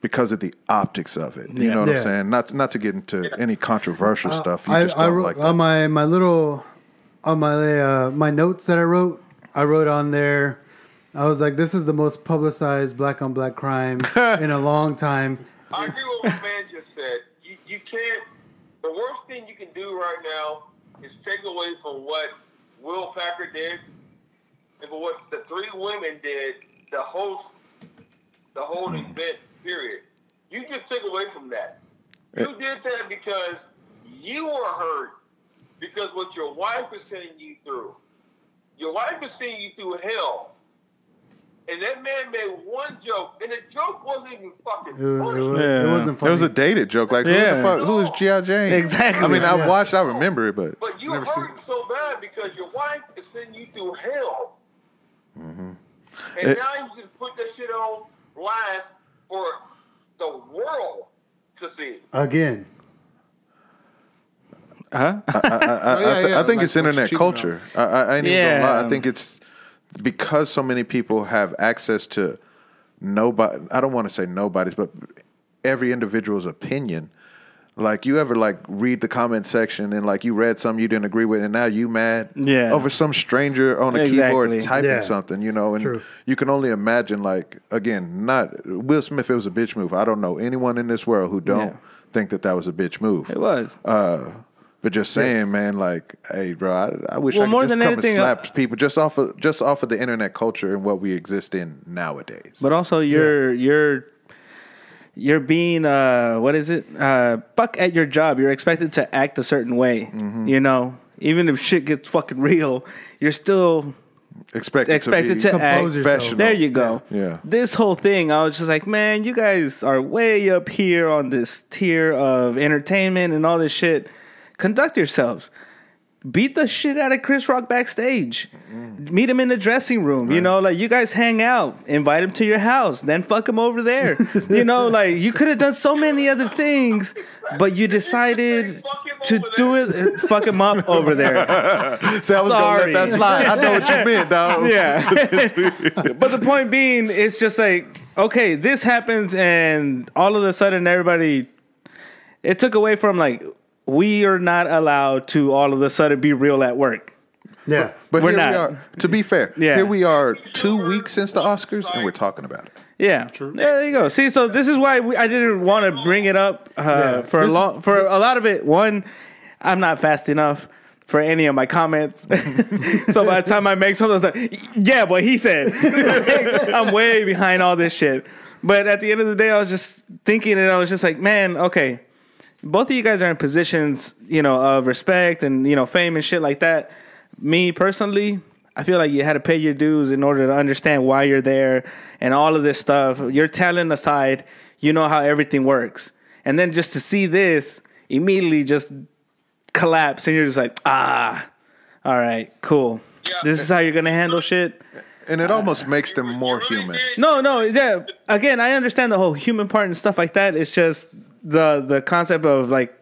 Speaker 6: because of the optics of it. You
Speaker 5: Yeah.
Speaker 6: know what
Speaker 4: Yeah.
Speaker 6: I'm saying? Not not to get into any controversial stuff. You
Speaker 4: I,
Speaker 6: just
Speaker 4: I
Speaker 6: don't
Speaker 4: wrote
Speaker 6: like
Speaker 4: on my my little on my uh, my notes that I wrote. I wrote on there. I was like, "This is the most publicized black on black
Speaker 6: (laughs)
Speaker 4: crime in a long time."
Speaker 8: I agree with what man just said. You, you can't. The worst thing you can do right now is take away from what Will Packer did and for what the three women did. The whole, the whole event. Period. You just took away from that. You did that because you were hurt because what your wife is sending you through. Your wife is seeing you through hell. And that man made one joke, and the joke wasn't even fucking
Speaker 4: It, wa- it
Speaker 8: funny.
Speaker 4: wa- it
Speaker 5: Yeah.
Speaker 4: wasn't
Speaker 6: It
Speaker 4: funny.
Speaker 6: was a dated joke. Like, who
Speaker 5: Yeah.
Speaker 6: the fuck? Who is G.I. Jane?
Speaker 5: Exactly.
Speaker 6: I mean,
Speaker 4: Yeah.
Speaker 6: I watched, I remember it, but
Speaker 8: But you
Speaker 2: Never seen
Speaker 8: hurt so bad because your wife is sending you through hell. And
Speaker 6: Mm-hmm. It-
Speaker 8: now you just put that shit on lines for the world to see.
Speaker 4: Again,
Speaker 5: Huh?
Speaker 6: I, I,
Speaker 2: Oh, yeah,
Speaker 6: th-
Speaker 2: yeah,
Speaker 6: I think
Speaker 2: like
Speaker 6: it's
Speaker 2: what you
Speaker 6: internet
Speaker 2: cheating
Speaker 6: culture. I, I, I ain't even gonna lie.
Speaker 5: Yeah.
Speaker 6: I think it's because so many people have access to nobody. I don't want to say nobody's, but every individual's opinion. Like you ever like read the comment section and like you read something you didn't agree with and now you mad
Speaker 5: Yeah.
Speaker 6: over some stranger on a
Speaker 5: Exactly.
Speaker 6: keyboard typing
Speaker 4: Yeah.
Speaker 6: something you know and
Speaker 4: True.
Speaker 6: you can only imagine like again not Will Smith it was a bitch move I don't know anyone in this world who don't
Speaker 5: Yeah.
Speaker 6: think that that was a bitch move
Speaker 5: It was.
Speaker 6: uh, but just saying, man, like, hey, bro, I, I wish
Speaker 5: Well,
Speaker 6: I could
Speaker 5: more
Speaker 6: just
Speaker 5: than
Speaker 6: come
Speaker 5: anything, uh,
Speaker 6: and slap people just off of just off of the internet culture and what we exist in nowadays.
Speaker 5: But also, you're you're you're being uh, what is it? Uh, buck at your job. You're expected to act a certain way. You know, even if shit gets fucking real, you're still
Speaker 6: expected,
Speaker 5: expected
Speaker 6: be
Speaker 5: to act.
Speaker 4: Compose yourself.
Speaker 6: professional.
Speaker 5: There you go.
Speaker 6: Yeah.
Speaker 5: This whole thing, I was just like, man, you guys are way up here on this tier of entertainment and all this shit. Conduct yourselves. Beat the shit out of Chris Rock backstage. Meet him in the dressing room. You know, like you guys hang out. Invite him to your house. Then fuck him over there. you know, like you could have done so many other things, but you decided
Speaker 8: Fuck him
Speaker 5: to
Speaker 8: over
Speaker 5: do it. Fuck him up over there.
Speaker 6: So I was
Speaker 5: Sorry.
Speaker 6: gonna let that slide. I know what you meant, dog.
Speaker 5: (laughs)
Speaker 6: (laughs)
Speaker 5: Yeah. but the point being, it's just like, okay, this happens, and all of a sudden, everybody, it took away from like, we are not allowed to all of a sudden be real at work.
Speaker 4: yeah,
Speaker 6: But
Speaker 5: We're
Speaker 6: here
Speaker 5: not.
Speaker 6: we are. To be fair,
Speaker 5: Yeah.
Speaker 6: here we are two weeks since the Oscars, and we're talking about it.
Speaker 5: Yeah. There you go. See, so this is why we, I didn't want to bring it up uh, for a
Speaker 4: this
Speaker 5: long,
Speaker 4: is-
Speaker 5: for a lot of it. One, I'm not fast enough. For any of
Speaker 4: (laughs)
Speaker 5: my comments, (laughs) so by the time I make something, I was like, "Yeah, but he said." (laughs) I'm way behind all this shit. But at the end of the day, I was just thinking, and I was just like, "Man, okay, both of you guys are in positions, you know, of respect and you know, fame and shit like that. Me personally, I feel like you had to pay your dues in order to understand why you're there and all of this stuff. Your talent aside, you know how everything works. And then just to see this immediately just collapse, and you're just like, ah, all right, cool. This is how you're gonna handle shit.
Speaker 6: And it almost makes them more
Speaker 8: You really
Speaker 6: human.
Speaker 8: did.
Speaker 5: No, no. Yeah. Again, I understand the whole human part and stuff like that. It's just the the concept of like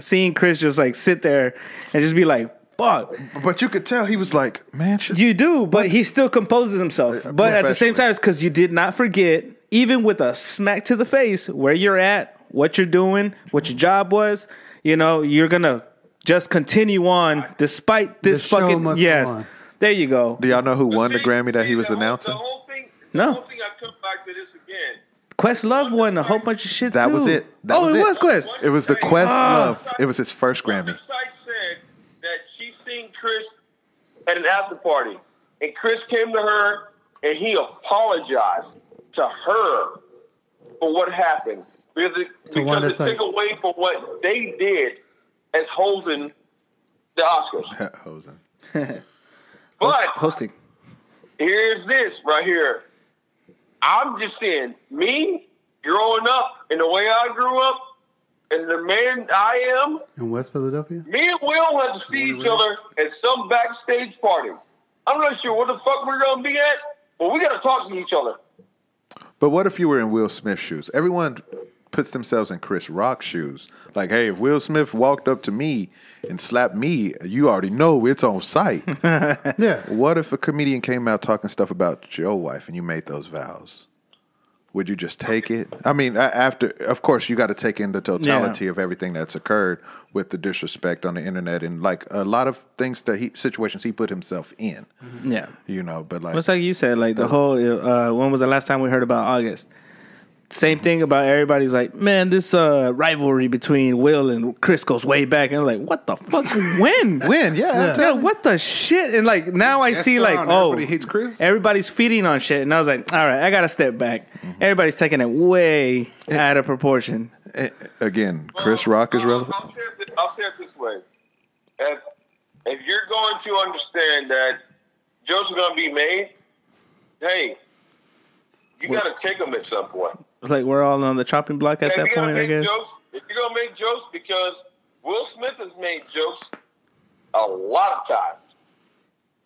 Speaker 5: seeing Chris just like sit there and just be like, "Fuck,
Speaker 6: But you could tell he was like, man, shit.
Speaker 5: you do," but he still composes himself. But at the same time, it's because you did not forget, even with a smack to the face, where you're at, what you're doing, what your job was. You know, you're gonna just continue on despite this
Speaker 4: show
Speaker 5: fucking
Speaker 4: must go
Speaker 5: yes.
Speaker 4: on.
Speaker 5: There you go.
Speaker 6: do y'all know who won the
Speaker 8: thing-
Speaker 6: Grammy that
Speaker 8: see,
Speaker 6: he was
Speaker 8: the whole-
Speaker 6: announcing?
Speaker 8: The whole thing,
Speaker 5: No.
Speaker 8: the whole thing I took back to this again.
Speaker 5: Questlove won a whole bunch of shit.
Speaker 6: That was
Speaker 5: too.
Speaker 6: it. That
Speaker 5: oh,
Speaker 6: was
Speaker 5: it,
Speaker 6: it.
Speaker 5: was Quest.
Speaker 6: It was the Quest
Speaker 5: Ah.
Speaker 6: Love. It was his first Grammy.
Speaker 8: The site said that she seen Chris at an after party, and Chris came to her and he apologized to her for what happened because it,
Speaker 4: Wanda
Speaker 8: because it took
Speaker 4: Sykes.
Speaker 8: away from what they did as hosing the Oscars.
Speaker 6: Hosen.
Speaker 8: But
Speaker 5: hosting.
Speaker 8: here's this right here. I'm just saying, me growing up and the way I grew up and the man I am,
Speaker 4: in West Philadelphia.
Speaker 8: me and Will had to see each other at some backstage party. I'm not sure what the fuck we're gonna be at, but we gotta talk to each other.
Speaker 6: But what if you were in Will Smith's shoes? Everyone puts themselves in Chris Rock's shoes. Like, hey, if Will Smith walked up to me and slapped me, you already know it's
Speaker 5: (laughs)
Speaker 6: on site.
Speaker 4: Yeah,
Speaker 6: what if a comedian came out talking stuff about your wife and you made those vows? Would you just take it? I mean, a- after, of course, you got to take in the totality of everything that's occurred with the disrespect on the internet and like a lot of things that he situations he put himself in.
Speaker 5: Yeah.
Speaker 6: You know, but
Speaker 5: Mm-hmm.
Speaker 6: like,
Speaker 5: Well, it's like you said, like the whole uh, when was the last time we heard about August? Same thing about everybody's like, man, this uh, rivalry between Will and Chris goes way back, and I'm like, what the fuck? When?
Speaker 6: win, yeah, I'm
Speaker 5: Yeah,
Speaker 6: telling you.
Speaker 5: what the shit? And like now I
Speaker 2: Yes,
Speaker 5: see
Speaker 2: sir,
Speaker 5: like
Speaker 2: and
Speaker 5: oh,
Speaker 2: everybody hates Chris.
Speaker 5: Everybody's feeding on shit, and I was like, all right, I gotta step back. Everybody's taking it way out of proportion.
Speaker 6: Eh, again, Chris
Speaker 8: Well,
Speaker 6: Rock is
Speaker 8: I'll-
Speaker 6: relevant.
Speaker 8: I'll say, it, thi- I'll say it this way: if if you're going to understand that jokes are going to be made, hey, you got to take them at some point.
Speaker 5: It's like we're all on the chopping block at that
Speaker 8: If you're gonna
Speaker 5: point, I
Speaker 8: make
Speaker 5: guess.
Speaker 8: Jokes, if you're gonna make jokes, because Will Smith has made jokes a lot of times.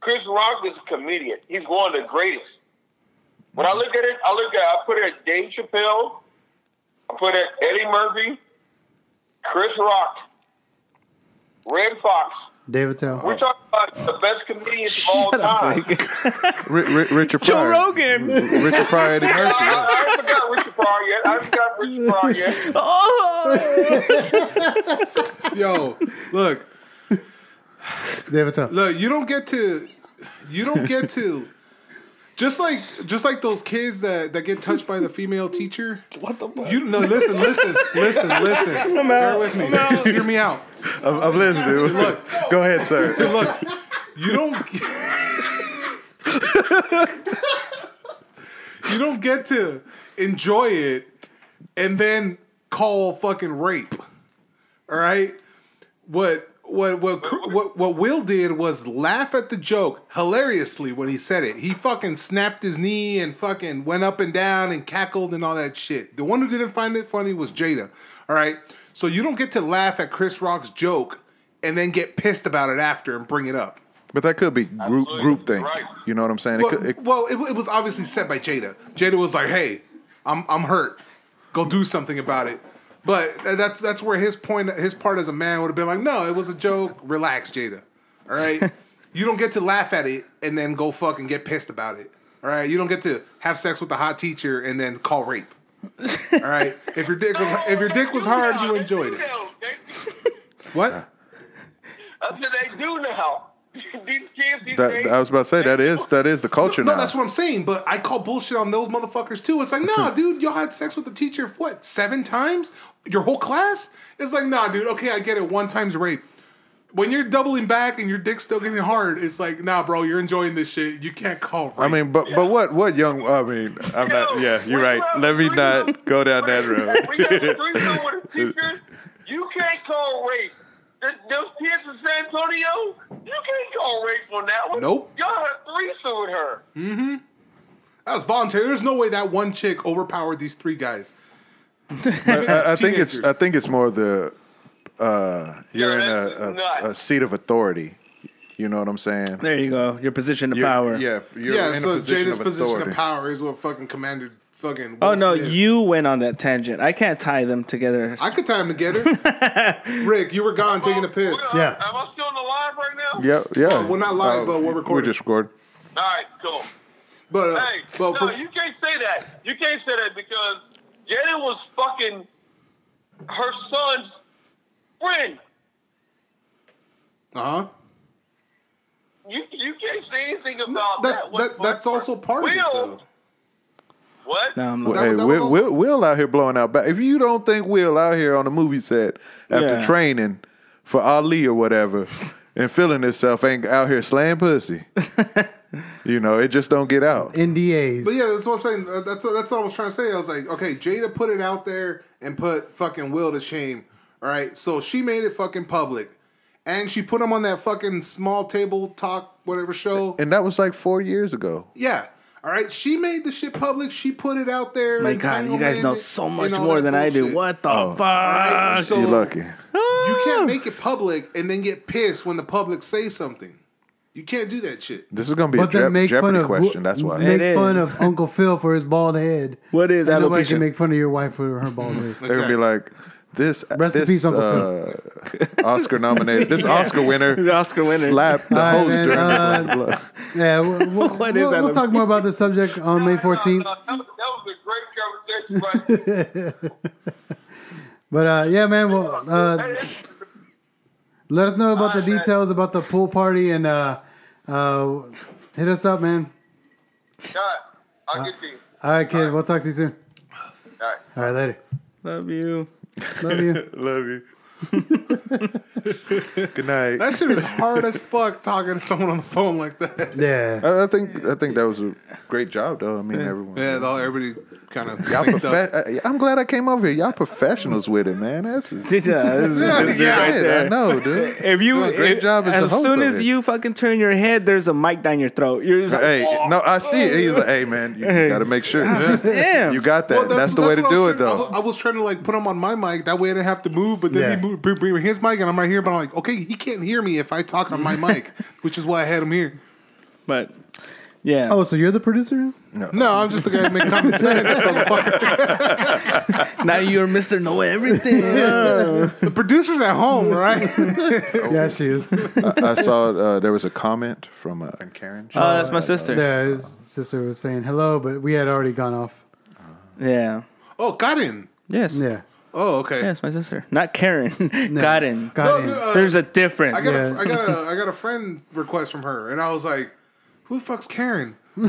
Speaker 8: Chris Rock is a comedian. He's one of the greatest. When I look at it, I look at I put it at Dave Chappelle, I put it at Eddie Murphy, Chris Rock, Red Fox.
Speaker 4: David Tell.
Speaker 2: Oh.
Speaker 8: We're talking about the best comedians of
Speaker 2: (laughs)
Speaker 8: all
Speaker 5: Shut up,
Speaker 8: time.
Speaker 5: Mike.
Speaker 6: Ri- Ri- Richard
Speaker 5: Joe
Speaker 6: Pryor.
Speaker 5: Rogan. (laughs)
Speaker 6: (laughs) Richard Pryor, Eddie
Speaker 8: I,
Speaker 6: Murphy. yeah.
Speaker 8: I, I haven't got Richard Pryor yet. I haven't got Richard
Speaker 5: oh,
Speaker 8: Pryor yet.
Speaker 2: Yo, look,
Speaker 4: David Tell.
Speaker 2: look, you don't get to, you don't get (laughs) to, just like, just like those kids that that get touched by the female teacher. What the? Fuck? You no, listen, listen, listen, listen. (laughs) Bear with me. Just hear me out.
Speaker 6: I'm, I'm listening. Look, (laughs) go ahead, sir.
Speaker 2: Look, you don't. you don't get to enjoy it and then call fucking rape. All right. What what what Cr- what what Will did was laugh at the joke hilariously when he said it. He fucking snapped his knee and fucking went up and down and cackled and all that shit. The one who didn't find it funny was Jada. All right. So you don't get to laugh at Chris Rock's joke and then get pissed about it after and bring it up.
Speaker 6: But that could be group
Speaker 8: Absolutely.
Speaker 6: group thing.
Speaker 8: Right.
Speaker 6: You know what I'm saying? It
Speaker 2: Well,
Speaker 6: could, it,
Speaker 2: well, it, it was obviously said by Jada. Jada was like, "Hey, I'm I'm hurt. Go do something about it." But tha- that's that's where his point, his part as a man would have been like, "No, it was a joke. Relax, Jada. All right, you don't get to laugh at it and then go fucking get pissed about it. All right, you don't get to have sex with the hot teacher and then call rape. All right, (laughs) if your dick was if your dick
Speaker 8: (laughs)
Speaker 2: was hard, you enjoyed it. What?
Speaker 8: I said they do now. (laughs) these kids these
Speaker 6: that,
Speaker 8: days.
Speaker 6: I was about to say that is that is the culture
Speaker 2: No,
Speaker 6: now.
Speaker 2: that's what I'm saying. But I call bullshit on those motherfuckers too.
Speaker 6: (laughs)
Speaker 2: It's like, nah, dude, y'all had sex with the teacher what seven times? Your whole class? It's like, nah, dude. Okay, I get it. One time's rape. When you're doubling back and your dick's still getting hard, it's like, nah, bro, you're enjoying this shit. You can't call rape.
Speaker 6: I mean, but but what what young? I mean, I'm not. Yeah, you're right. Let me not go down that
Speaker 8: We got a
Speaker 6: road. (laughs)
Speaker 8: threesome with a teacher. You can't call rape. Th- Those kids in San Antonio, you can't call rape on that one.
Speaker 2: Nope.
Speaker 8: Y'all had a threesome with her.
Speaker 2: that was voluntary. There's no way that one chick overpowered these three guys.
Speaker 6: I, I think it's
Speaker 2: Teenagers.
Speaker 6: I think it's more the uh, you're in
Speaker 8: that's nuts.
Speaker 6: a, a, a seat of authority. You know what I'm saying?
Speaker 5: there you go. Your position of
Speaker 6: You're-
Speaker 5: power.
Speaker 6: Yeah, you're
Speaker 2: yeah,
Speaker 6: in
Speaker 2: so
Speaker 6: a position
Speaker 2: Jada's
Speaker 6: of
Speaker 2: position
Speaker 6: authority.
Speaker 2: of power is what fucking Commander fucking.
Speaker 5: Oh
Speaker 2: Will
Speaker 5: no,
Speaker 2: Smith.
Speaker 5: you went on that tangent. I can't tie them together.
Speaker 2: I could tie them
Speaker 6: (laughs)
Speaker 2: together. Rick, you were gone taking a piss.
Speaker 8: We are-
Speaker 4: Yeah.
Speaker 8: Am I still on the live right now?
Speaker 6: Yeah, yeah.
Speaker 2: Oh, we're not live, but we're recording.
Speaker 6: We just recorded.
Speaker 8: All right, cool.
Speaker 2: But, uh,
Speaker 8: Hey,
Speaker 2: but
Speaker 8: no,
Speaker 2: for,
Speaker 8: you can't say that. You can't say that because Jada was fucking her son's friend.
Speaker 2: uh huh.
Speaker 8: You you can't say anything about
Speaker 2: that-
Speaker 8: that.
Speaker 2: that- that's also part of it, though.
Speaker 8: What?
Speaker 5: No, I'm
Speaker 6: Well,
Speaker 5: like,
Speaker 2: That-
Speaker 6: hey,
Speaker 2: that
Speaker 6: Will,
Speaker 2: was also-
Speaker 6: Will, Will out here blowing out back. If you don't think Will out here on the movie set after
Speaker 5: Yeah.
Speaker 6: training for Ali or whatever and feeling himself ain't out here slaying
Speaker 5: (laughs)
Speaker 6: pussy, you know, it just don't get out.
Speaker 4: NDAs.
Speaker 2: But yeah, that's what I'm saying. Uh, That's that's what I was trying to say. I was like, okay, Jada put it out there and put fucking Will to shame. All right, so she made it fucking public, and she put him on that fucking small table talk whatever show.
Speaker 6: And that was like four years ago.
Speaker 2: Yeah. All right, she made the shit public. She put it out there.
Speaker 5: oh my God, you guys
Speaker 2: entanglement
Speaker 5: know so
Speaker 2: and
Speaker 5: much
Speaker 2: all
Speaker 5: more
Speaker 2: that
Speaker 5: than I do.
Speaker 2: bullshit.
Speaker 5: What the fuck?
Speaker 2: Right, so
Speaker 6: You're lucky.
Speaker 2: You can't make it public and then get pissed when the public say something. You can't do that shit.
Speaker 6: This is going to be
Speaker 4: But
Speaker 6: a
Speaker 4: then
Speaker 6: Jep-
Speaker 4: make fun
Speaker 6: Jeopardy
Speaker 4: of
Speaker 6: question. That's why.
Speaker 4: make
Speaker 5: It
Speaker 4: fun
Speaker 5: is.
Speaker 4: of Uncle Phil for his bald head.
Speaker 5: What is
Speaker 4: And nobody can
Speaker 5: alopecia?
Speaker 4: make fun of your wife for her bald
Speaker 6: (laughs)
Speaker 4: head.
Speaker 6: They're going to be like, this,
Speaker 4: Rest in
Speaker 6: this,
Speaker 4: peace, Uncle
Speaker 6: uh, Oscar
Speaker 4: (laughs)
Speaker 6: nominated, this Oscar winner,
Speaker 5: The Oscar winner.
Speaker 6: slapped the
Speaker 4: All right,
Speaker 6: host
Speaker 4: man,
Speaker 6: during
Speaker 4: uh,
Speaker 6: the Black Blood.
Speaker 4: (laughs) Yeah, we'll, we'll,
Speaker 5: What is
Speaker 4: we'll,
Speaker 5: that
Speaker 4: we'll talk more about this subject on May
Speaker 8: No, no,
Speaker 4: 14th.
Speaker 8: no, that was- that was a great right.
Speaker 4: But uh, yeah, man. Well, uh, let us know about the
Speaker 8: All right, man.
Speaker 4: details about the pool party and uh, uh, hit us up, man.
Speaker 8: God, I'll get to you.
Speaker 4: All right, kid. We'll talk to you soon.
Speaker 8: All right.
Speaker 4: All right, later.
Speaker 5: Love you.
Speaker 4: Love you.
Speaker 6: (laughs) Love you. Good night.
Speaker 2: That shit is hard as fuck talking to someone on the phone like that.
Speaker 4: (laughs) Yeah.
Speaker 6: I I think I think that was a great job, though. I mean, everyone.
Speaker 2: Yeah, though everybody kind of
Speaker 6: Y'all
Speaker 2: synced up.
Speaker 6: profe- I- I'm glad I came over here. Y'all professionals with it, man. That's
Speaker 5: Yeah, this is-
Speaker 6: yeah,
Speaker 5: this is right
Speaker 6: I
Speaker 5: there.
Speaker 6: know, dude.
Speaker 5: If you,
Speaker 6: Doing a great
Speaker 5: if-
Speaker 6: job as, the
Speaker 5: as
Speaker 6: host
Speaker 5: soon
Speaker 6: of
Speaker 5: as
Speaker 6: it.
Speaker 5: you fucking turn your head, there's a mic down your throat. You're just like,
Speaker 6: hey, no, I see it. He's like, hey, man, you
Speaker 5: Hey.
Speaker 6: got to make
Speaker 5: (laughs)
Speaker 6: sure
Speaker 5: damn.
Speaker 6: you got that.
Speaker 2: Well,
Speaker 6: that's, the way to
Speaker 2: what I
Speaker 6: do
Speaker 2: was
Speaker 6: it,
Speaker 2: trying- I
Speaker 6: though.
Speaker 2: was, I was trying to like put him on my mic. That way I didn't have to move. But then
Speaker 4: Yeah.
Speaker 2: he moved, bring, bring his mic, and I'm right here. But I'm like, okay, he can't hear me if I talk on my mic,
Speaker 6: (laughs)
Speaker 2: which is why I had him here.
Speaker 5: but yeah.
Speaker 4: Oh, so you're the producer now?
Speaker 2: No, I'm just the guy who makes
Speaker 6: (laughs)
Speaker 2: common sense. motherfucker.
Speaker 5: now you're Mr. Know Everything.
Speaker 2: the producer's at home,
Speaker 6: (laughs)
Speaker 2: right?
Speaker 4: (laughs)
Speaker 2: (laughs)
Speaker 4: Yeah, she is.
Speaker 6: I, I saw uh, there was a comment from uh, Karen.
Speaker 5: oh, that's my sister.
Speaker 4: Yeah, his sister was saying hello, but we had already gone off.
Speaker 5: Yeah.
Speaker 2: oh, Karin.
Speaker 5: Yes. Yeah.
Speaker 4: Yeah.
Speaker 2: Oh, okay.
Speaker 5: Yes, my sister. Not Karen. (laughs)
Speaker 4: No.
Speaker 5: Gotten.
Speaker 2: No,
Speaker 4: Got
Speaker 2: dude,
Speaker 4: in.
Speaker 2: uh,
Speaker 5: There's a difference.
Speaker 2: I got,
Speaker 4: Yeah.
Speaker 2: a, I got a I got a friend request from her, and I was like, "Who the fuck's Karen?" (laughs) I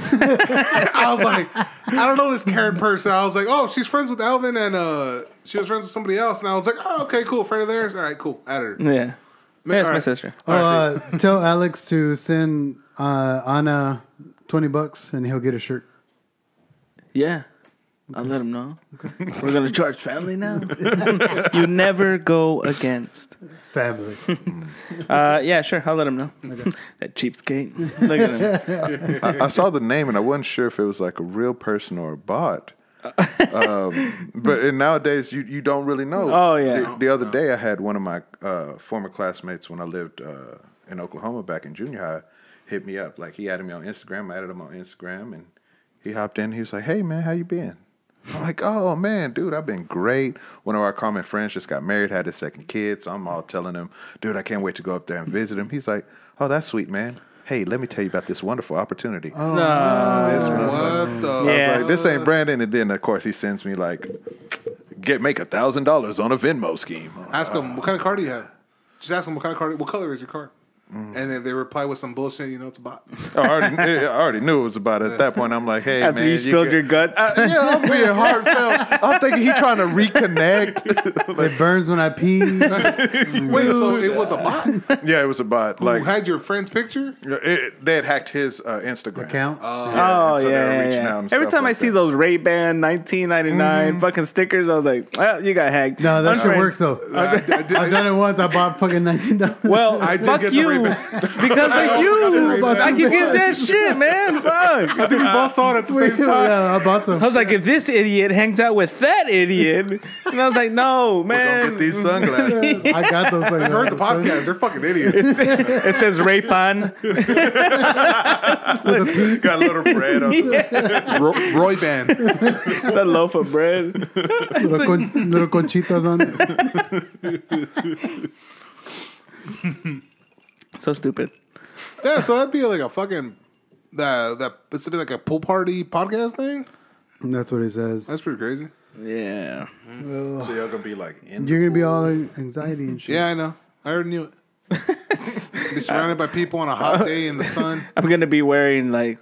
Speaker 2: was like, "I don't know this Karen person." I was like, "Oh, she's friends with Alvin, and uh, she was friends with somebody else." And I was like, "Oh, okay, cool, friend of theirs. All right, cool, add her."
Speaker 5: yeah. Yeah, it's my
Speaker 2: Alright.
Speaker 5: sister.
Speaker 4: Oh, uh, tell Alex to send uh, Anna twenty bucks, and he'll get a shirt.
Speaker 5: Yeah. I'll let him know. (laughs) We're going to charge family (laughs) now. you never go against.
Speaker 4: Family.
Speaker 5: Uh, yeah, sure. I'll let him know. (laughs) that cheapskate. Look at (laughs) him.
Speaker 6: I, I saw the name and I wasn't sure if it was like a real person or a bot. um, but and nowadays you, you don't really know.
Speaker 5: Oh, yeah.
Speaker 6: The, the other day I had one of my uh, former classmates when I lived uh, in Oklahoma back in junior high hit me up. Like he added me on Instagram. I added him on Instagram and he hopped in. He was like, "Hey man, how you been?" I'm like, "Oh man, dude, I've been great." One of our common friends just got married, had his second kid, so I'm all telling him, "Dude, I can't wait to go up there and visit him." He's like, "Oh, that's sweet, man." Hey, let me tell you about this wonderful opportunity.
Speaker 5: Oh,
Speaker 2: What the?
Speaker 5: Yeah.
Speaker 6: Like, this ain't Brandon. And then, of course, he sends me like, get make a thousand dollars on a Venmo scheme.
Speaker 2: Ask them what kind of car do you have. Just ask them what kind of car. What color is your car? And then they reply with some bullshit. You know, it's a bot. (laughs)
Speaker 6: I already, I already knew it was about it. At that point, I'm like, hey,
Speaker 5: After
Speaker 6: man,
Speaker 5: you spilled
Speaker 6: could-
Speaker 5: your guts.
Speaker 6: I- yeah, I'm being (laughs) heartfelt. I'm thinking he's trying to
Speaker 5: (laughs)
Speaker 6: reconnect.
Speaker 4: it burns when I pee. (laughs)
Speaker 2: Wait, so it was a bot
Speaker 6: yeah, it was about
Speaker 2: who
Speaker 6: like
Speaker 2: had your friend's picture?
Speaker 6: it, they had hacked his uh, Instagram
Speaker 4: Account.
Speaker 5: Oh
Speaker 6: so
Speaker 5: yeah,
Speaker 6: they're
Speaker 5: yeah,
Speaker 6: reaching
Speaker 5: yeah.
Speaker 6: out and
Speaker 5: Every
Speaker 6: stuff
Speaker 5: time I
Speaker 6: like
Speaker 5: see
Speaker 6: that.
Speaker 5: those Ray Ban 1999 fucking stickers, I was like, "Well, you got hacked."
Speaker 4: no, that shit
Speaker 5: Unfriend.
Speaker 4: works though.
Speaker 2: I, I did,
Speaker 4: I've done it once. I bought fucking nineteen dollars.
Speaker 5: Well,
Speaker 2: I did
Speaker 5: fuck
Speaker 2: get the
Speaker 5: you
Speaker 2: Ray-Bans.
Speaker 5: (laughs) because
Speaker 2: I
Speaker 5: of
Speaker 2: also got the
Speaker 5: you.
Speaker 2: Ray-Bans.
Speaker 5: I can get that shit,
Speaker 4: (laughs)
Speaker 5: man. Fuck.
Speaker 2: we both saw it at the same
Speaker 4: (laughs)
Speaker 2: time.
Speaker 4: yeah, I bought
Speaker 5: (laughs)
Speaker 4: some.
Speaker 5: I was like, if this idiot hangs out with that
Speaker 4: (laughs)
Speaker 5: idiot, and I was like, no,
Speaker 6: We're gonna get
Speaker 5: man. (laughs)
Speaker 6: these sunglasses.
Speaker 4: I got those. Like, uh,
Speaker 2: I
Speaker 4: (laughs)
Speaker 2: heard the podcast. They're fucking idiots.
Speaker 5: It says Ray Ban.
Speaker 6: Got a little bread
Speaker 2: (laughs)
Speaker 6: on.
Speaker 2: Roy, Roy Band.
Speaker 5: It's a loaf of bread.
Speaker 4: Little, con- little conchitas on it. (laughs)
Speaker 5: So stupid.
Speaker 2: Yeah, so that'd be like a fucking that that it's be like a pool party podcast thing.
Speaker 4: And that's what it says.
Speaker 2: That's pretty crazy.
Speaker 5: Yeah.
Speaker 6: So y'all gonna be like, in
Speaker 4: You're gonna be all anxiety and shit.
Speaker 2: Yeah, I know. I already knew (laughs) it. be surrounded by people on a hot day in the sun.
Speaker 5: I'm gonna be wearing like,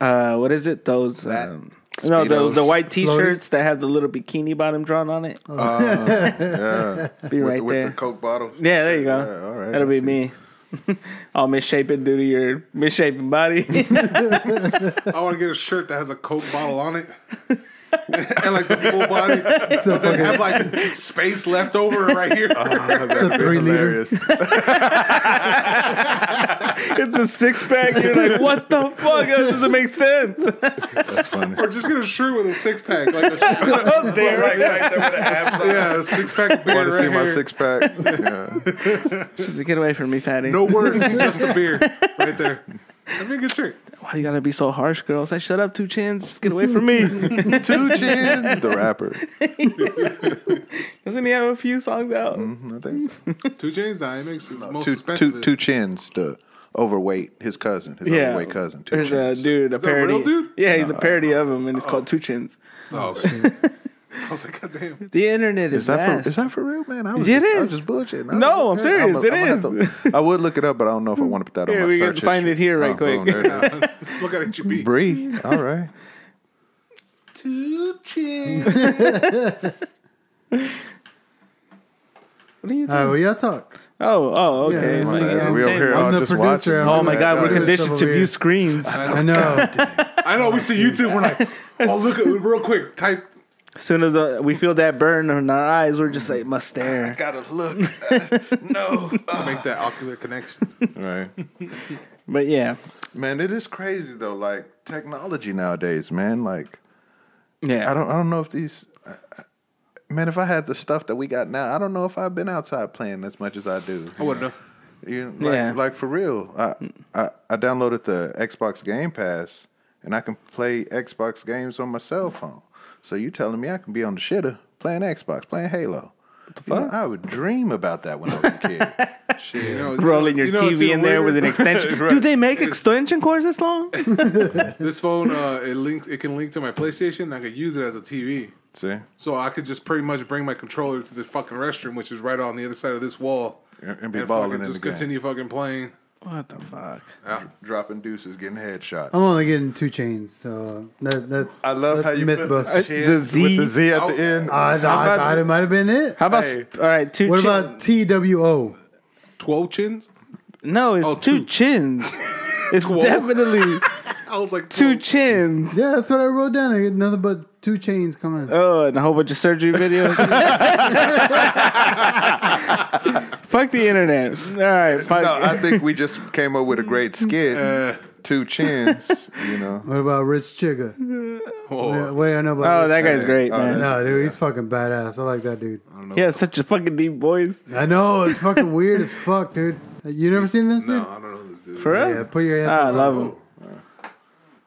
Speaker 5: uh, what is it? Those. Um, no, the,
Speaker 6: Speedos.
Speaker 5: the white T-shirts that have the little bikini bottom drawn on it.
Speaker 6: yeah,
Speaker 5: be
Speaker 6: with,
Speaker 5: right
Speaker 6: with
Speaker 5: there.
Speaker 6: the Coke bottle.
Speaker 5: Yeah, there you go.
Speaker 6: Yeah, all right,
Speaker 5: That'll
Speaker 6: I
Speaker 5: be
Speaker 6: see. (laughs)
Speaker 5: me. (laughs) All misshapen due to your misshapen body. (laughs)
Speaker 2: I want to get a shirt that has a Coke bottle on it. (laughs) and like the full body.
Speaker 4: It's a
Speaker 2: They have
Speaker 4: fucking
Speaker 2: like space left over right here.
Speaker 6: Uh-huh.
Speaker 4: it's a three liter.
Speaker 6: Hilarious.
Speaker 5: it's a six pack. You're like, what the fuck? That doesn't make (laughs) sense.
Speaker 6: That's funny.
Speaker 2: or just get a shirt with a six (laughs) pack. Like a, sh-
Speaker 5: Up there.
Speaker 2: yeah, a
Speaker 5: (laughs)
Speaker 2: six pack of beer
Speaker 6: Want to
Speaker 2: right
Speaker 6: see my
Speaker 2: here.
Speaker 6: six pack? Yeah.
Speaker 5: She's like, get away from me, fatty.
Speaker 2: No words, just a
Speaker 6: (laughs)
Speaker 2: beer right there. That'd be a good shirt.
Speaker 5: Why you gotta be so harsh, girls? I shut up, two chins. Just get away from (laughs) me.
Speaker 6: (laughs) Two chins. The
Speaker 5: (laughs)
Speaker 6: rapper.
Speaker 5: Doesn't he have a few songs out?
Speaker 6: I think so.
Speaker 2: Two chains, nah, it makes it most
Speaker 6: two,
Speaker 2: expensive.
Speaker 6: two, two chins. The overweight, his cousin, his
Speaker 5: Yeah.
Speaker 6: overweight cousin. Two
Speaker 5: There's a
Speaker 6: chins.
Speaker 5: dude, a
Speaker 2: that a
Speaker 5: parody.
Speaker 2: real dude?
Speaker 4: (laughs)
Speaker 5: Yeah, he's a parody of him, and it's called Two Chins.
Speaker 2: Oh, okay. I was like, God damn.
Speaker 5: The internet is,
Speaker 6: Is that,
Speaker 5: vast.
Speaker 6: for, is that for real, man? I was
Speaker 5: It
Speaker 6: just, I was
Speaker 5: is.
Speaker 6: just bullshitting. I
Speaker 5: No,
Speaker 6: was
Speaker 5: I'm serious.
Speaker 6: like, "Hey,
Speaker 5: It
Speaker 6: I'm gonna have to- I would look it up, but I don't know if I want to put that
Speaker 5: Here,
Speaker 6: on my
Speaker 5: we can
Speaker 6: search. Oh,
Speaker 5: find it here right quick.
Speaker 2: Let's look at it, you
Speaker 4: (laughs)
Speaker 2: beat.
Speaker 6: Bree, all right.
Speaker 2: Two chicks.
Speaker 5: what are you
Speaker 4: All right,
Speaker 5: doing?
Speaker 4: uh, well, y'all talk.
Speaker 5: oh, oh,
Speaker 4: Yeah,
Speaker 5: okay.
Speaker 4: yeah,
Speaker 6: My
Speaker 5: Fucking
Speaker 6: bad. We over here
Speaker 5: entertainment.
Speaker 6: all
Speaker 4: the
Speaker 6: just
Speaker 4: producer,
Speaker 6: watching.
Speaker 4: I'm
Speaker 5: Oh my god, we're
Speaker 4: Yeah.
Speaker 5: conditioned to
Speaker 4: Over here.
Speaker 5: view screens.
Speaker 4: I know.
Speaker 2: I know. We see YouTube.
Speaker 4: (laughs)
Speaker 2: We're like, oh, look at real quick. Type.
Speaker 5: As soon as the, we feel that burn in our eyes, we're just like must stare.
Speaker 9: Gotta
Speaker 6: (laughs)
Speaker 9: look.
Speaker 5: (laughs)
Speaker 9: no.
Speaker 2: Make that
Speaker 4: (laughs)
Speaker 2: ocular connection.
Speaker 6: Right.
Speaker 5: But yeah,
Speaker 6: Man, it is crazy though. Like technology nowadays, man. Like
Speaker 5: yeah.
Speaker 6: I don't, I don't know if these. Man, if I had the stuff that we got now, I don't know if I've been outside playing as much as I do.
Speaker 2: I wouldn't have.
Speaker 6: You like,
Speaker 5: Yeah.
Speaker 6: like for real. I, I I downloaded the Xbox Game Pass and I can play Xbox games on my cell phone. So you telling me I can be on the shitter playing Xbox, playing Halo. You know,
Speaker 5: fuck?
Speaker 6: I would dream about that when I was a
Speaker 5: (laughs)
Speaker 6: kid.
Speaker 2: Shit. You know,
Speaker 5: Rolling your
Speaker 2: you know, it's
Speaker 5: TV
Speaker 2: even
Speaker 5: in there with
Speaker 2: (laughs)
Speaker 5: an
Speaker 2: weirder.
Speaker 5: extension. Do they make extension cords this long?
Speaker 2: This phone, uh, it links. It can link to my PlayStation. and I could use it as a TV.
Speaker 6: See?
Speaker 2: So I could just pretty much bring my controller to the fucking restroom, which is right on the other side of this wall,
Speaker 6: And- and be balling
Speaker 2: fucking
Speaker 6: in
Speaker 2: just
Speaker 6: the game.
Speaker 2: continue fucking playing.
Speaker 5: What the fuck?
Speaker 6: Dropping deuces, getting headshot.
Speaker 4: I'm only getting two chains, so that, that's.
Speaker 6: I love
Speaker 4: Oh, that's
Speaker 6: how you put
Speaker 4: Mythbusters.
Speaker 6: the, shit
Speaker 5: The Z.
Speaker 6: with the Z at the
Speaker 2: Oh.
Speaker 6: end.
Speaker 4: I, thought- I
Speaker 5: about-
Speaker 4: thought it might have been it.
Speaker 5: How about
Speaker 6: Hey.
Speaker 5: all right? Two.
Speaker 4: What
Speaker 5: chin-
Speaker 4: about TWO?
Speaker 2: Twelve chins.
Speaker 5: no? It's
Speaker 2: Oh,
Speaker 5: two
Speaker 2: two.
Speaker 5: chins. It's
Speaker 2: Twelve.
Speaker 5: definitely
Speaker 2: I was like
Speaker 5: two
Speaker 2: 12.
Speaker 5: chins.
Speaker 4: Yeah, that's what I wrote down. I get nothing but two chains coming.
Speaker 5: Oh, and a whole bunch of surgery videos. fuck the internet. All right, fuck.
Speaker 6: No, I think we just
Speaker 2: (laughs)
Speaker 6: came up with a great skit.
Speaker 2: Uh,
Speaker 6: Two chins, you
Speaker 2: (laughs)
Speaker 6: know.
Speaker 4: What about Rich Chigga?
Speaker 2: Oh,
Speaker 4: Yeah, what do I know about? Rich
Speaker 5: (laughs) oh, that guy's great,
Speaker 6: Oh,
Speaker 5: man.
Speaker 6: that-
Speaker 4: No, dude, he's fucking badass. I like that dude.
Speaker 5: He has such a fucking deep voice.
Speaker 4: I know it's fucking weird as fuck, dude. You never seen this, dude?
Speaker 2: no, I don't know this dude.
Speaker 5: For real?
Speaker 4: Yeah, put your hands.
Speaker 5: Ah, I
Speaker 4: on top.
Speaker 5: love him.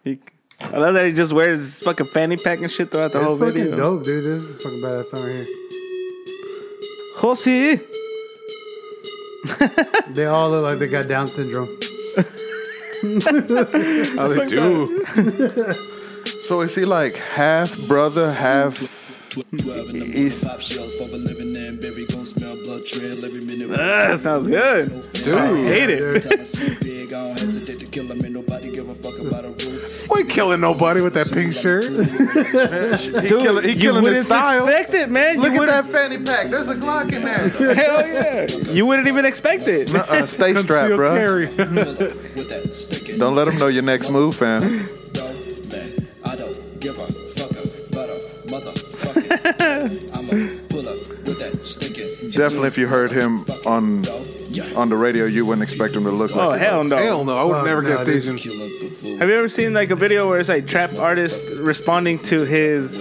Speaker 5: He, I love that he just wears his fucking fanny pack and shit throughout the whole
Speaker 4: It's fucking
Speaker 5: video.
Speaker 4: dope, dude. This is a fucking badass song right here.
Speaker 5: Jose.
Speaker 4: They all look like they got Down syndrome.
Speaker 6: Oh, they do. (laughs) so is he like half brother, half East?
Speaker 7: Pop shells for a living and berry gon' smell blood trail every minute.
Speaker 5: Ah, sounds good.
Speaker 7: Dude,
Speaker 5: I hate it.
Speaker 7: Time I see big, I don't hesitate to kill him. Ain't nobody give a fuck about a roof.
Speaker 2: Why killing nobody with that pink shirt?
Speaker 6: He killing, he killing
Speaker 5: you
Speaker 6: his style.
Speaker 5: expect it, man.
Speaker 6: Look
Speaker 5: you
Speaker 6: at
Speaker 5: wouldn't-
Speaker 6: that fanny pack. There's a Glock in
Speaker 2: (laughs)
Speaker 6: there.
Speaker 5: (laughs) Hell yeah. You wouldn't even expect it.
Speaker 6: Uh, stay strapped, bro.
Speaker 7: With that stick it.
Speaker 6: Don't let him know your next move, fam.
Speaker 7: Don't man, I don't give a fuck about a motherfucker. I'ma pull up with that stick it.
Speaker 6: Definitely, if you heard him on on the radio, you wouldn't expect him to look
Speaker 5: Oh,
Speaker 6: like. he
Speaker 5: hell
Speaker 6: does.
Speaker 5: no.
Speaker 2: Hell no, I would
Speaker 4: Fuck
Speaker 2: never
Speaker 4: no,
Speaker 2: get
Speaker 4: dude.
Speaker 2: station.
Speaker 7: Kill up the fool.
Speaker 5: Have you ever seen like a video where it's like trap artists responding to his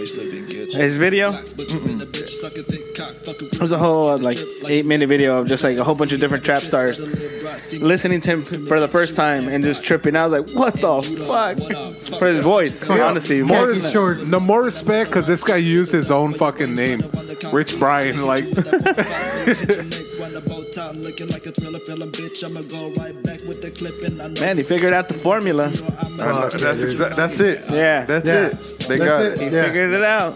Speaker 5: his video? It was a whole uh, like eight minute video of just like a whole bunch of different trap stars listening to him for the first time and just tripping. I was like, what the fuck? For his voice, honestly, more
Speaker 4: Khaki
Speaker 5: than-
Speaker 4: shorts.
Speaker 2: No more respect because this guy used his own fucking name, Rich Brian. Like, (laughs)
Speaker 5: man, he figured out the formula.
Speaker 6: I know,
Speaker 4: Fuck yeah,
Speaker 6: that's
Speaker 4: dude.
Speaker 6: exa- that's it.
Speaker 5: Yeah.
Speaker 6: That's
Speaker 4: Yeah.
Speaker 6: it. They
Speaker 4: That's
Speaker 6: got
Speaker 4: it.
Speaker 6: it.
Speaker 5: He
Speaker 4: Yeah.
Speaker 5: figured it out.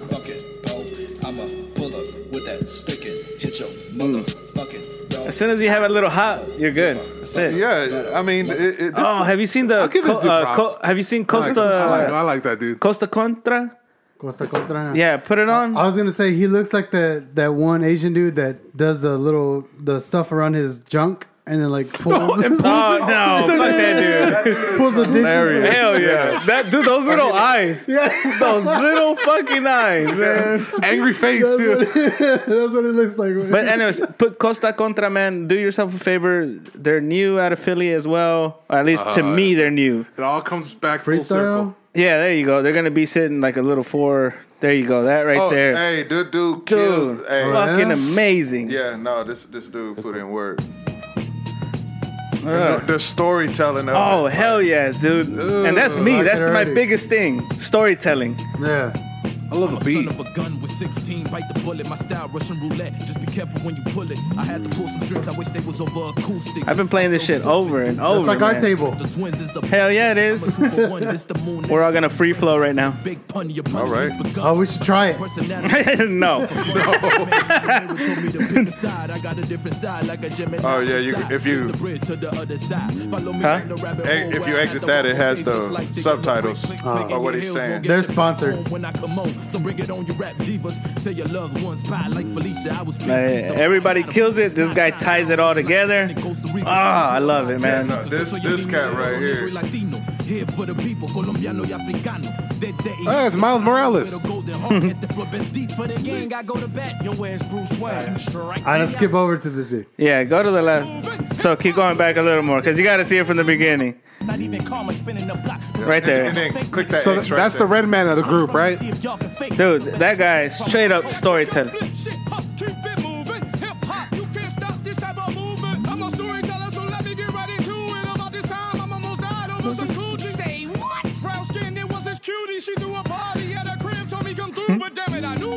Speaker 7: I'ma pull up with that stick it. Hit your motherfucking dog.
Speaker 5: As soon as you have a little hot, you're good. That's it.
Speaker 6: Yeah, I mean, it, it,
Speaker 5: Oh, have you seen the?
Speaker 2: give
Speaker 5: Co-
Speaker 2: this dude
Speaker 5: uh,
Speaker 2: props.
Speaker 5: Co- have you seen
Speaker 2: I, like, I, like,
Speaker 5: Costa
Speaker 2: I like that dude.
Speaker 5: Costa Contra?
Speaker 4: Costa Contra.
Speaker 5: Yeah, put it on.
Speaker 4: I was gonna say he looks like the that one Asian dude that does the little the stuff around his junk and then like
Speaker 5: (laughs)
Speaker 4: pulls (laughs)
Speaker 5: Oh no, fuck that dude!
Speaker 4: pulls the dishes.
Speaker 6: hilarious.
Speaker 5: Hell yeah, that dude. Those little eyes,
Speaker 4: Yeah, (laughs)
Speaker 5: those little fucking eyes, man.
Speaker 2: Angry face
Speaker 4: that's
Speaker 2: too.
Speaker 4: what, it, that's what it looks like.
Speaker 5: But anyways, put Costa Contra, man. Do yourself a favor. They're new out of Philly as well. Or at least
Speaker 6: Uh-huh.
Speaker 5: to me, they're new.
Speaker 2: It all comes back full
Speaker 4: freestyle.
Speaker 2: circle.
Speaker 5: Yeah, there you go. They're gonna be sitting like a little four. There you go. That right
Speaker 6: oh,
Speaker 5: there,
Speaker 6: Hey, dude, dude,
Speaker 5: dude.
Speaker 6: kills. Hey,
Speaker 5: Fucking
Speaker 4: yeah?
Speaker 5: amazing.
Speaker 6: yeah, no, this this dude put in work. The, the storytelling of
Speaker 5: Oh
Speaker 6: it.
Speaker 5: hell yes, dude! and that's me.
Speaker 4: like
Speaker 5: that's
Speaker 4: it
Speaker 5: my
Speaker 4: already.
Speaker 5: biggest thing: storytelling.
Speaker 4: Yeah,
Speaker 2: I love the beat.
Speaker 7: Son of a gun with 16, bite the bullet. My style, Russian roulette. Just be careful when you pull it. I had to pull some strings. I wish they was over acoustics.
Speaker 5: I've been playing this shit over and over.
Speaker 4: It's like our
Speaker 5: man.
Speaker 4: table.
Speaker 7: The twins is a
Speaker 5: Hell yeah, it is. (laughs) We're all gonna free flow right now. (laughs)
Speaker 7: Big pun, your
Speaker 6: All right.
Speaker 4: Oh, we should try it.
Speaker 5: no.
Speaker 7: oh
Speaker 6: Oh, yeah, you- if you-
Speaker 7: huh?
Speaker 6: And if you exit that, it has the subtitles of what he's saying.
Speaker 4: Uh, They're sponsored.
Speaker 7: When I come home, so bring it on your rap divas. Tell your loved ones bye like Felicia. I was
Speaker 5: Uh, everybody kills it. This guy ties it all together. Ah, I love it, man.
Speaker 6: Yeah, no, this this cat right here.
Speaker 7: Here for the people, Colombiano y Africano. They- they-
Speaker 2: Ah, it's Miles Morales.
Speaker 4: I don't ah, skip over to this dude.
Speaker 5: Yeah, go to the left. So keep going back a little more because you got to see it from the beginning. Right
Speaker 6: And
Speaker 5: there.
Speaker 6: then click that
Speaker 2: So
Speaker 6: X right
Speaker 2: that's the
Speaker 6: there.
Speaker 2: red man of the group, right?
Speaker 5: Dude, that guy is straight up storyteller.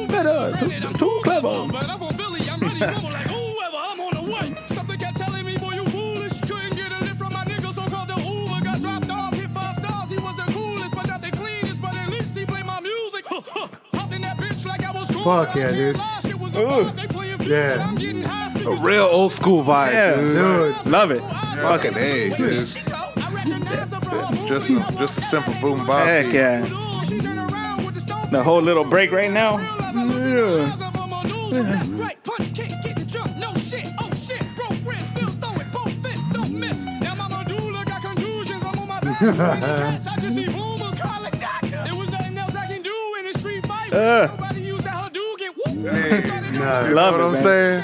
Speaker 5: Hmm?
Speaker 7: Too clever. But I'm from Philly, I'm really rebel like whoever, I'm on the way. Something kept telling me, boy, you foolish. Couldn't get a lift from my nigga, so called the Uber. Got dropped off, hit five stars. He was the coolest, but not the cleanest. But at least he played my music. Hopped in that bitch like I was cool.
Speaker 4: Fuck
Speaker 7: till I
Speaker 4: yeah,
Speaker 7: hear
Speaker 4: dude.
Speaker 7: live shit was a vibe. They playing future,
Speaker 4: Yeah.
Speaker 7: I'm getting high,
Speaker 2: A
Speaker 6: Oh.
Speaker 7: speakers
Speaker 2: real old school vibe.
Speaker 5: Yeah.
Speaker 2: dude.
Speaker 4: Dude,
Speaker 5: Love it.
Speaker 2: Fucking A, dude.
Speaker 6: Just a, just a simple boom bop.
Speaker 5: Heck yeah. The whole little break right now.
Speaker 7: oh
Speaker 5: Uh.
Speaker 4: No.
Speaker 5: Love
Speaker 6: you know
Speaker 5: it,
Speaker 6: what
Speaker 5: man.
Speaker 6: I'm saying?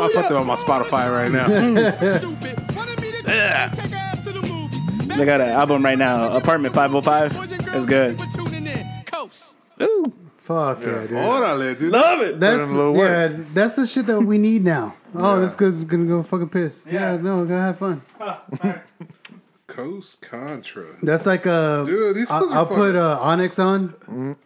Speaker 2: I'll put that on my Spotify
Speaker 4: (laughs)
Speaker 2: right now.
Speaker 5: They got an album right now, Apartment 505. It's good. Ooh,
Speaker 4: Fuck yeah, dude.
Speaker 2: Orale, dude.
Speaker 5: love it.
Speaker 4: That's
Speaker 6: Put in a little
Speaker 4: yeah, that's the shit that we need
Speaker 2: (laughs)
Speaker 4: now. Oh, this good's gonna go fucking piss. Yeah, no, go have fun.
Speaker 2: Coast Contra.
Speaker 4: That's like uh,
Speaker 2: Dude, these
Speaker 4: I,
Speaker 2: fools are
Speaker 4: will put
Speaker 2: fucking- Mm-hmm.
Speaker 4: uh, Onyx on,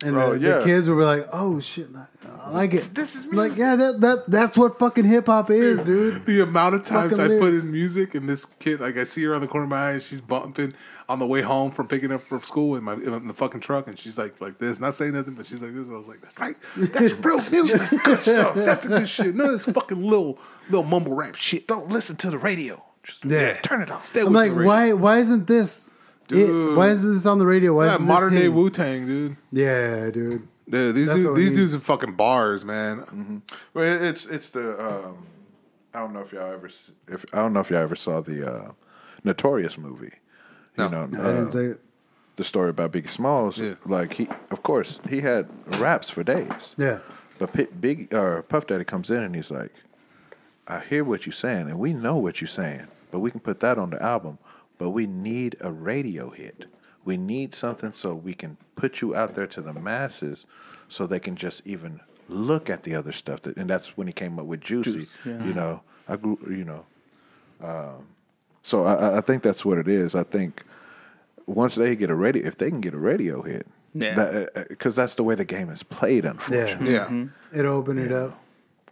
Speaker 4: and
Speaker 6: Oh,
Speaker 4: the,
Speaker 6: yeah.
Speaker 4: the kids will be like, "Oh shit, I like it." Like, yeah, that that that's what fucking hip hop is, dude.
Speaker 2: The amount of times
Speaker 4: Fucking
Speaker 2: I put
Speaker 4: lyrics.
Speaker 2: in music and this kid, like I see her on the corner of my eye, and she's bumping on the way home from picking up from school in my in the fucking truck, and she's like like this, not saying nothing, but she's like this. And I was like, that's right, that's real music, that's the good stuff, that's the good shit. None of this fucking little little mumble rap shit. Don't listen to the radio. Just
Speaker 4: Yeah.
Speaker 2: turn it off. Stay
Speaker 4: I'm
Speaker 2: with
Speaker 4: like,
Speaker 2: the radio.
Speaker 4: why why isn't this? It,
Speaker 2: Dude.
Speaker 4: why isn't this on the radio? Why
Speaker 2: Yeah,
Speaker 4: isn't
Speaker 2: modern
Speaker 4: this
Speaker 2: day
Speaker 4: hidden?
Speaker 2: Wu Tang, dude.
Speaker 4: Yeah, dude.
Speaker 2: Dude, these
Speaker 4: That's
Speaker 2: dudes,
Speaker 4: what we
Speaker 2: these
Speaker 4: need.
Speaker 2: dudes are fucking bars, man.
Speaker 6: Well, it- it's it's the um, I don't know if y'all ever s- if I don't know if y'all ever saw the uh, Notorious movie.
Speaker 2: No.
Speaker 6: You know,
Speaker 4: I didn't
Speaker 6: uh,
Speaker 4: say it.
Speaker 6: the story about Biggie Smalls.
Speaker 2: Yeah.
Speaker 6: Like he, of course, he had raps for days.
Speaker 4: Yeah,
Speaker 6: But P- Big or Puff Daddy comes in and he's like, "I hear what you're saying, and we know what you're saying, but we can put that on the album. But we need a radio hit. We need something so we can put you out there to the masses, so they can just even look at the other stuff. That, and that's when he came up with Juicy. You know, I grew. You know, um, so I, I- I think that's what it is. I think once they get a radio, if they can get a radio hit,
Speaker 5: Yeah.
Speaker 6: because that's the way the game is played, unfortunately.
Speaker 4: yeah.
Speaker 2: Yeah,
Speaker 4: It'll open it up.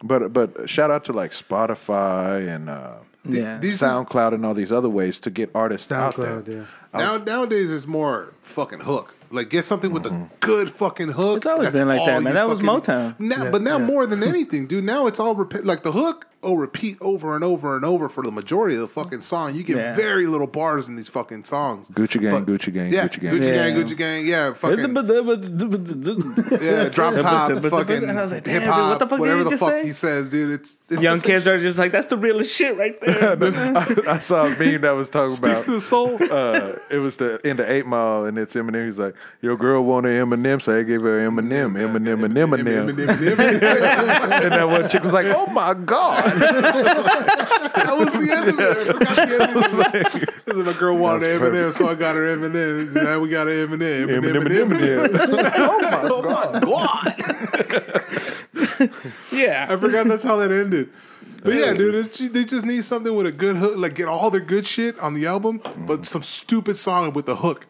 Speaker 6: But but shout out to like Spotify and uh,
Speaker 5: Yeah.
Speaker 2: these dudes-
Speaker 6: SoundCloud and all these other ways to get artists out
Speaker 4: SoundCloud,
Speaker 6: there.
Speaker 4: yeah.
Speaker 2: Now nowadays it's more fucking hook. Like get something with
Speaker 4: Mm-hmm.
Speaker 2: a good fucking hook.
Speaker 5: It's always
Speaker 2: That's
Speaker 5: been like that,
Speaker 2: all
Speaker 5: man.
Speaker 2: you
Speaker 5: That was
Speaker 2: fucking-
Speaker 5: Motown.
Speaker 2: Now,
Speaker 4: Yeah,
Speaker 2: but now
Speaker 4: yeah. (laughs)
Speaker 2: more than anything, dude. Now it's all repeat. Like the hook will repeat over and over and over for the majority of the fucking song. You get
Speaker 5: Yeah.
Speaker 2: very little bars in these fucking songs.
Speaker 6: Gucci Gang,
Speaker 2: But-
Speaker 6: Gucci Gang,
Speaker 2: yeah,
Speaker 6: Gucci Gang.
Speaker 2: Gucci
Speaker 5: Yeah.
Speaker 2: gang, Gucci gang, yeah, fucking yeah, drop top,
Speaker 5: And I was like,
Speaker 2: fucking
Speaker 5: damn, dude,
Speaker 2: hip hop,
Speaker 5: what the fuck did
Speaker 2: whatever
Speaker 5: you
Speaker 2: the
Speaker 5: just
Speaker 2: fuck
Speaker 5: say?
Speaker 2: he says, dude. It's, it's
Speaker 5: Young
Speaker 2: the
Speaker 5: kids
Speaker 2: same-
Speaker 5: are just like, that's the realest shit right there.
Speaker 6: (laughs) I, I saw a meme that was talking
Speaker 2: speaks
Speaker 6: about.
Speaker 2: to the soul.
Speaker 6: Uh, it was the in the Eight Mile, and it's Eminem. He's like, "Your girl wanted Eminem, so I gave her Eminem, Eminem, and Eminem." And that one chick was like, "Oh my god!"
Speaker 2: That was the end of it. I forgot the end of it.
Speaker 5: (laughs)
Speaker 2: Because if a girl wanted
Speaker 6: That was
Speaker 2: Eminem, so I got her Eminem. Now we got her Eminem.
Speaker 6: Eminem,
Speaker 2: Eminem, Eminem.
Speaker 6: Eminem, Eminem.
Speaker 2: Oh my god!
Speaker 5: (laughs) yeah.
Speaker 2: I forgot that's how that ended. But yeah, dude, it's, ju- they just need
Speaker 5: Mm.
Speaker 2: something with a good hook. Like get all their good shit on the album, but some stupid song with the hook.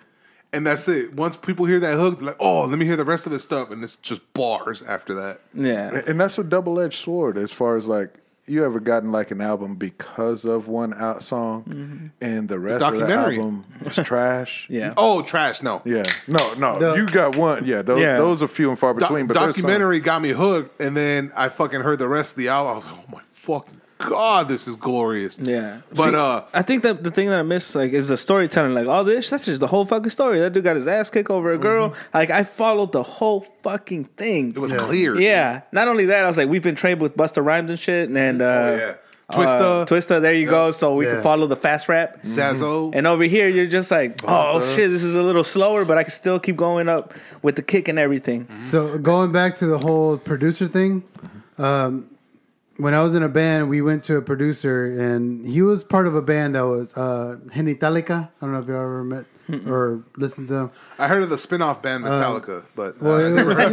Speaker 2: and that's it. Once people hear that hook, they're like, oh, let me hear the rest of his stuff, and it's just bars after that.
Speaker 5: Yeah.
Speaker 6: And that's a double edged sword as far as like you ever gotten like an album because of one out song and the rest of the
Speaker 2: documentary.
Speaker 6: album is trash.
Speaker 5: Yeah.
Speaker 2: Oh, trash! No,
Speaker 6: Yeah. No, no.
Speaker 4: The-
Speaker 6: you got one. Yeah, those,
Speaker 5: Yeah.
Speaker 6: those are few and far
Speaker 2: Do-
Speaker 6: between. but there's some-
Speaker 2: documentary got me hooked, and then I fucking heard the rest of the album. I was like, oh my fucking god, this is glorious.
Speaker 5: Yeah.
Speaker 2: But
Speaker 5: See,
Speaker 2: uh,
Speaker 5: I think that the thing that I miss like is the storytelling. Like all this, that's just the whole fucking story. That dude got his ass kicked over a girl. Like I followed the whole fucking thing.
Speaker 2: it was clear.
Speaker 5: yeah. Not only that, I was like, we've been trained with Busta Rhymes and shit, and uh,
Speaker 2: Oh, yeah. Twista, Mm-hmm.
Speaker 5: uh, Twista. There you go. So we
Speaker 4: Yeah.
Speaker 5: can follow the fast rap.
Speaker 2: Sazzo.
Speaker 5: Mm-hmm. And over here, you're just like, oh
Speaker 2: Uh-huh.
Speaker 5: shit, this is a little slower, but I can still keep going up with the kick and everything.
Speaker 4: So going back to the whole producer thing, um, when I was in a band, we went to a producer, and he was part of a band that was uh, Genitalica. I don't know if you ever met or listened to them.
Speaker 2: I heard of the spin-off band Metallica, but uh,
Speaker 4: Well, it was, it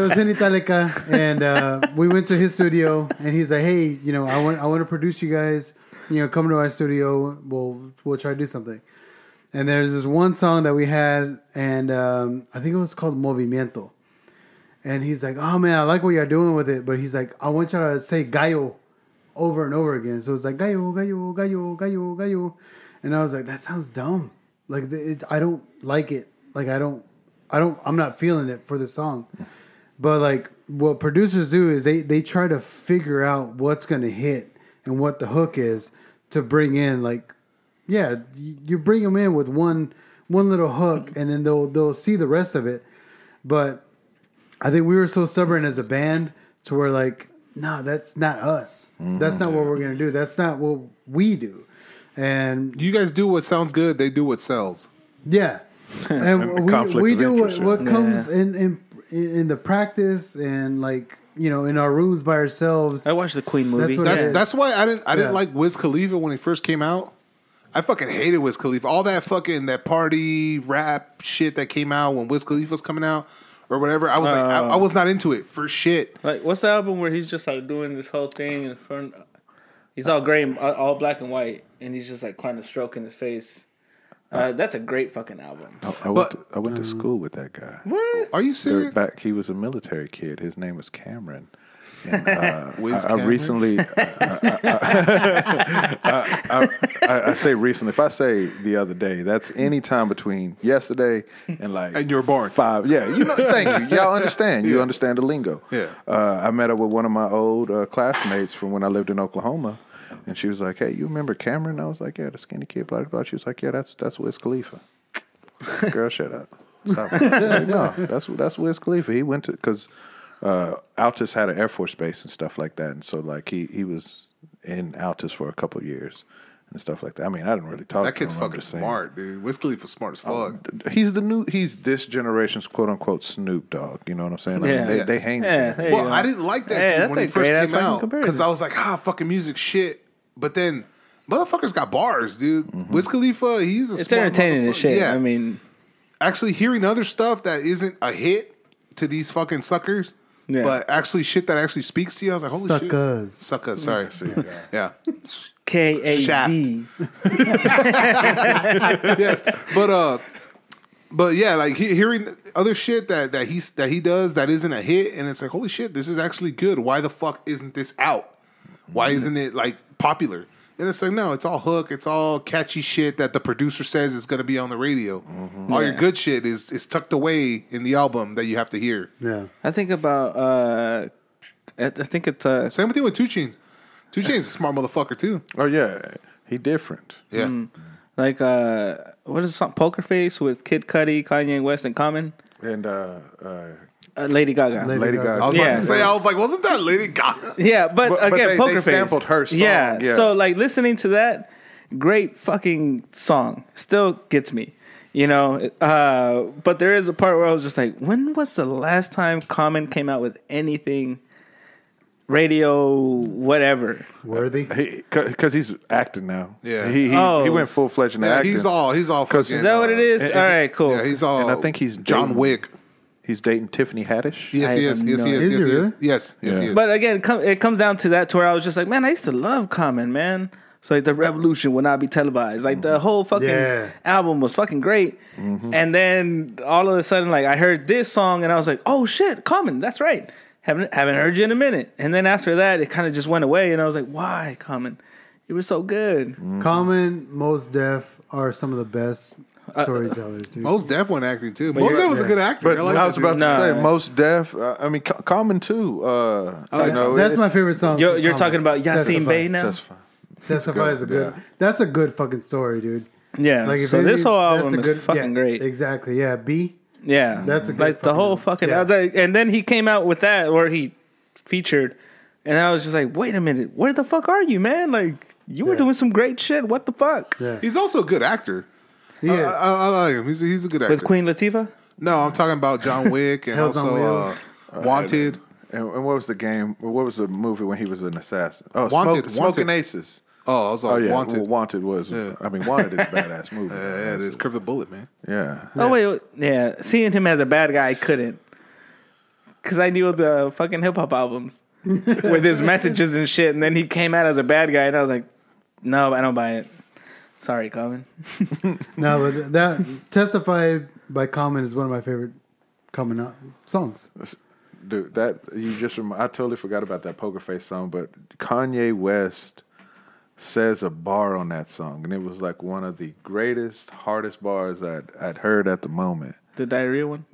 Speaker 4: was Genitalica, and uh, we went to his studio, and he's like, "Hey, you know, I want I want to produce you guys. You know, come to our studio. We'll we'll try to do something." And there's this one song that we had, and um, I think it was called Movimiento. And he's like, "Oh man, I like what you're doing with it," but he's like, "I want y'all to say gallo over and over again." So it's like gallo, gallo, gallo, gallo, gallo, and I was like, "That sounds dumb. Like th- it, I don't like it. Like I don't, I don't. I'm not feeling it for the song." But like what producers do is they they try to figure out what's going to hit and what the hook is to bring in like yeah, y- you bring them in with one one little hook and then they'll they'll see the rest of it. But I think we were so stubborn as a band to where like, no, that's not us. That's not what we're gonna do. That's not what we do. And
Speaker 2: (laughs) you guys do what sounds good. They do what sells.
Speaker 5: (laughs)
Speaker 4: yeah, and we,
Speaker 6: conflict
Speaker 4: we
Speaker 6: of
Speaker 4: do what,
Speaker 6: interest,
Speaker 4: what
Speaker 5: yeah.
Speaker 4: comes in, in in the practice and like you know in our rooms by ourselves.
Speaker 5: I watched the Queen movie.
Speaker 4: what
Speaker 2: That's
Speaker 4: Yeah.
Speaker 2: that's why I didn't I didn't
Speaker 4: Yeah.
Speaker 2: like Wiz Khalifa when he first came out. I fucking hated Wiz Khalifa. All that fucking that party rap shit that came out when Wiz Khalifa was coming out or whatever. I was like, I, I
Speaker 5: Uh.
Speaker 2: was not into it for shit.
Speaker 5: Like, what's the album where he's just like doing this whole thing in front? He's all gray, and- uh, all black and white, and he's just like kind of stroking his face. Uh, that's a great fucking album.
Speaker 6: I, I went
Speaker 2: But- Mm.
Speaker 6: to, I went to school with that guy.
Speaker 5: What?
Speaker 2: Are you
Speaker 6: They're
Speaker 2: serious?
Speaker 6: Back, he was a military kid. His name was Cameron. And, uh, I,
Speaker 2: Wiz
Speaker 6: I
Speaker 2: Cameron? (laughs)
Speaker 6: recently, I, I- I- I- I say recently. If I say the other day, that's any time between yesterday and like
Speaker 2: And you were born.
Speaker 6: five. Yeah, you
Speaker 2: (laughs)
Speaker 6: know. Thank you. Y'all understand. You understand the lingo.
Speaker 2: Yeah.
Speaker 6: Uh, I met up with one of my old uh, classmates from when I lived in Oklahoma, and she was like, "Hey, you remember Cameron?" I was like, "Yeah, the skinny kid." Blah blah. blah. She was like, "Yeah, that's that's Wiz Khalifa." Girl, shut up. Stop it.
Speaker 2: (laughs)
Speaker 6: Like, no, that's that's Wiz Khalifa. He went to because uh, Altus had an Air Force base and stuff like that, and so like he he was in Altus for a couple years and stuff like that. I mean, I didn't really talk.
Speaker 2: That
Speaker 6: to
Speaker 2: kid's
Speaker 6: him, I'm
Speaker 2: fucking
Speaker 6: just saying.
Speaker 2: smart, dude. Wiz Khalifa's smart as fuck.
Speaker 5: Oh,
Speaker 6: He's the new. He's this generation's quote unquote Snoop Dogg. You know what I'm saying? Like,
Speaker 5: Yeah.
Speaker 6: they,
Speaker 5: Yeah.
Speaker 6: they hang.
Speaker 5: Yeah,
Speaker 6: together.
Speaker 5: there you
Speaker 2: well,
Speaker 5: go.
Speaker 2: I didn't like that
Speaker 5: Hey,
Speaker 2: dude
Speaker 5: that's
Speaker 2: when he
Speaker 5: a
Speaker 2: first
Speaker 5: great-ass
Speaker 2: came
Speaker 5: fucking
Speaker 2: out because
Speaker 5: comparison.
Speaker 2: I was like, ah, fucking music shit. But then motherfuckers got bars, dude. Wiz Khalifa, he's a
Speaker 5: Mm-hmm. It's
Speaker 2: smart
Speaker 5: entertaining
Speaker 2: motherfucker.
Speaker 5: as shit.
Speaker 2: Yeah.
Speaker 5: I mean,
Speaker 2: actually hearing other stuff that isn't a hit to these fucking suckers,
Speaker 5: Yeah.
Speaker 2: but actually shit that actually speaks to you. I was like, holy
Speaker 4: Suckers.
Speaker 2: shit, suckers. Sorry, yeah,
Speaker 5: K A
Speaker 2: Shaft.
Speaker 5: Z.
Speaker 2: yes, but uh, but yeah, like he, hearing other shit that that he's that he does that isn't a hit, and it's like, holy shit, this is actually good. Why the fuck isn't this out? Why isn't it like popular? And it's like, no, it's all hook, it's all catchy shit that the producer says is going to be on the radio. All your good shit is is tucked away in the album that you have to hear.
Speaker 4: yeah,
Speaker 5: I think about. uh I I think it's uh,
Speaker 2: Same thing with Two Chains. Two Chains is a smart motherfucker too.
Speaker 6: Oh yeah, he different.
Speaker 2: Yeah.
Speaker 5: Mm. like uh, what is the song? Poker Face with Kid Cudi, Kanye West, and Common.
Speaker 6: And uh, uh,
Speaker 5: Uh, Lady Gaga.
Speaker 4: Lady
Speaker 6: Lady
Speaker 4: Gaga.
Speaker 6: Gaga.
Speaker 2: I was about
Speaker 5: Yeah.
Speaker 2: to say, I was like, wasn't that Lady Gaga?
Speaker 5: Yeah, but,
Speaker 6: But- but
Speaker 5: again,
Speaker 6: they-
Speaker 5: Poker
Speaker 6: they
Speaker 5: Face
Speaker 6: sampled her song,
Speaker 5: Yeah,
Speaker 6: yeah.
Speaker 5: so like listening to that, great fucking song, still gets me. You know, uh, but there is a part where I was just like, when was the last time Common came out with anything, radio, whatever?
Speaker 4: worthy.
Speaker 6: because he's acting now.
Speaker 2: Yeah.
Speaker 6: he he,
Speaker 5: Oh.
Speaker 6: he went full fledged into
Speaker 2: Yeah,
Speaker 6: acting.
Speaker 2: he's all he's all
Speaker 6: 'Cause-
Speaker 2: fucking. uh,
Speaker 5: Is that what it is?
Speaker 6: and-
Speaker 5: All right, cool.
Speaker 2: Yeah, he's all.
Speaker 6: And I think he's
Speaker 2: John
Speaker 6: dating-
Speaker 2: Wick.
Speaker 6: He's dating Tiffany Haddish.
Speaker 2: Yes,
Speaker 5: I
Speaker 2: he is.
Speaker 5: have
Speaker 2: Yes,
Speaker 5: no
Speaker 2: he is.
Speaker 4: idea. Is he
Speaker 2: Yes, he
Speaker 4: really?
Speaker 2: is. Yes, yes, he
Speaker 6: Yeah.
Speaker 2: is.
Speaker 5: But again, come, it comes down to that to where I was just like, man, I used to love Common, man. So like, the revolution will not be televised. Like the whole fucking
Speaker 4: Mm-hmm. Yeah. Mm-hmm.
Speaker 5: album was fucking great. And then all of a sudden, like I heard this song and I was like, oh shit, Common, that's right. Haven't haven't heard you in a minute. And then after that, it kind of just went away. And I was like, why, Common? You were so good.
Speaker 4: Mm.
Speaker 6: Mm-hmm.
Speaker 4: Common, Most Def are some of the best
Speaker 5: uh,
Speaker 4: storytellers, dude.
Speaker 2: Most Def one acting too. Most
Speaker 5: you're-
Speaker 2: Def was a good actor.
Speaker 6: But
Speaker 2: I liked
Speaker 6: I
Speaker 2: it,
Speaker 6: was about to
Speaker 2: dude.
Speaker 5: Nah.
Speaker 6: say most deaf. Uh, I mean, co- common too. Uh,
Speaker 5: Oh,
Speaker 6: you know,
Speaker 4: that's
Speaker 6: it-
Speaker 4: my favorite song.
Speaker 5: You're,
Speaker 4: from
Speaker 5: you're
Speaker 4: Common.
Speaker 5: talking about Yasin
Speaker 4: Testify.
Speaker 5: Bey now?
Speaker 6: That's fine.
Speaker 4: Testify
Speaker 6: good,
Speaker 4: is a good.
Speaker 6: yeah.
Speaker 4: That's a good fucking story, dude.
Speaker 5: Yeah. so
Speaker 4: anything,
Speaker 5: this whole
Speaker 4: that's
Speaker 5: album
Speaker 4: a
Speaker 5: is fucking
Speaker 4: yeah,
Speaker 5: great.
Speaker 4: Exactly. Yeah. B.
Speaker 5: yeah.
Speaker 4: That's a good
Speaker 5: like the
Speaker 4: fucking
Speaker 5: whole
Speaker 4: album.
Speaker 5: fucking
Speaker 4: Yeah.
Speaker 5: I was like- and then he came out with that where he featured and I was just like, "Wait a minute. Where the fuck are you, man? Like you were
Speaker 4: Yeah.
Speaker 5: doing some great shit. What the fuck?"
Speaker 10: Uh,
Speaker 4: Yeah.
Speaker 2: He's also a good actor.
Speaker 4: He
Speaker 2: I,
Speaker 4: is.
Speaker 10: um,
Speaker 2: I, I like him. He's, he's a good actor.
Speaker 5: With Queen Latifah?
Speaker 2: No, I'm talking about John Wick and
Speaker 4: Hells on
Speaker 2: also uh,
Speaker 4: Wheels.
Speaker 2: Wanted.
Speaker 6: And, and what was the game? or What was the movie when he was an assassin? Oh,
Speaker 2: Wanted,
Speaker 6: Smoke, Smoking
Speaker 2: Wanted.
Speaker 6: Aces.
Speaker 2: Oh, I was like
Speaker 6: Oh yeah,
Speaker 2: Wanted.
Speaker 6: Wanted. Wanted was. I mean,
Speaker 2: (laughs)
Speaker 6: Wanted is a badass movie.
Speaker 2: yeah, it is. Curve the bullet, man.
Speaker 6: Yeah.
Speaker 5: Oh wait, wait, yeah. Seeing him as a bad guy, I couldn't, because I knew the fucking hip
Speaker 4: (laughs)
Speaker 5: hop albums with his messages and shit. And then he came out as a bad guy, and I was like, no, I don't buy it. Sorry, Common. (laughs)
Speaker 4: no, but th- that Testify by Common is one of my favorite Common uh, songs.
Speaker 6: Dude, that you just rem- I totally forgot about that poker face song, but Kanye West says a bar on that song, and it was like one of the greatest, hardest bars I'd, I'd heard at the moment.
Speaker 5: The diarrhea one.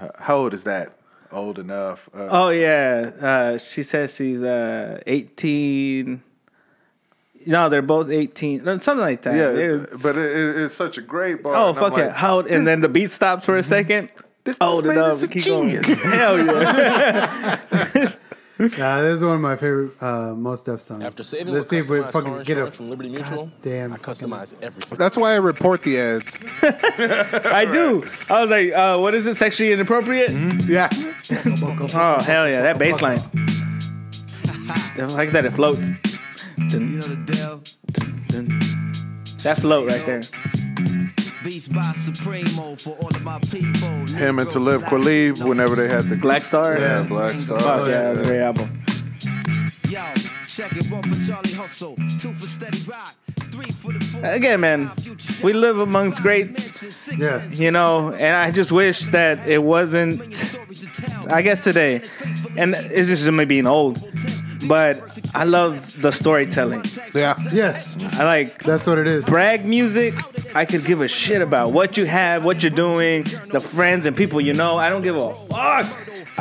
Speaker 6: H- How old is that? Old enough? Uh,
Speaker 5: Oh yeah, uh, she says she's uh, eighteen. No, they're both eighteen, No, something like that.
Speaker 6: yeah,
Speaker 5: It's-
Speaker 6: but it, it, it's such a great bar.
Speaker 5: oh
Speaker 6: and I'm
Speaker 5: fuck it,
Speaker 6: like, Mhm.
Speaker 5: how? And then the beat stops for a second.
Speaker 6: This
Speaker 5: Old
Speaker 6: man
Speaker 5: enough,
Speaker 6: is a
Speaker 5: keep
Speaker 6: genius.
Speaker 5: going. (laughs) Hell yeah.
Speaker 4: Yeah, this Uh, is one of my favorite uh, Most Def songs.
Speaker 10: After saving
Speaker 4: Let's see
Speaker 10: with
Speaker 4: if we
Speaker 10: customized car
Speaker 4: fucking get a
Speaker 10: insurance from Liberty Mutual,
Speaker 4: damn
Speaker 10: I customize everything.
Speaker 2: That's why I report the ads.
Speaker 5: I do. I was like, uh, what is it? Sexually inappropriate?
Speaker 6: Mm-hmm.
Speaker 2: Yeah.
Speaker 5: Oh hell yeah, that bass line. I like that it floats. Dun,
Speaker 11: You know the deal.
Speaker 5: dun. That float right there.
Speaker 11: Beast by Supremo for all of my people.
Speaker 6: him and Talib Kweli whenever they had the
Speaker 5: Black Star.
Speaker 6: Oh, Yeah,
Speaker 5: Yeah,
Speaker 6: Black Star.
Speaker 5: Fuck yeah, that was a great album.
Speaker 11: Yo, check it one for Charlie Hustle, two for Steady Rock, three for the four.
Speaker 5: Again, man, we live amongst greats,
Speaker 4: Yeah.
Speaker 5: you know, and I just wish that it wasn't. I guess today, and it's just me being old, but I love the storytelling.
Speaker 2: Yeah.
Speaker 4: Yes,
Speaker 5: I like
Speaker 4: that's what it is.
Speaker 5: brag music, I could give a shit about what you have, what you're doing, the friends and people you know. I don't give a fuck.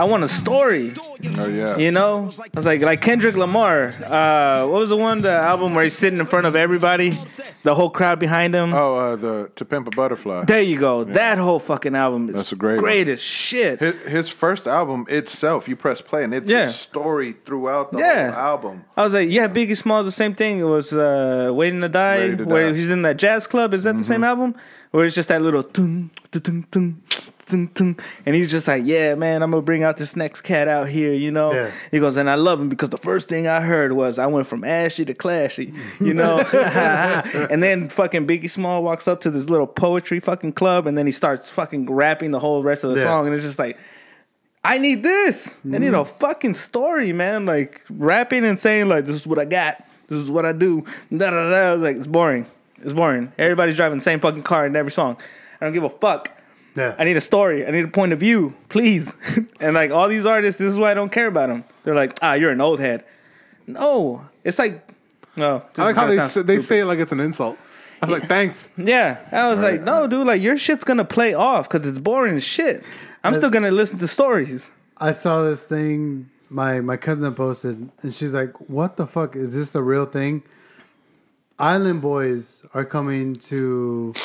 Speaker 5: I want a story.
Speaker 6: Oh yeah.
Speaker 5: You know, I was like, like Kendrick Lamar. Uh, what was the one, the album where he's sitting in front of everybody, the whole crowd behind him.
Speaker 6: Oh, uh, the To Pimp a Butterfly.
Speaker 5: There you go. That whole fucking album is
Speaker 6: That's a great one.
Speaker 5: great as shit.
Speaker 6: His, his first album itself, you press play, and it's
Speaker 5: Yeah.
Speaker 6: a story throughout the
Speaker 5: Yeah.
Speaker 6: whole album.
Speaker 5: I was like, yeah, Biggie Smalls, the same thing. It was uh, Waiting to Die,
Speaker 6: Ready to
Speaker 5: where
Speaker 6: Die. Mm-hmm.
Speaker 5: he's in that jazz club. Is that the same album? Where it's just that little tung, tung, tung, tung, tung. And he's just like, yeah, man, I'm going to bring out this next cat out here, you know?
Speaker 4: Yeah.
Speaker 5: He goes, and I love him because the first thing I heard was I went from ashy to
Speaker 6: (laughs)
Speaker 5: clashy, you know? (laughs) and then fucking Biggie Small walks up to this little poetry fucking club and then he starts fucking rapping the whole rest of the
Speaker 4: Yeah.
Speaker 5: song. And it's just like, I need this. I need
Speaker 2: Mm-hmm.
Speaker 5: a fucking story, man. Like rapping and saying like this is what I got. This is what I do. Da da da. I was like it's boring. It's boring. Everybody's driving the same fucking car in every song. I don't give a fuck.
Speaker 4: Yeah.
Speaker 5: I need a story. I need a point of view, please. (laughs) and like all these artists, this is why I don't care about them. They're like, ah, you're an old head. No, it's like, no.
Speaker 2: I like how they say, they say it like it's an insult. I was like, thanks.
Speaker 5: Yeah, I was like, no, dude, like your shit's gonna play off because it's boring as shit. I'm still gonna listen to stories.
Speaker 4: I saw this thing my my cousin posted, and she's like, "What the fuck is this a real thing?" Island Boys are coming
Speaker 5: (laughs)
Speaker 4: to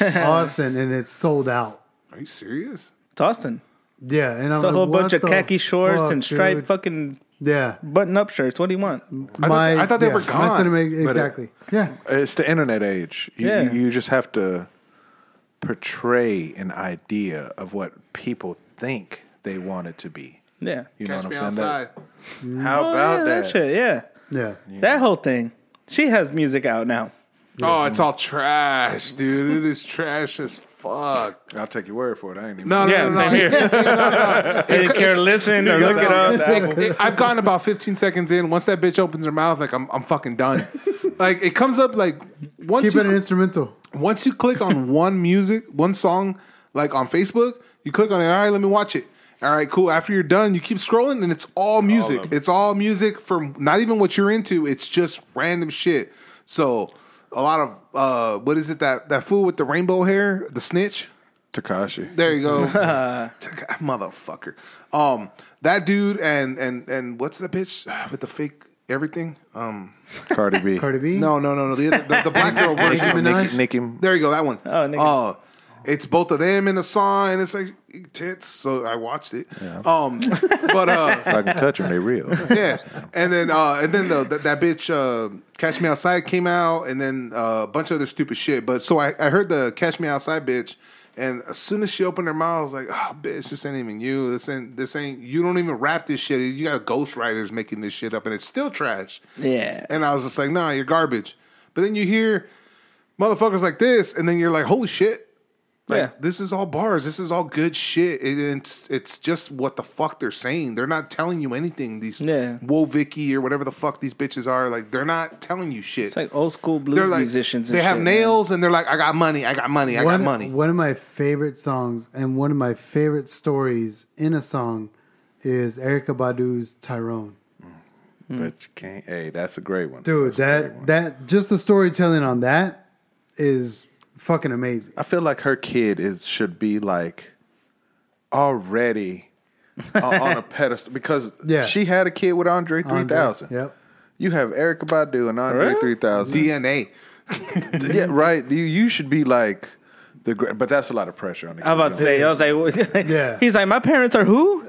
Speaker 4: Austin, and it's sold out.
Speaker 2: Are you serious?
Speaker 5: Austin.
Speaker 4: Yeah, and I'm
Speaker 5: It's a
Speaker 4: like,
Speaker 5: whole bunch
Speaker 4: "What
Speaker 5: of
Speaker 4: the
Speaker 5: khaki shorts
Speaker 4: fuck,
Speaker 5: and striped
Speaker 4: dude?"
Speaker 5: fucking
Speaker 4: Yeah,
Speaker 5: button up shirts. What do you want?
Speaker 4: my
Speaker 2: I thought they
Speaker 4: yeah,
Speaker 2: were
Speaker 4: My
Speaker 2: gone,
Speaker 4: cinematic-
Speaker 6: but it-
Speaker 4: exactly. yeah,
Speaker 6: It's the internet age. You,
Speaker 5: Yeah.
Speaker 6: you, you just have to portray an idea of what people think they want it to be.
Speaker 5: Yeah. Oh,
Speaker 6: You
Speaker 2: Catch
Speaker 6: know
Speaker 2: me
Speaker 6: what I'm saying?
Speaker 2: outside.
Speaker 6: That- how about
Speaker 5: yeah,
Speaker 6: that?
Speaker 5: shit, yeah.
Speaker 4: yeah.
Speaker 5: That whole thing. She has music out now.
Speaker 2: Oh, it's all trash, dude. It is trash as Fuck.
Speaker 6: I'll take your word for it. I ain't even.
Speaker 2: No, no, no,
Speaker 5: Yeah, (laughs)
Speaker 2: no.
Speaker 5: same here. I didn't care to listen or look it up.
Speaker 2: It- it- I've gotten about 15 seconds in. Once that bitch opens her mouth, like I'm, I'm fucking done. like it comes up like once
Speaker 4: Keep
Speaker 2: you
Speaker 4: it an instrumental.
Speaker 2: once you click on one music, one song, like on Facebook, you click on it. All right, let me watch it. All right, cool. After you're done, you keep scrolling, and it's all music. it's all music from not even what you're into. It's just random shit. So a lot of uh, what is it that that fool with the rainbow hair, the snitch?
Speaker 6: Takashi.
Speaker 2: There you
Speaker 5: (laughs)
Speaker 2: go, Taka- motherfucker. Um, that dude and and and what's the bitch uh, with the fake everything? Um,
Speaker 6: Cardi B.
Speaker 4: Cardi B.
Speaker 2: no, no, no, no. The other, the, the black
Speaker 5: (laughs)
Speaker 2: girl version.
Speaker 4: Nicki
Speaker 2: of
Speaker 4: Minaj?
Speaker 6: Nicki, Nicki.
Speaker 2: there you go, that one.
Speaker 5: Oh, nigga.
Speaker 2: Uh, it's both of them in the song, and it's like tits. So I watched it. Um, but uh,
Speaker 6: If I can touch them, they (laughs) real.
Speaker 2: yeah, and then uh, and then the, that, that bitch uh, "Catch Me Outside" came out, and then uh, a bunch of other stupid shit. But so I, I heard the "Catch Me Outside" bitch, and as soon as she opened her mouth, I was like, "Oh, bitch, this ain't even you. This ain't this ain't you. Don't even rap this shit. You got ghostwriters making this shit up, and it's still trash."
Speaker 5: Yeah.
Speaker 2: And I was just like, nah, you're garbage. But then you hear motherfuckers like this, and then you're like, holy shit. Like
Speaker 5: Yeah.
Speaker 2: this is all bars. This is all good shit. It- it's it's just what the fuck they're saying. They're not telling you anything. These
Speaker 5: Yeah.
Speaker 2: Woe Vicky or whatever the fuck these bitches are. Like they're not telling you shit.
Speaker 5: It's like old school blues
Speaker 2: they're like
Speaker 5: musicians. And
Speaker 2: they have
Speaker 5: shit, man.
Speaker 2: nails and they're like, I got money. I got money. I got
Speaker 4: one,
Speaker 2: money.
Speaker 4: One of my favorite songs and one of my favorite stories in a song is Erica Badu's Tyrone.
Speaker 6: But you can't. Hey, that's a great one.
Speaker 4: Dude,
Speaker 6: That's a great
Speaker 4: that
Speaker 6: one.
Speaker 4: that just the storytelling on that is fucking amazing.
Speaker 6: I feel like her kid is should be like already on,
Speaker 4: (laughs)
Speaker 6: on a pedestal because
Speaker 4: Yeah.
Speaker 6: she had a kid with Andre three
Speaker 4: Andre,
Speaker 6: thousand.
Speaker 4: Yep.
Speaker 6: You have Erica Badu and Andre
Speaker 5: Really?
Speaker 6: three thousand.
Speaker 2: DNA.
Speaker 6: yeah, right. You you should be like the great, but that's a lot of pressure on the.
Speaker 5: I was
Speaker 6: kid,
Speaker 5: about to say, I was like, (laughs) what-
Speaker 4: Yeah.
Speaker 5: He's like, my parents are who?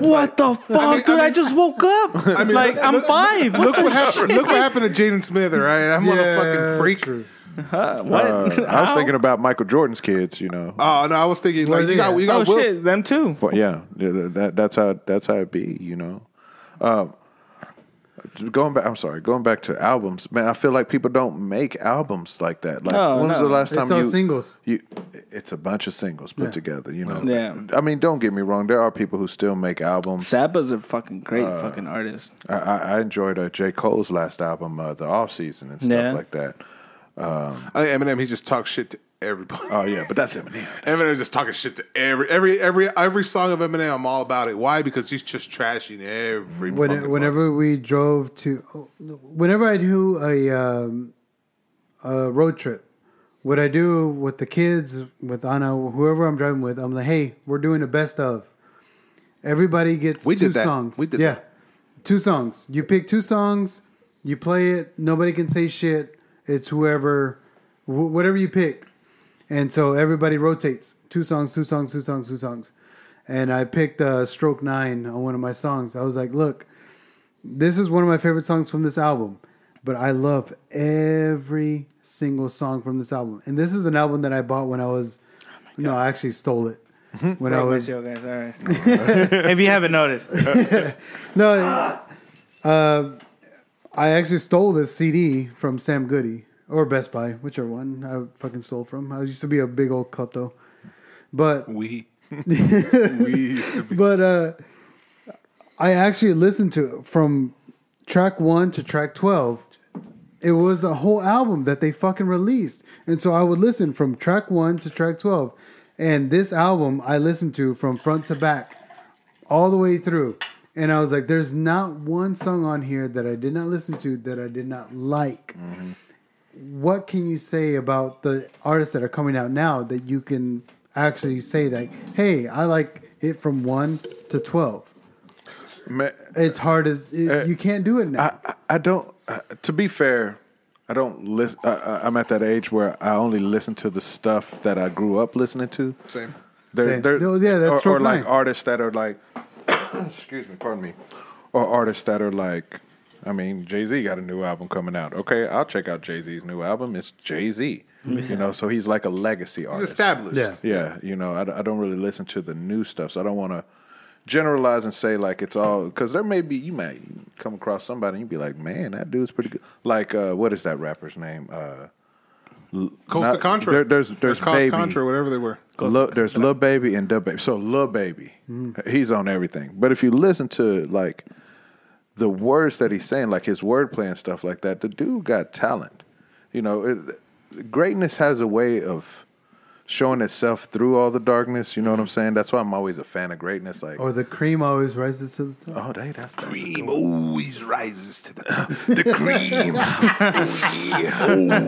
Speaker 5: what the fuck,
Speaker 2: mean-
Speaker 5: dude?
Speaker 2: I
Speaker 5: I,
Speaker 2: mean-
Speaker 5: just woke up. like, I'm five. Look
Speaker 2: What happened? Look what happened to Jaden Smith, all right? That motherfucking freak.
Speaker 5: what?
Speaker 6: Uh,
Speaker 5: (laughs)
Speaker 6: I was
Speaker 5: How?
Speaker 6: thinking about Michael Jordan's kids. You know.
Speaker 2: Oh no, I was thinking like you
Speaker 4: they
Speaker 2: got
Speaker 4: at?
Speaker 2: you
Speaker 5: Oh
Speaker 2: got Will
Speaker 5: shit, them too.
Speaker 6: But yeah, th- th- that that's how that's how it be, you know. Um, going back, I'm sorry, going back to albums, man. I feel like people don't make albums like that. Like,
Speaker 5: No,
Speaker 6: when was
Speaker 5: no.
Speaker 6: the last time
Speaker 4: It's all
Speaker 6: you
Speaker 4: singles.
Speaker 6: You, it's a bunch of singles put together, you know.
Speaker 5: Yeah.
Speaker 6: I mean, don't get me wrong. There are people who still make albums.
Speaker 5: Zappa's a fucking great
Speaker 6: Uh,
Speaker 5: fucking artist.
Speaker 6: I, I I enjoyed uh, J. Cole's last album, uh, the off season and stuff
Speaker 5: Yeah.
Speaker 6: like that.
Speaker 2: I think Eminem, he just talks shit to everybody.
Speaker 6: Oh yeah, but that's Eminem.
Speaker 2: Eminem's just talking shit to every every every every song of Eminem. I'm all about it. Why? Because he's just trashing every.
Speaker 4: When,
Speaker 2: fucking
Speaker 4: whenever we drove to, whenever I do a, um, a road trip, what I do with the kids, with Anna, whoever I'm driving with, I'm like, hey, we're doing the best of. Everybody gets
Speaker 2: We
Speaker 4: two
Speaker 2: did that.
Speaker 4: songs.
Speaker 2: We did
Speaker 4: yeah,
Speaker 2: that.
Speaker 4: two songs. You pick two songs, you play it. Nobody can say shit. It's whoever, wh- whatever you pick. And so everybody rotates two songs, two songs, two songs, two songs. And I picked uh, Stroke Nine on one of my songs. I was like, look, this is one of my favorite songs from this album, but I love every single song from this album. And this is an album that I bought when I was, no, I actually stole it. When I
Speaker 5: Right,
Speaker 4: was,
Speaker 5: let's go, guys. All right. (laughs) if you haven't noticed,
Speaker 4: no, uh, I actually stole this CD from Sam Goody or Best Buy, whichever one I fucking stole from. I used to be a big old klepto. But
Speaker 2: we
Speaker 4: (laughs) but uh, I actually listened to it from track one to track twelve. It was a whole album that they fucking released, and so I would listen from track one to track twelve. And this album I listened to from front to back, all the way through. And I was like, "There's not one song on here that I did not listen to that I did not like." What can you say about the artists that are coming out now that you can actually say that, "Hey, I like it from one to 12.
Speaker 6: Ma-
Speaker 4: It's hard as it, you can't do it now.
Speaker 6: I, I- I don't. Uh, to be fair, I don't listen. I, I, I'm at that age where I only listen to the stuff that I grew up listening to.
Speaker 2: same.
Speaker 6: They're,
Speaker 4: Same.
Speaker 6: they're-
Speaker 4: Oh, yeah, that's
Speaker 6: or, or
Speaker 4: stroke
Speaker 6: like
Speaker 4: nine.
Speaker 6: artists that are like, (coughs) excuse me, pardon me, or artists that are like, I mean, Jay Z got a new album coming out. Okay, I'll check out Jay Z's new album. It's Jay Z, you know. So he's like a legacy
Speaker 2: He's
Speaker 6: artist.
Speaker 2: established.
Speaker 4: Yeah.
Speaker 6: Yeah, you know, I, d- I don't really listen to the new stuff, so I don't want to generalize and say like it's all because there may be you might come across somebody and you be like, man, that dude's pretty good. Like, uh, what is that rapper's name? Uh,
Speaker 2: Costa
Speaker 6: Not-
Speaker 2: Contra.
Speaker 6: there- there's there's
Speaker 2: or Costa
Speaker 6: baby.
Speaker 2: Contra, whatever they were.
Speaker 6: Lil, there's Lil Baby and Dub Baby. So Lil Baby, he's on everything. But if you listen to like the words that he's saying, like his wordplay and stuff like that, the dude got talent. You know, it, greatness has a way of showing itself through all the darkness. You know what I'm saying? That's why I'm always a fan of greatness. Like,
Speaker 4: Or the cream always rises to the top.
Speaker 6: oh, they, that's, that's a
Speaker 2: Cream always Oh, rises to the top.
Speaker 6: the cream.
Speaker 2: oh yeah,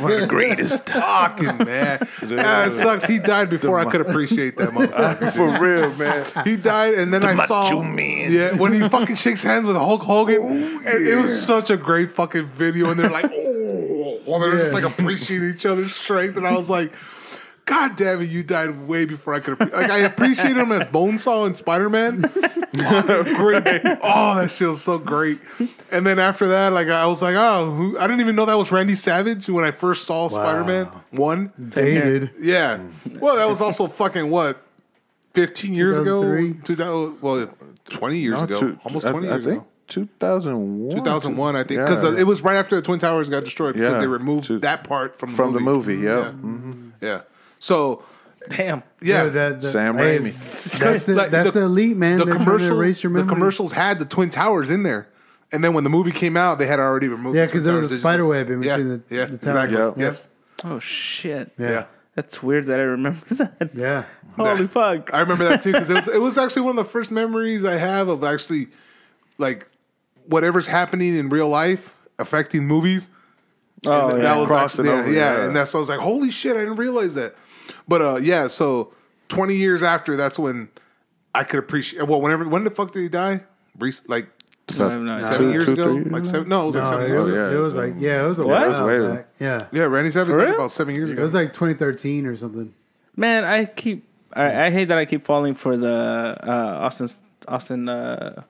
Speaker 2: one of the greatest talking (laughs) man. Ah, it sucks. He died before I could appreciate (laughs) that motherfucker.
Speaker 6: For real, man.
Speaker 2: (laughs) He died, and then I saw.
Speaker 6: Macho Man.
Speaker 2: Yeah, when he fucking shakes hands with Hulk Hogan, and it was such a great fucking video. And they're like, oh, (laughs) well, they're just like (laughs) appreciating each other's strength. And I was like, God damn it, you died way before I could. Appre- like I appreciate him as Bonesaw and Spider Man. (laughs) great. Oh, that shit was so great. And then after that, like I was like, oh, who? I didn't even know that was Randy Savage when I first saw Spider Man One.
Speaker 4: Dated.
Speaker 2: Yeah.
Speaker 6: Mm.
Speaker 2: Well, that was also fucking what, fifteen years ago,
Speaker 4: 2003?
Speaker 2: two thousand, well, twenty years
Speaker 6: No,
Speaker 2: ago,
Speaker 6: two-
Speaker 2: almost
Speaker 6: I-
Speaker 2: twenty
Speaker 6: I
Speaker 2: years
Speaker 6: think
Speaker 2: ago.
Speaker 6: 2001.
Speaker 2: 2001, I think, because
Speaker 6: Yeah.
Speaker 2: it was right after the Twin Towers got destroyed because
Speaker 6: Yeah.
Speaker 2: they removed
Speaker 6: Two-
Speaker 2: that part from the
Speaker 6: from the
Speaker 2: movie.
Speaker 6: movie. Mm-hmm. Yeah.
Speaker 2: Yeah. Yeah. So
Speaker 5: Damn.
Speaker 2: yeah,
Speaker 4: Yo, that, that,
Speaker 6: Sam
Speaker 4: hey,
Speaker 6: Raimi.
Speaker 4: That's the,
Speaker 2: Like,
Speaker 4: that's the, elite, man.
Speaker 2: The
Speaker 4: They're trying to
Speaker 2: commercials,
Speaker 4: erase your
Speaker 2: the
Speaker 4: memory.
Speaker 2: commercials had the Twin Towers in there, and then when the movie came out, they had already removed.
Speaker 4: Yeah,
Speaker 2: the
Speaker 4: 'cause
Speaker 2: Twin
Speaker 4: there was
Speaker 2: Towers
Speaker 4: a spider
Speaker 2: digitally.
Speaker 4: web in
Speaker 2: yeah,
Speaker 4: between the-
Speaker 2: yeah,
Speaker 4: the towers.
Speaker 2: exactly.
Speaker 6: Yeah.
Speaker 2: Yes,
Speaker 5: Oh shit.
Speaker 4: Yeah.
Speaker 5: That's weird that I remember (laughs) that.
Speaker 4: Yeah.
Speaker 5: Holy fuck.
Speaker 2: I remember that too because it was it was actually one of the first memories I have of actually like whatever's happening in real life affecting movies.
Speaker 5: Oh,
Speaker 2: Th-
Speaker 5: yeah.
Speaker 2: that was
Speaker 6: Crossing
Speaker 2: actually, yeah,
Speaker 6: over,
Speaker 2: yeah,
Speaker 6: yeah.
Speaker 2: and that's I was like, holy shit, I didn't realize that. But uh, yeah, so twenty years after, that's when I could appreciate. Well, whenever when the fuck did he die? Rec- like seven
Speaker 5: no,
Speaker 6: two-
Speaker 2: years
Speaker 6: two,
Speaker 2: ago,
Speaker 6: three years
Speaker 2: like
Speaker 6: ago?
Speaker 2: seven? No, it was like
Speaker 4: No,
Speaker 2: seven
Speaker 4: it,
Speaker 2: years ago.
Speaker 6: yeah.
Speaker 4: it was like, yeah, it was a
Speaker 5: What?
Speaker 4: while
Speaker 6: Wait.
Speaker 4: back. Yeah.
Speaker 2: Yeah, Randy Savage died
Speaker 5: real?
Speaker 2: about seven years
Speaker 4: It
Speaker 2: ago.
Speaker 4: was like 2013 or something.
Speaker 5: Man, I keep I, I hate that I keep falling for the uh, Austin Austin uh,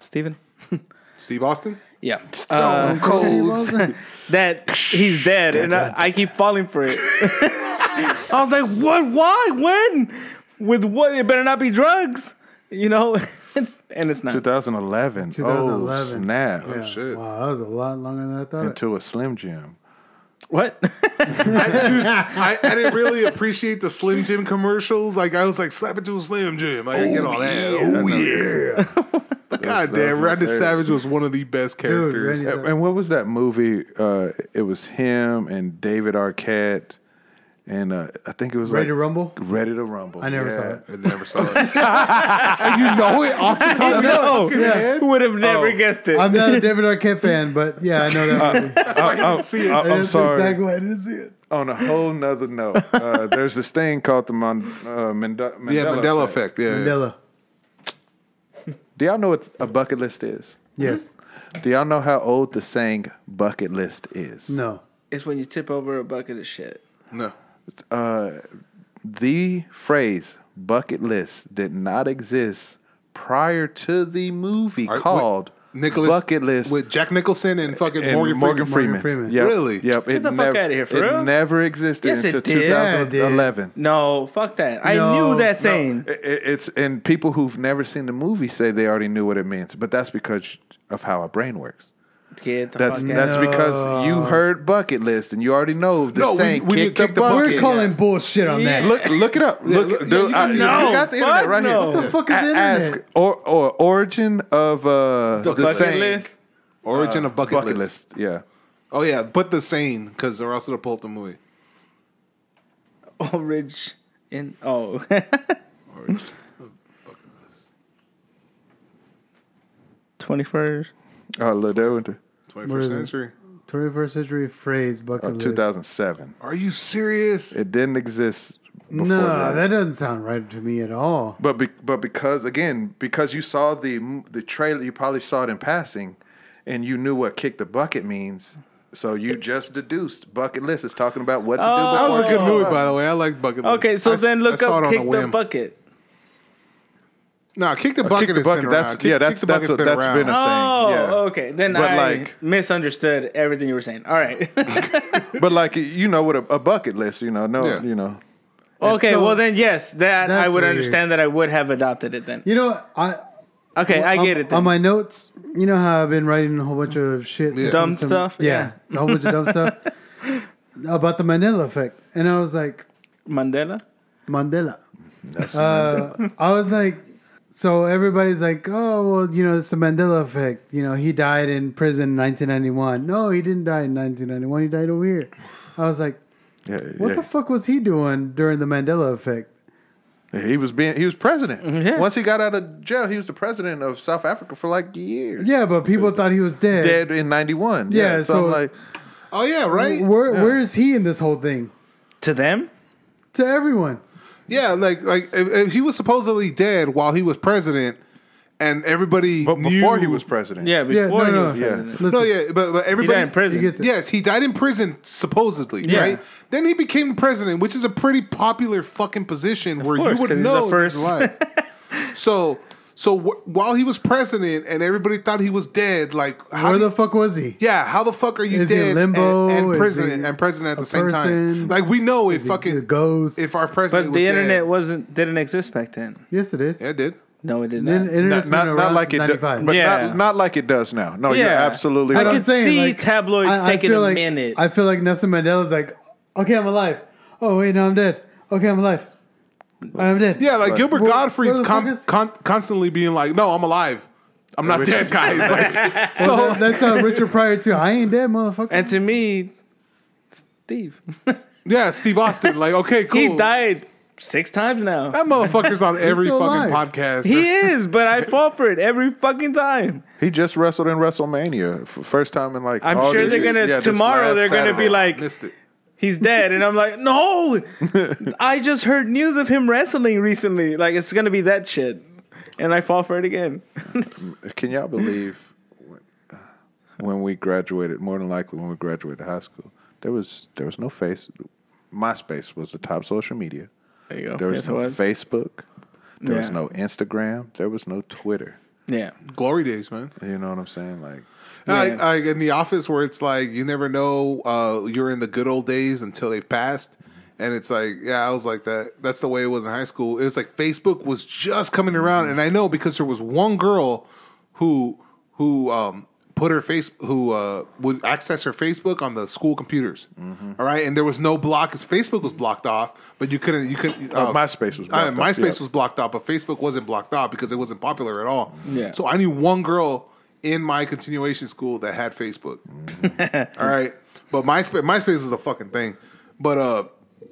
Speaker 5: Steven. (laughs)
Speaker 2: Steve Austin.
Speaker 5: Yeah. Uh,
Speaker 4: He wasn't.
Speaker 5: that he's dead, and I, I keep falling for it. (laughs) I was like, what? Why? When? With what? It better not be drugs, you know. (laughs) and it's not.
Speaker 6: 2011.
Speaker 4: 2011.
Speaker 6: Oh, snap.
Speaker 4: Yeah.
Speaker 2: shit.
Speaker 4: Wow, that was a lot longer than I thought. it-
Speaker 6: Into a Slim Jim.
Speaker 5: What?
Speaker 2: I, I didn't really appreciate the Slim Jim commercials. Like I was like, slap it to a Slim Jim. I didn't get all that. Oh yeah. But God
Speaker 6: that was
Speaker 2: damn,
Speaker 6: my
Speaker 2: Randy
Speaker 6: favorite.
Speaker 2: Savage was one of the best
Speaker 4: Dude,
Speaker 2: characters.
Speaker 4: Randy,
Speaker 6: And and what was that movie? Uh, it was him and David Arquette, and uh, I think it was
Speaker 4: Ready to
Speaker 6: like
Speaker 4: Rumble?
Speaker 6: Ready to Rumble.
Speaker 4: I never
Speaker 6: yeah.
Speaker 4: saw it.
Speaker 2: I never saw it. And you know it off the
Speaker 5: (laughs)
Speaker 2: top of your
Speaker 5: no,
Speaker 2: fucking head? Oh.
Speaker 5: would have never guessed it.
Speaker 4: I'm not a David Arquette fan, but yeah, (laughs) I know
Speaker 6: (laughs)
Speaker 4: that movie.
Speaker 6: Oh, oh, oh,
Speaker 4: That's
Speaker 6: I'm sorry.
Speaker 4: exactly why I didn't see it.
Speaker 6: On a whole
Speaker 2: (laughs)
Speaker 6: nother note, uh, there's this thing called the Mon- uh, Mand-
Speaker 2: (laughs)
Speaker 6: Mandela.
Speaker 2: Yeah, Mandela effect. Yeah, yeah.
Speaker 4: Mandela.
Speaker 6: Mm-hmm. Do y'all know what a bucket list is?
Speaker 4: Yes.
Speaker 6: Do y'all know how old the saying "bucket list" is?
Speaker 4: No.
Speaker 5: it's when you tip over a bucket of shit.
Speaker 2: No.
Speaker 6: Uh, the phrase bucket list did not exist prior to the movie
Speaker 2: Are-
Speaker 6: called
Speaker 2: Nicholas
Speaker 6: Bucket List
Speaker 2: with Jack Nicholson and fucking
Speaker 6: and
Speaker 2: Morgan, Freeman.
Speaker 4: Morgan Freeman.
Speaker 6: Yep.
Speaker 2: Really?
Speaker 6: Yep. It
Speaker 5: the fuck
Speaker 6: never,
Speaker 5: outta here, for
Speaker 6: it
Speaker 5: real?
Speaker 6: never existed
Speaker 5: Yes, it
Speaker 6: until
Speaker 5: did.
Speaker 4: Yeah, it did.
Speaker 6: 2011.
Speaker 5: No, fuck that. I
Speaker 4: No,
Speaker 5: knew that saying.
Speaker 6: It- it- it's and people who've never seen the movie say they already knew what it means, but that's because of how our brain works.
Speaker 5: Get the
Speaker 6: That's
Speaker 5: fuck out.
Speaker 6: that's because you heard bucket list and you already know the
Speaker 2: No, we-
Speaker 6: saying
Speaker 2: we
Speaker 6: kick,
Speaker 2: did kick
Speaker 6: the
Speaker 2: the
Speaker 6: bucket.
Speaker 2: bucket.
Speaker 4: We're calling bullshit on that.
Speaker 6: Look, look it up. Look,
Speaker 2: look- yeah,
Speaker 6: dude,
Speaker 2: you
Speaker 6: I-
Speaker 2: can-
Speaker 6: you
Speaker 5: No,
Speaker 6: got the internet
Speaker 5: fuck
Speaker 6: right
Speaker 5: no.
Speaker 6: here.
Speaker 4: What the fuck is
Speaker 6: A-
Speaker 4: the
Speaker 6: ask
Speaker 4: internet?
Speaker 6: or, or origin of uh, the,
Speaker 5: bucket
Speaker 6: saying
Speaker 5: list.
Speaker 2: Origin of bucket,
Speaker 6: bucket
Speaker 2: list.
Speaker 6: list. Yeah,
Speaker 2: Oh yeah, put the same because or else it'll pull up the movie.
Speaker 5: Orange in oh. (laughs) Twenty first.
Speaker 6: oh, look, that went to
Speaker 2: Twenty
Speaker 4: What is
Speaker 2: first
Speaker 4: it?
Speaker 2: century.
Speaker 4: 21st century phrase bucket
Speaker 6: uh,
Speaker 4: list.
Speaker 6: 2007.
Speaker 2: Are you serious?
Speaker 6: It didn't exist. Before
Speaker 4: No,
Speaker 6: that.
Speaker 4: that doesn't sound right to me at all.
Speaker 6: But be, but because again, because you saw the m- the trailer, you probably saw it in passing, and you knew what kick the bucket means. So you just deduced bucket list is talking about what to
Speaker 5: Oh.
Speaker 6: do.
Speaker 2: that was a good
Speaker 6: before-
Speaker 2: movie, by the way. I like Bucket List.
Speaker 5: Okay, so
Speaker 2: I s-
Speaker 5: then
Speaker 2: I
Speaker 5: look
Speaker 2: saw it
Speaker 5: up
Speaker 2: on a
Speaker 5: kick the
Speaker 2: whim.
Speaker 5: bucket.
Speaker 2: No, kick the
Speaker 6: Oh,
Speaker 2: bucket.
Speaker 6: kick the
Speaker 2: has been
Speaker 6: bucket.
Speaker 2: around.
Speaker 6: That's
Speaker 2: Kick-
Speaker 6: yeah.
Speaker 2: Kick
Speaker 6: That's
Speaker 2: the
Speaker 6: that's
Speaker 2: bucket's
Speaker 6: a, that's been a
Speaker 5: Oh,
Speaker 6: saying. Yeah.
Speaker 5: okay. Then
Speaker 6: But
Speaker 5: I
Speaker 6: like-
Speaker 5: misunderstood everything you were saying.
Speaker 2: (laughs)
Speaker 5: All right. (laughs)
Speaker 6: But like you know what a, a bucket list, you know, no,
Speaker 2: Yeah.
Speaker 6: you know,
Speaker 5: okay.
Speaker 4: so-
Speaker 5: well, then yes, that I
Speaker 4: That's
Speaker 5: would
Speaker 4: weird.
Speaker 5: understand that I would have adopted it then.
Speaker 4: You know, I
Speaker 5: Okay, I
Speaker 4: on-
Speaker 5: get it. Then.
Speaker 4: On my notes, you know how I've been writing a whole bunch of shit, that
Speaker 2: Yeah.
Speaker 5: Dumb
Speaker 4: comes from-
Speaker 5: stuff? (laughs)
Speaker 4: Yeah, a whole bunch of dumb stuff. about the Mandela effect, and I was like,
Speaker 5: Mandela.
Speaker 4: Mandela. Uh, I was like, so everybody's like, oh, well, you know, it's the Mandela effect. You know, he died in prison in 1991. No, he didn't die in 1991. He died over here. I was like,
Speaker 6: Yeah,
Speaker 4: what
Speaker 6: yeah.
Speaker 4: the fuck was he doing during the Mandela effect?
Speaker 6: He was being he was president.
Speaker 5: yeah.
Speaker 6: Once he got out of jail, he was the president of South Africa for like years.
Speaker 4: Yeah, but people thought he was dead.
Speaker 6: Dead in ninety one.
Speaker 4: Yeah,
Speaker 6: so, I'm
Speaker 4: so-
Speaker 6: like
Speaker 2: Oh yeah, right.
Speaker 4: Where, where is he in this whole thing?
Speaker 5: To them,
Speaker 4: To everyone.
Speaker 2: Yeah, like like if, if he was supposedly dead while he was president, and everybody
Speaker 6: but before
Speaker 2: knew-
Speaker 6: he was president.
Speaker 5: yeah.
Speaker 4: Yeah,
Speaker 5: Before
Speaker 4: no, no.
Speaker 5: he was president.
Speaker 4: Listen,
Speaker 2: No, yeah, but, but
Speaker 5: He
Speaker 2: everybody
Speaker 5: died in prison.
Speaker 4: he gets it.
Speaker 2: Yes, he died in prison supposedly,
Speaker 5: Yeah.
Speaker 2: right? Then he became president, which is a pretty popular fucking position where
Speaker 5: course,
Speaker 2: you would
Speaker 5: 'cause he's
Speaker 2: know
Speaker 5: the first.
Speaker 2: he's alive.
Speaker 6: (laughs)
Speaker 2: so so wh- while he was president and everybody thought he was dead, like how
Speaker 4: Where
Speaker 2: do
Speaker 4: the
Speaker 2: you-
Speaker 4: fuck was he?
Speaker 2: yeah, how the fuck are you
Speaker 4: Is he in
Speaker 2: dead
Speaker 4: limbo?
Speaker 2: and,
Speaker 4: Is
Speaker 2: and president
Speaker 4: he
Speaker 2: and president at
Speaker 4: a
Speaker 2: the same
Speaker 4: person?
Speaker 2: time? Like we know if
Speaker 4: Is he a
Speaker 2: fucking
Speaker 4: ghost?
Speaker 2: if our president
Speaker 5: But
Speaker 2: was
Speaker 5: the internet
Speaker 2: dead,
Speaker 5: wasn't didn't exist back then.
Speaker 4: yes, it did.
Speaker 2: yeah, it did.
Speaker 5: No, it did
Speaker 4: The
Speaker 5: not.
Speaker 4: internet's
Speaker 6: Not,
Speaker 4: been
Speaker 6: not,
Speaker 4: around
Speaker 6: not like
Speaker 4: since
Speaker 6: it, do,
Speaker 4: 95.
Speaker 6: but
Speaker 5: Yeah.
Speaker 6: not, not like it does now. No, you're
Speaker 5: Yeah.
Speaker 6: absolutely
Speaker 5: I
Speaker 6: right.
Speaker 5: could see tabloids taking
Speaker 4: feel
Speaker 5: a
Speaker 4: like,
Speaker 5: minute.
Speaker 4: I feel like Nelson Mandela's like, okay, I'm alive. Oh wait, no, I'm dead. Okay, I'm alive. I'm dead.
Speaker 2: Yeah, like Gilbert
Speaker 4: Where- where
Speaker 2: Gottfried's
Speaker 4: the fuck
Speaker 2: con-
Speaker 4: is-
Speaker 2: con- constantly being like, "No, I'm alive. I'm not
Speaker 6: Which
Speaker 2: dead,
Speaker 6: is-
Speaker 2: guys."
Speaker 5: (laughs)
Speaker 2: Like, so
Speaker 4: Well, that- that's how Richard Pryor too. I ain't dead, motherfucker.
Speaker 5: And to me, Steve, (laughs)
Speaker 2: yeah, Steve Austin, like, okay, cool. Oh.
Speaker 5: he died six times now.
Speaker 2: That
Speaker 4: (laughs)
Speaker 2: motherfucker's on every
Speaker 4: still
Speaker 2: fucking
Speaker 4: alive.
Speaker 2: podcast.
Speaker 5: He is, but I fall for it every fucking time.
Speaker 6: He just wrestled in WrestleMania f- first time in like.
Speaker 5: I'm
Speaker 6: all
Speaker 5: sure
Speaker 6: these
Speaker 5: they're
Speaker 6: years.
Speaker 5: gonna
Speaker 6: Yeah, this
Speaker 5: tomorrow.
Speaker 6: last
Speaker 5: They're gonna be
Speaker 6: Saturday.
Speaker 5: like,
Speaker 2: missed it.
Speaker 5: he's dead, and I'm like, (laughs) no. I just heard news of him wrestling recently. Like it's gonna be that shit, and I fall for it again. (laughs)
Speaker 6: Can y'all believe when we graduated? More than likely, when we graduated high school, there was there was no face. MySpace was the top social media.
Speaker 5: There you go.
Speaker 6: There was
Speaker 5: Oh, yes,
Speaker 6: no
Speaker 5: it was.
Speaker 6: Facebook. There was
Speaker 5: Yeah.
Speaker 6: no Instagram. There was no Twitter.
Speaker 5: Yeah.
Speaker 2: Glory days, man.
Speaker 6: You know what I'm saying? Like,
Speaker 2: Like, like in the office where it's like you never know uh, you're in the good old days until they've passed. And it's like, yeah, I was like that. That's the way it was in high school. It was like Facebook was just coming
Speaker 6: Mm-hmm.
Speaker 2: around, and I know because there was one girl who who um, put her face who uh, would access her Facebook on the school computers.
Speaker 6: Mm-hmm.
Speaker 2: All right, and there was no block. 'cause Facebook was blocked off, but you couldn't. You couldn't.
Speaker 6: Oh, MySpace was
Speaker 2: uh,
Speaker 6: blocked off,
Speaker 2: MySpace
Speaker 6: yeah.
Speaker 2: was was blocked out, but Facebook wasn't blocked out because it wasn't popular at all.
Speaker 5: Yeah.
Speaker 2: So I knew one girl in my continuation school that had Facebook. all right. But MySpace, MySpace was a fucking thing. But uh,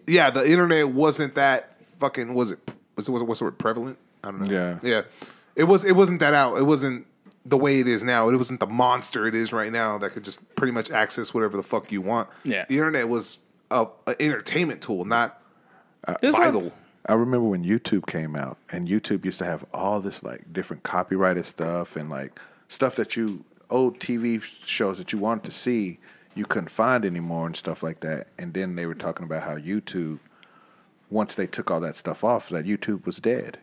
Speaker 2: yeah, the internet wasn't that fucking was it was it what's the word prevalent? I don't know.
Speaker 6: Yeah.
Speaker 2: Yeah. It was it wasn't that out. It wasn't the way it is now. It wasn't the monster it is right now that could just pretty much access whatever the fuck you want.
Speaker 5: Yeah.
Speaker 2: The internet was a, a entertainment tool, not
Speaker 5: This one-
Speaker 2: vital.
Speaker 6: I remember when YouTube came out, and YouTube used to have all this like different copyrighted stuff and like stuff that you old TV shows that you wanted to see you couldn't find anymore and stuff like that. And then they were talking about how YouTube, once they took all that stuff off, that YouTube was dead.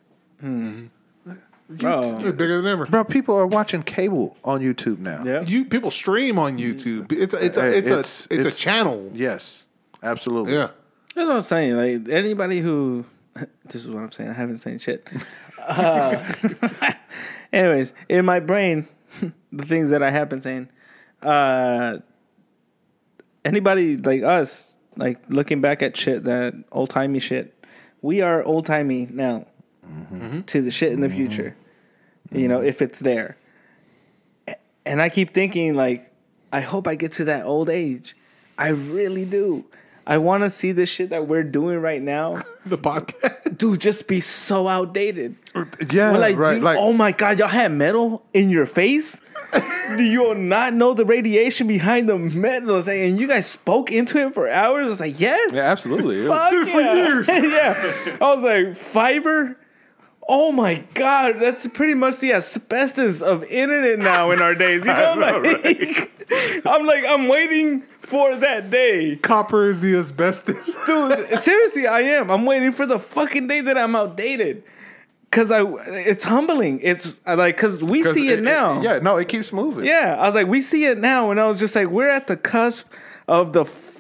Speaker 5: Oh.
Speaker 2: Bigger than ever.
Speaker 6: Bro, people are watching cable on YouTube now.
Speaker 5: Yeah.
Speaker 2: You people stream on YouTube. It's a, it's
Speaker 6: Hey,
Speaker 2: a, it's,
Speaker 6: it's-
Speaker 2: a it's,
Speaker 6: it's-
Speaker 2: a channel.
Speaker 6: Yes, absolutely.
Speaker 2: Yeah.
Speaker 5: That's what I'm saying. Like anybody who, (laughs) this is what I'm saying. I haven't seen shit. Uh, (laughs) anyways, in my brain, (laughs) the things that I have been saying. Uh, anybody like us, like looking back at shit that old timey shit, we are old timey now to the shit in the future. You know, if it's there. A- And I keep thinking like, I hope I get to that old age. I really do. I want to see this shit that we're doing right
Speaker 6: (laughs)
Speaker 5: now,
Speaker 2: The podcast.
Speaker 5: dude, just be so outdated.
Speaker 6: Uh, Yeah,
Speaker 5: We're like,
Speaker 6: right.
Speaker 5: dude,
Speaker 6: like,
Speaker 5: oh my god, y'all had metal in your
Speaker 6: (laughs)
Speaker 5: face. Do you not know the radiation behind the metal? It's like, and you guys spoke into it for hours. I was like, yes,
Speaker 6: yeah, absolutely.
Speaker 5: (laughs)
Speaker 6: It was-
Speaker 5: Fuck yeah. yeah. I was like, fiber? Oh my god, that's pretty much the asbestos of internet now in our days. (laughs) You know, like (laughs) I'm like, I'm waiting for that day.
Speaker 2: Copper is the asbestos. (laughs)
Speaker 5: Dude, seriously, I am. I'm waiting for the fucking day that I'm outdated. Cause I, it's humbling. It's I like, cause we
Speaker 6: 'cause
Speaker 5: see it, now.
Speaker 6: yeah, no, it keeps moving.
Speaker 5: Yeah, I was like, we see it now, and I was just like, we're at the cusp of the f-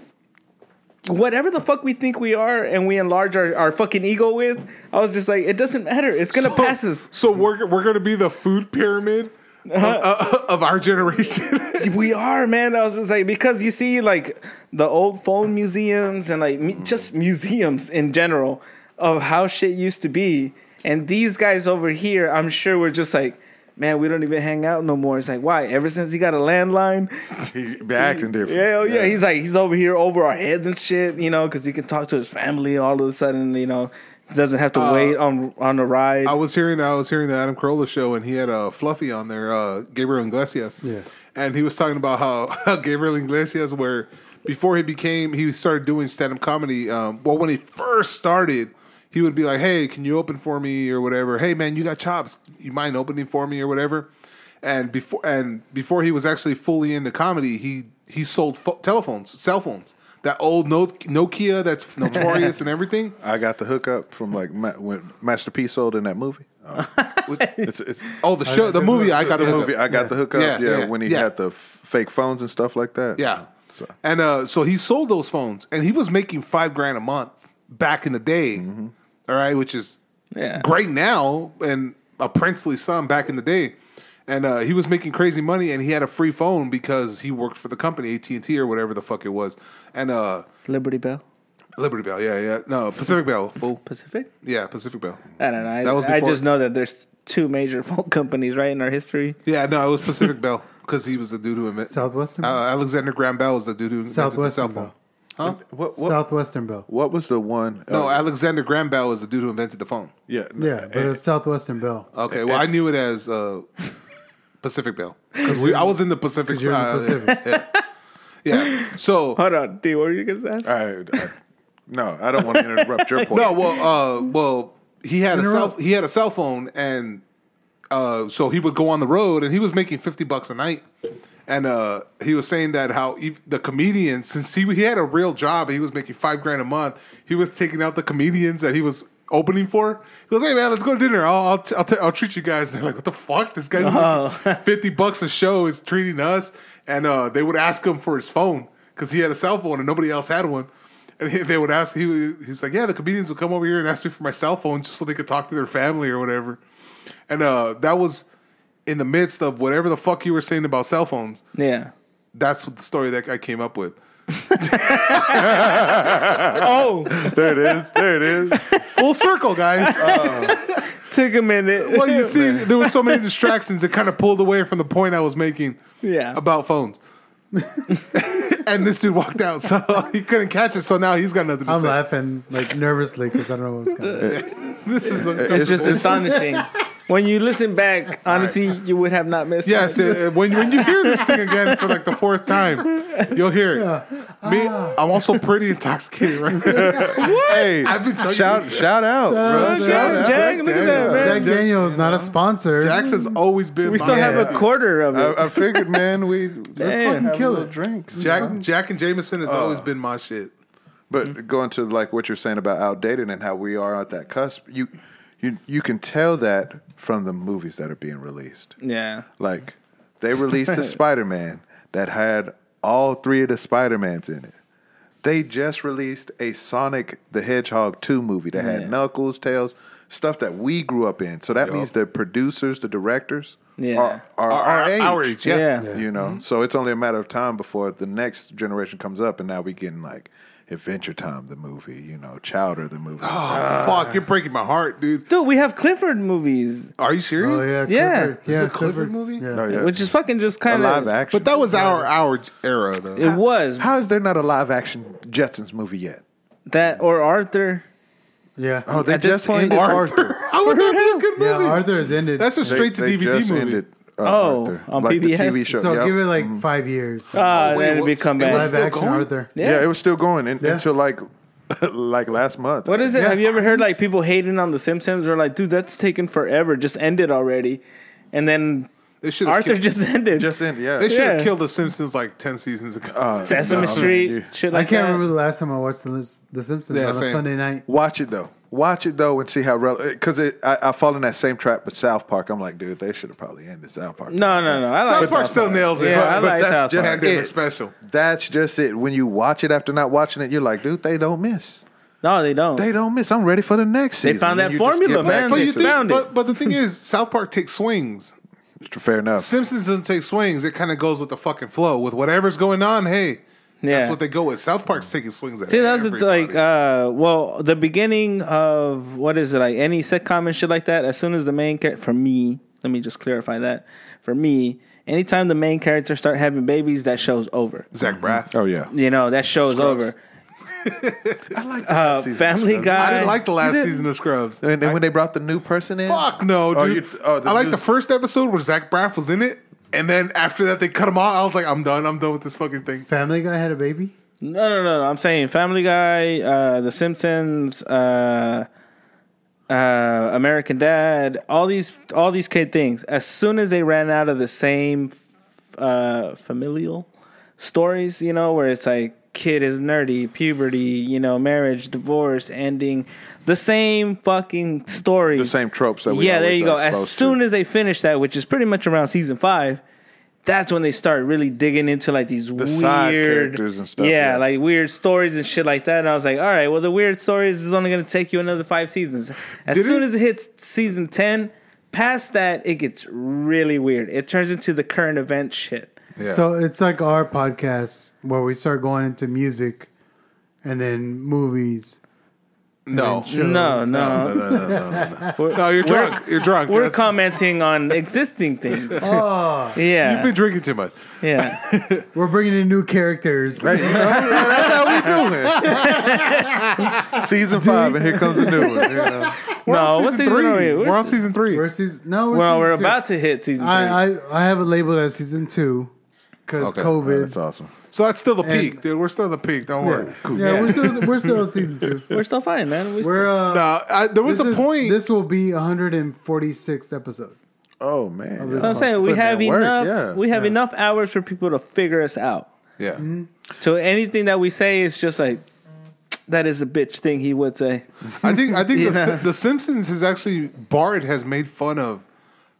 Speaker 5: whatever the fuck we think we are, and we enlarge our, our fucking ego with. I was just like, it doesn't matter. It's gonna pass us.
Speaker 2: So we're we're gonna be the food pyramid of, uh, of our generation.
Speaker 5: we are, man. I was just like, because you see, like the old phone museums and like mu- just museums in general of how shit used to be, and these guys over here, I'm sure were just like. Man, we don't even hang out no more. It's like, why? Ever since he got a landline,
Speaker 6: He's been acting different.
Speaker 5: yeah, oh, yeah, He's like he's over here over our heads and shit, you know, because he can talk to his family all of a sudden, you know, doesn't have to wait on on the ride.
Speaker 2: Uh, I was hearing I was hearing the Adam Carolla show and he had a uh, Fluffy on there, uh, Gabriel Iglesias.
Speaker 4: Yeah.
Speaker 2: And he was talking about how, (laughs) how Gabriel Iglesias where before he became he started doing stand up comedy, um, well when he first started, he would be like, Hey, can you open for me or whatever? Hey man, you got chops. You mind opening for me or whatever? And before and before he was actually fully into comedy, he he sold pho- telephones, cell phones. That old No- Nokia that's notorious and everything.
Speaker 6: I got the hookup from like ma- when Master P sold in that movie. Oh. it's, it's,
Speaker 2: Oh, the show, the movie. I got
Speaker 6: the
Speaker 2: the
Speaker 6: movie. I got the hookup.
Speaker 2: Yeah,
Speaker 6: Yeah,
Speaker 2: yeah,
Speaker 6: when he
Speaker 2: yeah.
Speaker 6: had the f- fake phones and stuff like that.
Speaker 2: Yeah.
Speaker 6: So,
Speaker 2: And uh, so he sold those phones, and he was making five grand a month back in the day. all right, which is
Speaker 5: yeah,
Speaker 2: great now and a princely sum back in the day. And uh, he was making crazy money, and he had a free phone because he worked for the company AT and T or whatever the fuck it was. And uh,
Speaker 5: Liberty Bell,
Speaker 2: Liberty Bell, yeah, yeah, no Pacific Bell, fool,
Speaker 5: Pacific.
Speaker 2: yeah, Pacific Bell.
Speaker 5: I don't know. I,
Speaker 2: That was
Speaker 5: I
Speaker 2: before-
Speaker 5: just know that there's two major (laughs) phone companies right in our history.
Speaker 2: Yeah, no, it was Pacific Bell because he was the dude who invented
Speaker 4: Southwestern
Speaker 2: Uh, Alexander Graham Bell was the dude who invented the cell
Speaker 4: Southwestern
Speaker 2: phone.
Speaker 4: Bell.
Speaker 2: Huh?
Speaker 6: what, what,
Speaker 4: Southwestern Bell.
Speaker 6: what was the one?
Speaker 2: No,
Speaker 6: uh,
Speaker 2: Alexander Graham Bell was the dude who invented the phone.
Speaker 6: yeah, no,
Speaker 4: Yeah, but
Speaker 6: and-
Speaker 4: it's Southwestern Bell.
Speaker 2: Okay, well, I knew it as uh, Pacific Bell because we I was in the Pacific.
Speaker 4: you're in the
Speaker 2: side.
Speaker 4: Pacific.
Speaker 2: Yeah. yeah.
Speaker 4: (laughs)
Speaker 2: So
Speaker 5: Hold on, D, what were you gonna ask?
Speaker 6: I- I- no, I don't want to interrupt
Speaker 2: (laughs)
Speaker 6: your point.
Speaker 2: no, well, uh, well, he had a cell,
Speaker 4: Interrupt.
Speaker 2: he had a cell phone, and uh, so he would go on the road, and he was making fifty bucks a night. And uh, he was saying that how ev the comedians, since he he had a real job, he was making five grand a month. He was taking out the comedians that he was opening for. He goes, "Hey man, let's go to dinner. I'll I'll, t- I'll, t- I'll treat you guys." (laughs) They're like, "What the fuck? This guy was making fifty bucks a show is treating us." And uh, they would ask him for his phone because he had a cell phone and nobody else had one. And he, they would ask. He was- he's like, "Yeah, the comedians would come over here and ask me for my cell phone just so they could talk to their family or whatever." And uh, that was in the midst of whatever the fuck you were saying about cell phones.
Speaker 5: Yeah.
Speaker 2: That's what the story that I came up with.
Speaker 5: Oh,
Speaker 6: there it is. There
Speaker 2: (laughs)
Speaker 6: it is.
Speaker 2: Full circle, guys.
Speaker 5: (laughs) took a minute.
Speaker 2: well, you see, there were so many distractions that kind of pulled away from the point I was making
Speaker 5: (laughs) Yeah.
Speaker 2: about phones. and this dude walked out, so he couldn't catch it. So now he's got nothing to
Speaker 4: I'm
Speaker 2: say.
Speaker 4: laughing like nervously because I don't know what's going on.
Speaker 2: This is
Speaker 5: it's just astonishing. When you listen back, honestly, you would have not missed.
Speaker 2: Yes,
Speaker 5: (laughs) it.
Speaker 2: uh, when when you hear this thing again for like the fourth time, you'll hear it. Me, I'm also pretty intoxicated right now.
Speaker 6: hey,
Speaker 2: I've been talking
Speaker 6: shout,
Speaker 2: to you.
Speaker 6: shout out, bro.
Speaker 4: out, shout
Speaker 6: Shout
Speaker 5: Jack,
Speaker 6: out.
Speaker 5: Jack, look at that, man.
Speaker 4: Jack Daniels not a sponsor.
Speaker 2: Jax has always been.
Speaker 5: we
Speaker 2: my
Speaker 5: still have a
Speaker 2: man.
Speaker 5: quarter of it.
Speaker 2: Uh,
Speaker 6: I, I figured, man, we let's
Speaker 5: Damn.
Speaker 6: fucking
Speaker 4: Kill
Speaker 6: kill
Speaker 4: it.
Speaker 6: it. Drinks.
Speaker 2: Jack Jack and Jameson has always been my shit.
Speaker 6: But going to like what you're saying about outdated and how we are at that cusp, you you you can tell that from the movies that are being released.
Speaker 5: yeah.
Speaker 6: Like they released a Spider-Man that had all three of the Spider-Mans in it. They just released a Sonic the Hedgehog 2 movie that
Speaker 5: Yeah.
Speaker 6: had Knuckles, Tails, stuff that we grew up in. So that means the producers, the directors
Speaker 5: Yeah.
Speaker 6: are, are our, age.
Speaker 5: Yeah. Yeah.
Speaker 6: You know, so it's only a matter of time before the next generation comes up, and now we getting like Adventure Time, the movie, you know, Chowder, the movie.
Speaker 2: Oh fuck, you're breaking my heart, dude.
Speaker 5: Dude, we have Clifford movies,
Speaker 2: Are you serious?
Speaker 4: Oh yeah,
Speaker 5: Yeah.
Speaker 4: Clifford. yeah,
Speaker 2: Is it a Clifford movie?
Speaker 6: Oh,
Speaker 4: Yeah,
Speaker 6: yeah.
Speaker 5: which is fucking just
Speaker 6: a
Speaker 5: kind
Speaker 6: live
Speaker 5: of.
Speaker 6: action.
Speaker 2: But that was our our era though.
Speaker 5: It was
Speaker 6: how is there not a live action Jetsons movie yet?
Speaker 5: that or Arthur.
Speaker 4: yeah.
Speaker 6: Oh, they
Speaker 5: At this
Speaker 6: just
Speaker 5: point-
Speaker 6: ended Arthur. (laughs)
Speaker 2: How would that be a good
Speaker 4: yeah.
Speaker 2: movie?
Speaker 4: Arthur is ended.
Speaker 2: That's a
Speaker 6: They-
Speaker 2: straight to
Speaker 6: they
Speaker 2: DVD
Speaker 6: just
Speaker 2: movie.
Speaker 6: ended, uh,
Speaker 5: Oh, on
Speaker 6: like
Speaker 5: PBS?
Speaker 6: The TV show.
Speaker 4: so
Speaker 6: yep.
Speaker 4: give it like
Speaker 2: Mm.
Speaker 4: five years.
Speaker 5: (laughs) Ah,
Speaker 2: Oh, wait,
Speaker 5: then it
Speaker 2: what's-
Speaker 5: become
Speaker 2: it
Speaker 5: bad.
Speaker 2: was-
Speaker 4: Live
Speaker 2: still
Speaker 4: action
Speaker 2: going?
Speaker 4: Arthur.
Speaker 6: yeah, it was still going in,
Speaker 4: Yeah.
Speaker 6: until like (laughs) like last month.
Speaker 5: What is it?
Speaker 4: Yeah.
Speaker 5: Have you ever heard like people hating on The Simpsons? Or like, dude, that's taken forever. Just end it already. And then
Speaker 2: They should have
Speaker 5: Arthur
Speaker 2: killed,
Speaker 5: just (laughs) ended.
Speaker 6: Just ended, yeah.
Speaker 2: they should have
Speaker 5: Yeah.
Speaker 2: killed the Simpsons like ten seasons ago.
Speaker 6: Uh,
Speaker 5: Sesame
Speaker 6: no,
Speaker 5: Street,
Speaker 6: man, you-
Speaker 5: shit
Speaker 4: I
Speaker 5: like uh,
Speaker 4: can't
Speaker 5: that.
Speaker 4: remember the last time I watched the, the Simpsons
Speaker 2: Yeah,
Speaker 4: on a
Speaker 2: same.
Speaker 4: Sunday night.
Speaker 6: Watch it though. Watch it though and see how relevant. Because I, I fall in that same trap with South Park. I'm like, dude, they should have probably ended South Park.
Speaker 5: No, no, no. I
Speaker 2: South
Speaker 5: like
Speaker 2: Park still nails it.
Speaker 5: Yeah,
Speaker 2: but,
Speaker 5: I
Speaker 2: but
Speaker 5: like
Speaker 2: that's
Speaker 5: South
Speaker 2: just
Speaker 5: Park.
Speaker 2: pandemic
Speaker 6: It-
Speaker 2: special.
Speaker 6: That's just it. When you watch it after not watching it, you're like, dude, they don't miss.
Speaker 5: No, they don't.
Speaker 6: They don't miss. I'm ready for the next
Speaker 5: They
Speaker 6: season.
Speaker 5: found
Speaker 6: And
Speaker 5: that
Speaker 6: you just get
Speaker 5: formula,
Speaker 6: back
Speaker 5: man.
Speaker 2: But
Speaker 5: They
Speaker 6: into
Speaker 2: you
Speaker 6: it.
Speaker 2: think,
Speaker 5: found it.
Speaker 6: (laughs)
Speaker 2: but, but the thing is, South Park takes swings
Speaker 6: Fair enough.
Speaker 2: Simpsons doesn't take swings. It kind of goes with the fucking flow. With whatever's going on, hey,
Speaker 5: Yeah.
Speaker 2: that's what they go with. South Park's taking swings at
Speaker 5: See, that's the-
Speaker 2: everybody.
Speaker 5: like, uh, well, the beginning of what is it like any sitcom and shit like that. As soon as the main character, for me, let me just clarify that. For me, anytime the main characters start having babies, that show's over.
Speaker 2: Zach Braff.
Speaker 6: Oh yeah.
Speaker 5: You know, that show's
Speaker 2: Scrubs. (laughs)
Speaker 5: over.
Speaker 6: I like
Speaker 5: Uh, Family Guy.
Speaker 2: I didn't like the last
Speaker 6: didn't-
Speaker 2: season of Scrubs.
Speaker 6: And then when they brought the new person in,
Speaker 2: Fuck no,
Speaker 9: Oh,
Speaker 2: dude.
Speaker 9: you- oh, the
Speaker 2: I like
Speaker 9: new-
Speaker 2: the first episode where Zach Braff was in it, and then after that they cut him off. I was like, I'm done. I'm done with this fucking thing.
Speaker 4: Family Guy had a baby.
Speaker 5: No, no, no, no. I'm saying Family Guy, uh, The Simpsons, uh, uh, American Dad, all these, all these kid things. As soon as they ran out of the same uh, familial stories, you know, where it's like kid is nerdy, puberty, you know, marriage, divorce, ending, the same fucking stories,
Speaker 6: The same tropes that we
Speaker 5: yeah, there
Speaker 6: always
Speaker 5: you
Speaker 6: are
Speaker 5: go. As
Speaker 6: exposed
Speaker 5: soon
Speaker 6: to.
Speaker 5: as they finish that, which is pretty much around season five, that's when they start really digging into like these
Speaker 6: The
Speaker 5: weird
Speaker 6: side characters and stuff,
Speaker 5: Yeah,
Speaker 6: yeah.
Speaker 5: like weird stories and shit like that. And I was like, all right, well, the weird stories is only going to take you another five seasons. As
Speaker 2: Did
Speaker 5: soon
Speaker 2: it-
Speaker 5: as it hits season ten, past that, it gets really weird. It turns into the current event shit.
Speaker 2: Yeah.
Speaker 4: So it's like our podcast where we start going into music, and then movies.
Speaker 2: no.
Speaker 5: No, no,
Speaker 2: no,
Speaker 5: (laughs)
Speaker 2: no, no, no. No, you're drunk. You're drunk.
Speaker 5: we're
Speaker 2: That's-
Speaker 5: commenting on existing
Speaker 4: (laughs)
Speaker 5: things.
Speaker 4: Oh,
Speaker 5: yeah,
Speaker 2: You've been drinking too much. (laughs)
Speaker 5: yeah.
Speaker 4: we're bringing in new characters.
Speaker 6: Hey, you know, that's how we doing.
Speaker 5: (laughs)
Speaker 6: season five, and here comes the new one. you know.
Speaker 5: no, Oh, what season
Speaker 2: three.
Speaker 5: are we?
Speaker 2: We're on season three.
Speaker 4: We're season, no, we're
Speaker 5: Well,
Speaker 4: season
Speaker 5: we're
Speaker 4: two.
Speaker 5: about to hit season three.
Speaker 4: I, I I have it labeled as season two because
Speaker 2: Okay.
Speaker 6: Oh,
Speaker 4: COVID.
Speaker 6: that's awesome.
Speaker 2: So that's still the
Speaker 4: And-
Speaker 2: peak, dude. We're still the peak. Don't
Speaker 4: Yeah,
Speaker 2: worry. Cool.
Speaker 4: yeah,
Speaker 5: Yeah.
Speaker 4: we're still we're still on season two.
Speaker 5: We're still fine, man. We
Speaker 4: We're uh,
Speaker 2: Now, I, there was
Speaker 4: this
Speaker 2: a
Speaker 4: is-
Speaker 2: point.
Speaker 4: This will be 146th episode.
Speaker 6: Oh man,
Speaker 5: That's what I'm saying. We
Speaker 6: Putting
Speaker 5: have
Speaker 6: in work,
Speaker 5: enough.
Speaker 6: yeah.
Speaker 5: We have enough hours for people to figure us out.
Speaker 2: yeah.
Speaker 5: So anything that we say is just like that is a bitch thing he would say.
Speaker 2: I think I think the,
Speaker 5: Yeah.
Speaker 2: Sim- the Simpsons has actually Bart has made fun of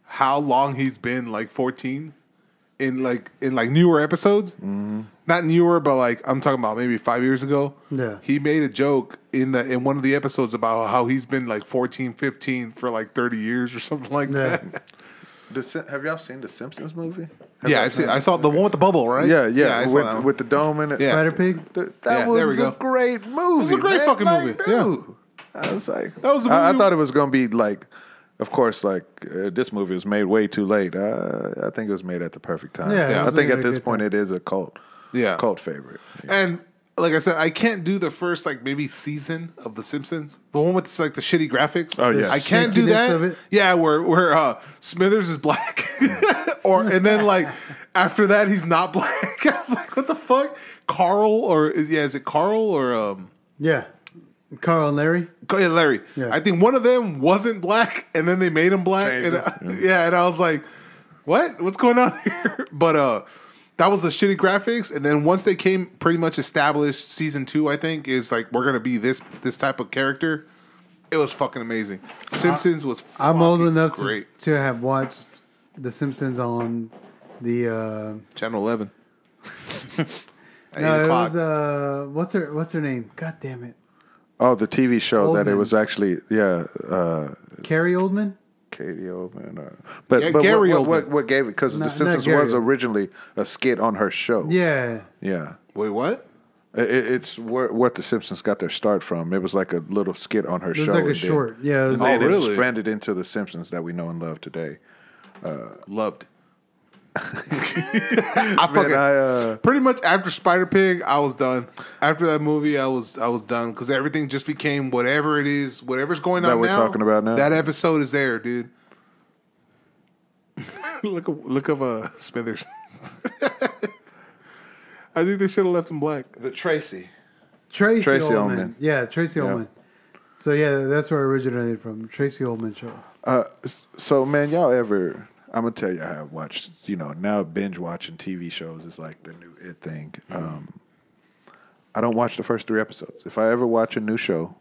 Speaker 2: how long he's been like 14 in like in like newer episodes.
Speaker 4: Mm-hmm.
Speaker 2: Not newer, but like I'm talking about maybe five years ago.
Speaker 4: Yeah.
Speaker 2: he made a joke in the in one of the episodes about how he's been like 14, 15 for like 30 years or something like
Speaker 4: Yeah.
Speaker 2: that.
Speaker 6: The Sim- have y'all seen the Simpsons movie? Have
Speaker 2: Yeah,
Speaker 6: y'all
Speaker 2: I've seen,
Speaker 6: seen
Speaker 2: I saw the one with the bubble, right?
Speaker 6: it? Yeah, yeah,
Speaker 2: I saw that
Speaker 6: with,
Speaker 2: one.
Speaker 6: with the dome and it.
Speaker 2: Yeah.
Speaker 4: Spider Pig.
Speaker 6: Th- That
Speaker 2: Yeah,
Speaker 6: was
Speaker 2: there we go.
Speaker 6: a great movie.
Speaker 2: great
Speaker 6: man.
Speaker 2: fucking
Speaker 6: Like,
Speaker 2: movie.
Speaker 6: dude. I was like,
Speaker 2: That was the
Speaker 6: I, I
Speaker 2: movie-
Speaker 6: thought it was gonna be like, of course, like uh, this movie was made way too late. Uh, I think it was made at the perfect time.
Speaker 4: Yeah, it
Speaker 6: I
Speaker 4: was
Speaker 6: think
Speaker 4: made
Speaker 6: at
Speaker 4: at a
Speaker 6: this
Speaker 4: good
Speaker 6: point it is a cult,
Speaker 2: Yeah.
Speaker 6: cult favorite.
Speaker 2: And like I said, I can't do the first like maybe season of The Simpsons, the one with like the shitty graphics.
Speaker 6: Oh, yeah.
Speaker 2: I can't do
Speaker 4: Shakiness
Speaker 2: that.
Speaker 4: of it.
Speaker 2: Yeah, where where uh, Smithers is black, (laughs) or and then like after that he's not black. (laughs) I was like, what the fuck, Carl or is, yeah, is it Carl or um.
Speaker 4: Yeah, Carl and Larry.
Speaker 2: Go ahead, Larry.
Speaker 4: Yeah.
Speaker 2: I think one of them wasn't black, and then they made him black.
Speaker 6: Changed
Speaker 2: And
Speaker 6: him.
Speaker 2: I- yeah. and I was like, "What? What's going on (laughs) here?" But uh, that was the shitty graphics. And then once they came, pretty much established season two. I think is like we're gonna be this this type of character. It was fucking amazing. Simpsons was.
Speaker 4: I'm old
Speaker 2: fucking
Speaker 4: enough to,
Speaker 2: Great
Speaker 4: to have watched The Simpsons on the. Uh,
Speaker 2: Channel Eleven. (laughs) Eight
Speaker 4: no, it
Speaker 2: o'clock.
Speaker 4: was uh, what's her what's her name? God damn it,
Speaker 6: Oh, the TV show that it
Speaker 4: Oldman.
Speaker 6: was actually yeah, uh,
Speaker 4: Carrie Oldman.
Speaker 6: Katie Oldman. Or, but
Speaker 2: Yeah,
Speaker 6: but
Speaker 2: Gary
Speaker 6: what, what,
Speaker 2: Oldman.
Speaker 6: what, what gave it? Because
Speaker 4: Not-
Speaker 6: The
Speaker 4: not
Speaker 6: Simpsons
Speaker 4: Gary
Speaker 6: was
Speaker 4: Oldman.
Speaker 6: originally a skit on her show.
Speaker 4: Yeah,
Speaker 6: yeah.
Speaker 2: Wait, what?
Speaker 6: It, it- it's where what The Simpsons got their start from. It was like a little skit on her
Speaker 4: it
Speaker 6: show.
Speaker 4: was like
Speaker 6: and
Speaker 4: a
Speaker 6: then-
Speaker 4: short. Yeah, it was
Speaker 6: And then
Speaker 2: Oh,
Speaker 6: it
Speaker 2: really?
Speaker 6: expanded into The Simpsons that we know and love today.
Speaker 2: Loved. (laughs) I fucking.
Speaker 6: And I, uh,
Speaker 2: pretty much after Spider Pig, I was done. After that movie, I was I was done because everything just became whatever it is, whatever's going
Speaker 6: That
Speaker 2: on
Speaker 6: we're
Speaker 2: now,
Speaker 6: talking about now?
Speaker 2: That episode is there, dude. (laughs) look up, look up uh, Smithers. (laughs) I think they should have left him black.
Speaker 6: the Tracy.
Speaker 4: Tracy,
Speaker 6: Tracy
Speaker 4: Oldman.
Speaker 6: Ullman.
Speaker 4: Yeah, Tracy Ullman. So yeah, that's where it originated from. Tracy Ullman show.
Speaker 6: Uh, s- so man, y'all ever? I'm gonna tell you how I've watched. You know, now binge watching TV shows is like the new it thing. Um, I don't watch the first three episodes. If I ever watch a new show,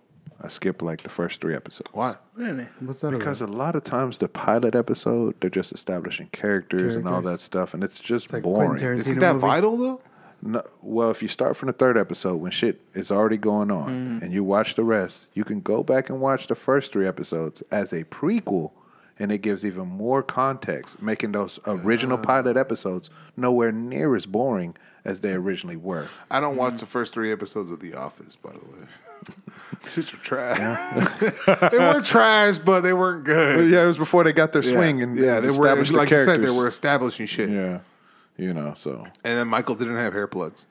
Speaker 6: I skip like the first three episodes.
Speaker 2: Why?
Speaker 5: Really?
Speaker 4: What's that
Speaker 6: Because
Speaker 4: about?
Speaker 6: a lot of times the pilot episode, they're just establishing characters, and all
Speaker 4: Characters.
Speaker 6: that stuff, and it's just
Speaker 4: like
Speaker 6: boring.
Speaker 4: Quentin Tarantino.
Speaker 2: Isn't
Speaker 4: Seen a
Speaker 2: that
Speaker 4: movie?
Speaker 2: vital though?
Speaker 6: No, well, if you start from the third episode when shit is already going
Speaker 4: Mm-hmm.
Speaker 6: on and you watch the rest, you can go back and watch the first three episodes as a prequel and it gives even more context, making those original
Speaker 4: Ah.
Speaker 6: pilot episodes nowhere near as boring as they originally were.
Speaker 2: I don't
Speaker 6: Mm.
Speaker 2: watch the first three episodes of The Office, by the way. (laughs) Shits were trash. (laughs) they were trash, but they weren't good.
Speaker 6: Yeah, it was before they got their swing and
Speaker 2: yeah,
Speaker 6: and
Speaker 2: they were
Speaker 6: established
Speaker 2: like
Speaker 6: the
Speaker 2: you said, they
Speaker 6: characters.
Speaker 2: were establishing shit.
Speaker 6: yeah, you know. So
Speaker 2: And then Michael didn't have hair plugs.